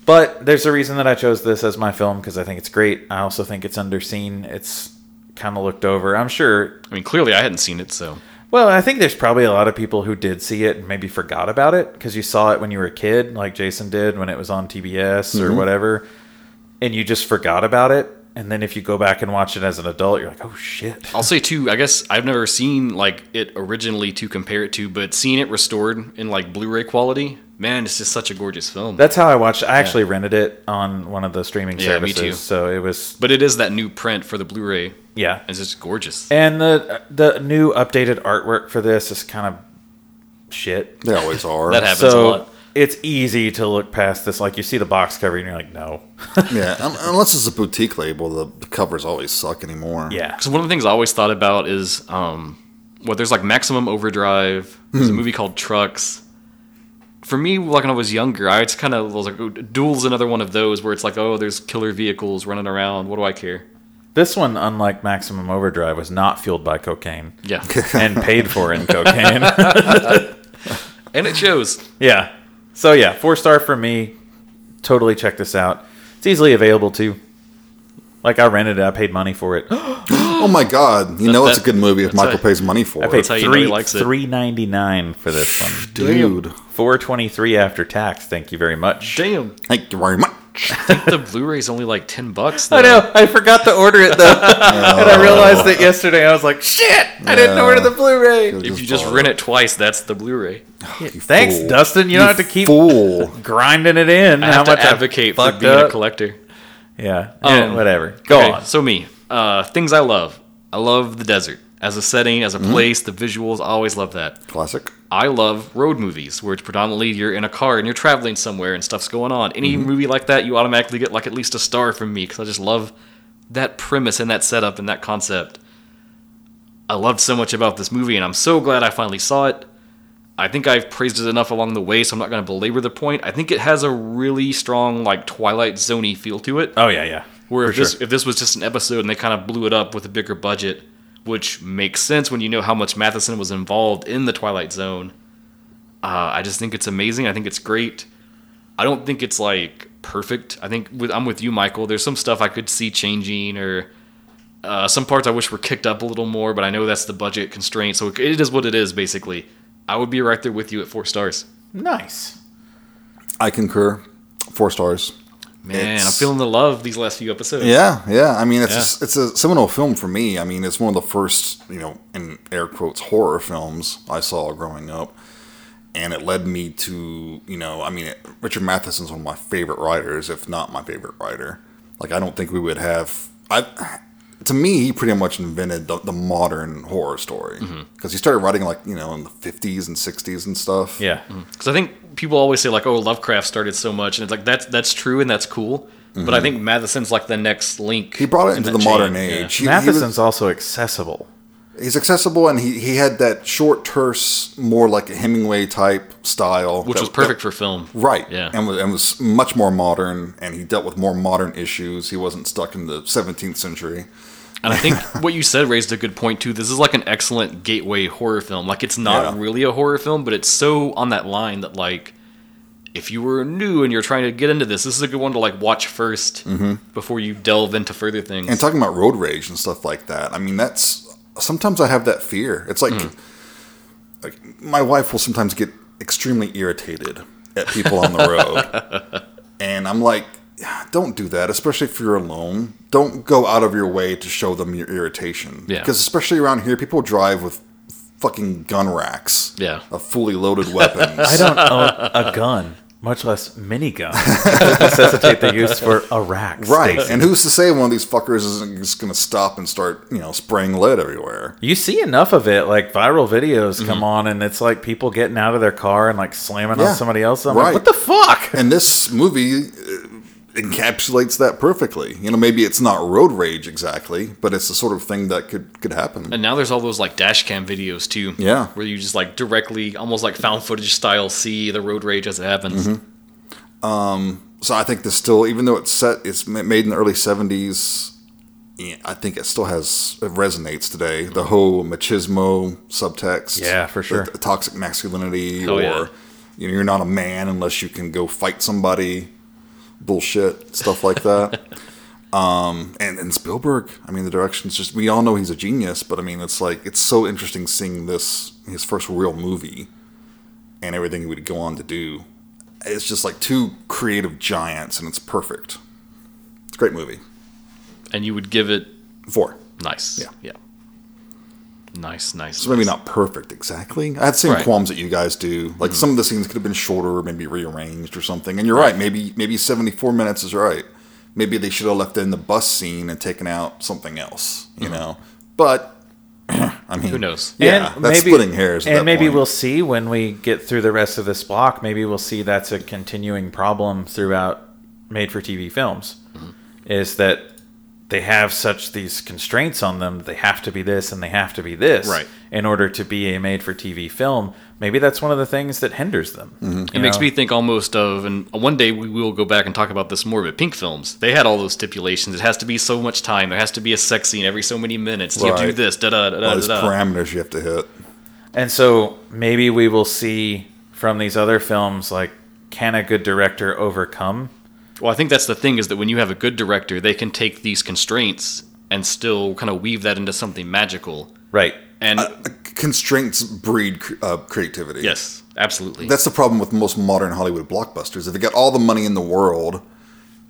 S2: But there's a reason that I chose this as my film because I think it's great. I also think it's underseen. It's kind of looked over. I'm sure
S1: I mean, clearly I hadn't seen it, so
S2: Well, I think there's probably a lot of people who did see it and maybe forgot about it because you saw it when you were a kid, like Jason did when it was on TBS or whatever, and you just forgot about it. And then if you go back and watch it as an adult, you're like, oh shit.
S1: I'll say too. I guess I've never seen like it originally to compare it to, but seeing it restored in like Blu-ray quality, man, it's just such a gorgeous film.
S2: That's how I watched. I actually rented it on one of the streaming
S1: Yeah, me
S2: services,
S1: too.
S2: so it was
S1: but it is that new print for the Blu-ray.
S2: yeah.
S1: It's just gorgeous.
S2: And the the new updated artwork for this is kind of shit.
S3: They always are.
S1: That happens a
S2: So
S1: lot.
S2: it's easy to look past this. Like you see the box cover and you're like, no,
S3: yeah. un- Unless it's a boutique label, the, the covers always suck anymore.
S2: yeah,
S1: Because one of the things I always thought about is, um, well, there's like Maximum Overdrive. There's a
S2: Hmm.
S1: movie called Trucks. For me, like when I was younger, I just kind of was like, oh, Duel's another one of those where it's like, oh, there's killer vehicles running around. What do I care?
S2: This one, unlike Maximum Overdrive, was not fueled by cocaine
S1: Yeah.
S2: and paid for in cocaine.
S1: and it shows.
S2: yeah. So, yeah, four star for me. Totally check this out. It's easily available too. Like, I rented it, I paid money for it. I
S3: Oh my God! You know it's a
S1: that-
S3: good movie if
S1: that's
S3: Michael
S1: a-
S3: pays money for
S2: paid
S3: it,
S1: how you know he
S2: three
S1: likes it.
S2: three ninety nine for this one.
S3: dude.
S2: Four twenty three after tax. Thank you very much.
S1: Damn.
S3: Thank you very much.
S1: I think the Blu-ray's only like 10 bucks.
S2: I
S1: though.
S2: know. I forgot to order it though,
S3: Oh,
S2: and I realized that yesterday. I was like, "Shit! I didn't
S3: Yeah.
S2: order the Blu-ray."
S1: If you just rent it twice, that's the Blu-ray.
S2: Thanks, Dustin. You don't have to keep
S3: fool.
S2: grinding it in.
S1: I
S2: how
S1: have
S2: much
S1: to advocate for
S2: I fucked
S1: being
S2: up.
S1: a collector.
S2: Yeah. yeah,
S1: Um,
S2: whatever. Go
S1: Okay,
S2: on.
S1: So me, uh, things I love. I love the desert as a setting, as a
S2: Mm-hmm.
S1: place. The visuals, I always love that.
S3: Classic.
S1: I love road movies where it's predominantly you're in a car and you're traveling somewhere and stuff's going on. Any movie like that, you automatically get like at least a star from me because I just love that premise and that setup and that concept. I loved so much about this movie and I'm so glad I finally saw it. I think I've praised it enough along the way, so I'm not going to belabor the point. I think it has a really strong like Twilight Zoney feel to it.
S2: Oh yeah, yeah.
S1: Where if
S2: For
S1: this if this was just an episode and they kind of blew it up with a bigger budget, which makes sense when you know how much Matheson was involved in the Twilight Zone. Uh, I just think it's amazing. I think it's great. I don't think it's like perfect. I think with, I'm with you, Michael. There's some stuff I could see changing or. Uh, some parts I wish were kicked up a little more, but I know that's the budget constraint, so it- it is what it is. Basically, I would be right there with you at four stars.
S2: Nice.
S3: I concur. Four stars.
S1: Man, I'm
S3: It's-
S1: feeling the love these last few episodes.
S3: Yeah, yeah. I mean, it's
S1: Yeah.
S3: A, it's a seminal film for me. I mean, it's one of the first, you know, in air quotes, horror films I saw growing up, and it led me to, you know, I mean, it, Richard Matheson's one of my favorite writers, if not my favorite writer. Like, I don't think we would have. I, to me, he pretty much invented the, the modern horror story
S1: Mm-hmm.
S3: because he started writing like you know in the fifties and sixties and stuff.
S2: Yeah.
S1: Because I think people always say like, "Oh, Lovecraft started so much," and it's like that's that's true and that's cool. But I think Matheson's like the next link.
S3: Mm-hmm. He brought it
S1: in
S3: into
S1: that
S3: the modern
S1: chain. Yeah.
S3: age. He- he was-
S2: Matheson's also accessible.
S3: he's accessible and he, he had that short terse more like a hemingway type style
S1: which
S3: that-
S1: was perfect for film.
S3: that- right
S1: Yeah.
S3: and was, and was much more modern and he dealt with more modern issues he wasn't stuck in the 17th century
S1: And I think what you said raised a good point too. This is like an excellent gateway horror film. Like it's not
S3: Yeah.
S1: really a horror film, but it's so on that line that like if you were new and you're trying to get into this, this is a good one to like watch 1st
S3: Mm-hmm.
S1: before you delve into further things.
S3: and talking about road rage and stuff like that i mean that's sometimes i have that fear it's like, like my wife will sometimes get extremely irritated at people on the road and i'm like don't do that especially if you're alone don't go out of your way to show them your irritation
S1: Yeah.
S3: because especially around here people drive with fucking gun racks
S1: Yeah.
S3: of fully loaded weapons
S2: I don't own a gun, much less minigun, to necessitate the use for a rack.
S3: right
S2: Stacy.
S3: and who's to say one of these fuckers isn't just gonna stop and start you know spraying lead everywhere
S2: You see enough of it, like viral videos come on, and it's like people getting out of their car and like slamming
S3: Yeah.
S2: on somebody else. I'm
S3: Right.
S2: like, what the fuck?
S3: And this movie uh, encapsulates that perfectly. You know, maybe it's not road rage exactly, but it's the sort of thing that could could happen.
S1: And now there's all those like dash cam videos too.
S3: Yeah.
S1: Where you just like directly, almost like found footage style, see the road rage as it happens.
S3: Mm-hmm. so I think this still, even though it's set, it's ma- made in the early '70s. yeah, I think it still has it resonates today. The whole machismo subtext,
S2: Yeah, for sure.
S3: the- the toxic masculinity,
S1: Hell
S3: or
S1: yeah.
S3: you know, you're not a man unless you can go fight somebody. Bullshit stuff like that. um, and and Spielberg, I mean, the direction's just we all know he's a genius, but I mean, it's like it's so interesting seeing this his first real movie and everything he would go on to do. It's just like two creative giants, and it's perfect. It's a great movie.
S1: And you would give it
S3: Four.
S1: nice.
S3: Yeah.
S1: Yeah. Nice, nice.
S3: So maybe
S1: nice.
S3: not perfect exactly. I had the same
S1: Right.
S3: qualms that you guys do. Like some of the scenes could have been shorter, maybe rearranged or something. And you're right. Maybe maybe 74 minutes is right. Maybe they should have left in the bus scene and taken out something else.
S1: Mm-hmm.
S3: You know. But I mean,
S1: Who knows?
S3: Yeah,
S2: and
S3: that's
S2: maybe,
S3: splitting hairs. at
S2: And
S3: that
S2: maybe
S3: point.
S2: we'll see when we get through the rest of this block. Maybe we'll see that's a continuing problem throughout made-for-TV films,
S3: Mm-hmm.
S2: is that they have such these constraints on them. They have to be this and they have to be this,
S1: Right.
S2: In order to be a made-for-TV film, maybe that's one of the things that hinders them.
S3: Mm-hmm.
S1: It makes me think almost of, and one day we will go back and talk about this more, but Pink Films, they had all those stipulations. It has to be so much time. There has to be a sex scene every so many minutes. You have to do
S3: Right.
S1: this, da da da da
S3: all these
S1: da. da.
S3: parameters you have to hit.
S2: And so maybe we will see from these other films like can a good director overcome?
S1: Well, I think that's the thing is that when you have a good director, they can take these constraints and still kind of weave that into something magical.
S2: Right.
S1: And
S3: Constraints breed cre- uh, creativity.
S1: yes, absolutely.
S3: That's the problem with most modern Hollywood blockbusters. If they got all the money in the world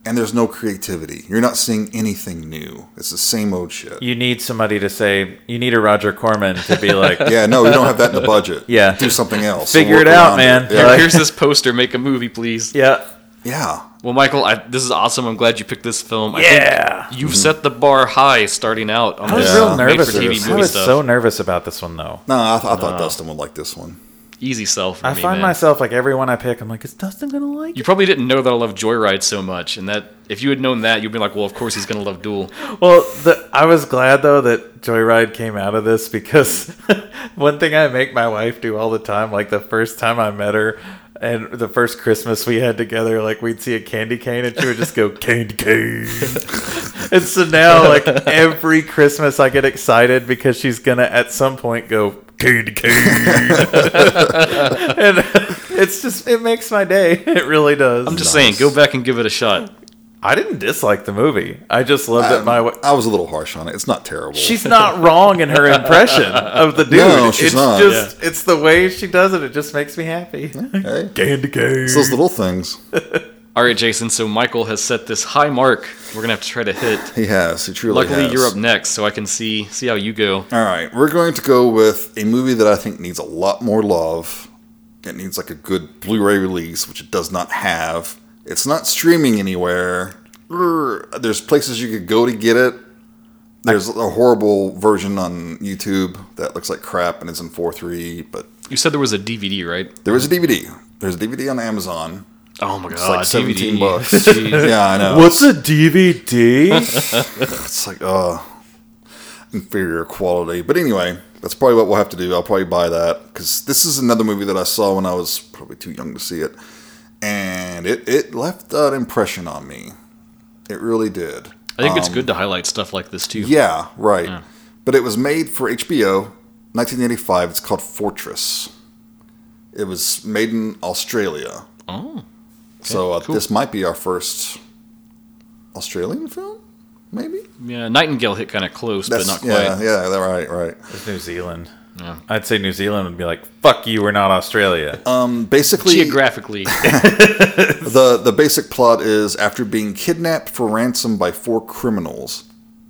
S3: and there's no creativity, you're not seeing anything new. It's the same old shit.
S2: You need somebody to say you need a Roger Corman to be like
S3: Yeah, no, we don't have that in the budget.
S2: Yeah.
S3: Do something else.
S2: Figure
S3: Work
S2: it out,
S3: around
S2: man.
S3: Yeah.
S1: Here's this poster. Make a movie, please.
S2: Yeah.
S3: yeah.
S1: Well, Michael, I, this is awesome. I'm glad you picked this film. I
S2: Yeah.
S1: think you've set the bar high starting out on
S2: I was
S1: this
S3: Yeah.
S2: real nervous.
S1: made-for-TV
S2: I
S1: movie
S2: was
S1: stuff.
S2: so nervous about this one though.
S3: No, I, th- I
S2: Uh,
S3: thought Dustin would like this one.
S1: Easy sell for
S2: I
S1: me,
S2: find
S1: man.
S2: myself like everyone I pick, I'm like, is Dustin gonna like
S1: You probably didn't know that I love Joyride so much, and that if you had known that, you'd be like, "Well, of course he's gonna love Duel."
S2: Well, the, I was glad though that Joyride came out of this because one thing I make my wife do all the time, like the first time I met her and the first Christmas we had together, like we'd see a candy cane and she would just go candy cane. and so now, like every Christmas, I get excited because she's gonna at some point go candy cane, and it's just it makes my day. It really does.
S1: I'm just saying, go back and give it a shot.
S2: I didn't dislike the movie. I just love
S1: Um,
S2: that my. wa-
S3: I was a little harsh on it. It's not terrible.
S2: She's not wrong in her impression of the dude.
S3: No, she's
S2: it's
S3: not.
S2: just it's the way she does it. It just makes me happy.
S3: Okay.
S2: Candy cane.
S3: It's those little things.
S1: All right, Jason. So Michael has set this high mark. We're gonna have to try to hit.
S3: He has. He truly
S1: Luckily,
S3: has.
S1: you're up next, so I can see see how you go.
S3: All right, we're going to go with a movie that I think needs a lot more love. It needs like a good Blu-ray release, which it does not have. It's not streaming anywhere. Err, There's places you could go to get it. There's a horrible version on YouTube that looks like crap and it's in 4.3, but
S1: You said there was a DVD, right?
S3: there is a DVD. There's a DVD on Amazon.
S1: Oh my god,
S3: like 17 bucks.
S1: Jeez.
S3: Yeah, I know.
S2: What's a DVD?
S3: It's like, uh, inferior quality. But anyway, that's probably what we'll have to do. I'll probably buy that because this is another movie that I saw when I was probably too young to see it, and it it left an impression on me. It really did.
S1: I think it's good to highlight stuff like this too.
S3: Um, Yeah, right. But it was made for HBO, 1985. It's called Fortress. It was made in Australia,
S1: Oh,
S3: so uh,
S1: cool.
S3: this might be our first Australian film, maybe.
S1: yeah. Nightingale hit kind of close, but not quite.
S3: yeah, yeah, that- right, right.
S2: New Zealand.
S1: Yeah.
S2: I'd say New Zealand would be like, fuck you, we're not Australia.
S3: Um, Basically,
S1: Geographically,
S3: the the basic plot is after being kidnapped for ransom by four criminals,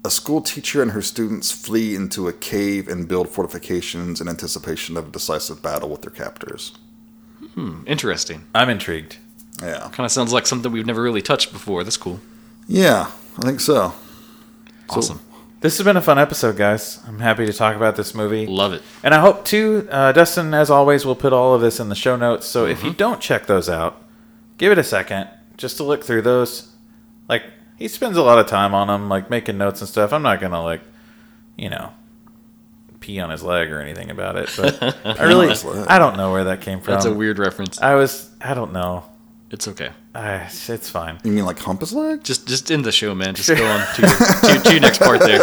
S3: a school teacher and her students flee into a cave and build fortifications in anticipation of a decisive battle with their captors.
S1: interesting.
S2: I'm intrigued.
S3: Yeah,
S1: Kind of sounds like something we've never really touched before. That's cool.
S3: yeah, I think so.
S1: Awesome.
S2: This has been a fun episode, guys. I'm happy to talk about this movie.
S1: Love it.
S2: And I hope too, uh, Dustin, as always, will put all of this in the show notes. So if
S1: Mm-hmm.
S2: you don't check those out, give it a second just to look through those. Like he spends a lot of time on them, like making notes and stuff. I'm not gonna like, you know, pee on his leg or anything about it. But I really,
S3: his leg.
S2: I don't know where that came from.
S1: That's a weird reference.
S2: I was, I don't know.
S1: It's okay.
S2: I, it's fine.
S3: You mean like hump his leg?
S1: Just just end the show, man. Just go on to your, to, to your next part there.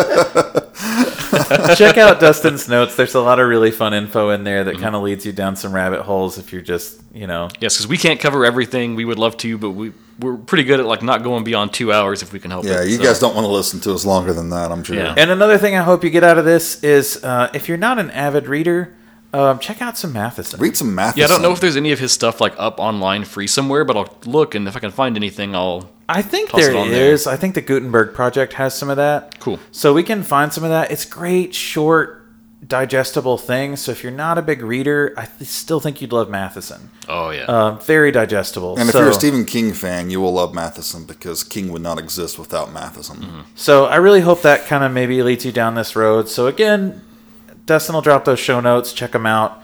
S2: check out Dustin's notes. There's a lot of really fun info in there
S1: Mm-hmm.
S2: that kind of leads you down some rabbit holes if you're just, you know,
S1: Yes, because we can't cover everything. We would love to, but we we're pretty good at like not going beyond two hours if we can help.
S3: Yeah,
S1: it,
S3: you
S1: so.
S3: guys don't want to listen to us longer than that. I'm sure.
S1: Yeah.
S2: And another thing I hope you get out of this is uh, if you're not an avid reader, um, check out some Matheson.
S3: Read some math.
S1: Yeah, I don't know if there's any of his stuff like up online free somewhere, but I'll look and if I can find anything, I'll.
S2: I think
S1: Toss
S2: there
S1: it on there.
S2: is. I think the Gutenberg Project has some of that.
S1: Cool.
S2: So we can find some of that. It's great, short, digestible things. So if you're not a big reader, I th- still think you'd love Matheson.
S1: Oh yeah.
S2: Um, very digestible.
S3: And if
S2: So-
S3: you're a Stephen King fan, you will love Matheson because King would not exist without Matheson.
S1: Mm-hmm.
S2: So I really hope that kind of maybe leads you down this road. So again, Dustin will drop those show notes. Check them out.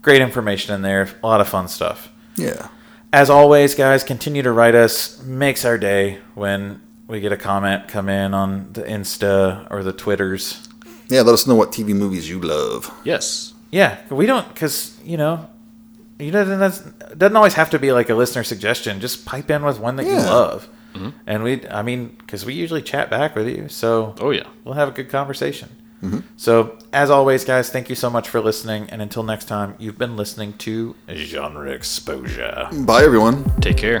S2: Great information in there. A lot of fun stuff.
S3: Yeah.
S2: As always, guys, continue to write us. Makes our day when we get a comment come in on the Insta or the Twitters.
S3: Yeah, let us know what TV movies you love.
S1: yes.
S2: Yeah, we don't because you know, you know, that's doesn't always have to be like a listener suggestion. Just pipe in with one that you
S3: Yeah.
S2: love,
S1: Mm-hmm.
S2: and we, I mean, because we usually chat back with you, so
S1: Oh yeah. Mm-hmm.
S2: we'll have a good conversation. So, as always, guys, thank you so much for listening, and until next time, you've been listening to Genre Exposure.
S3: Bye, everyone.
S1: Take care.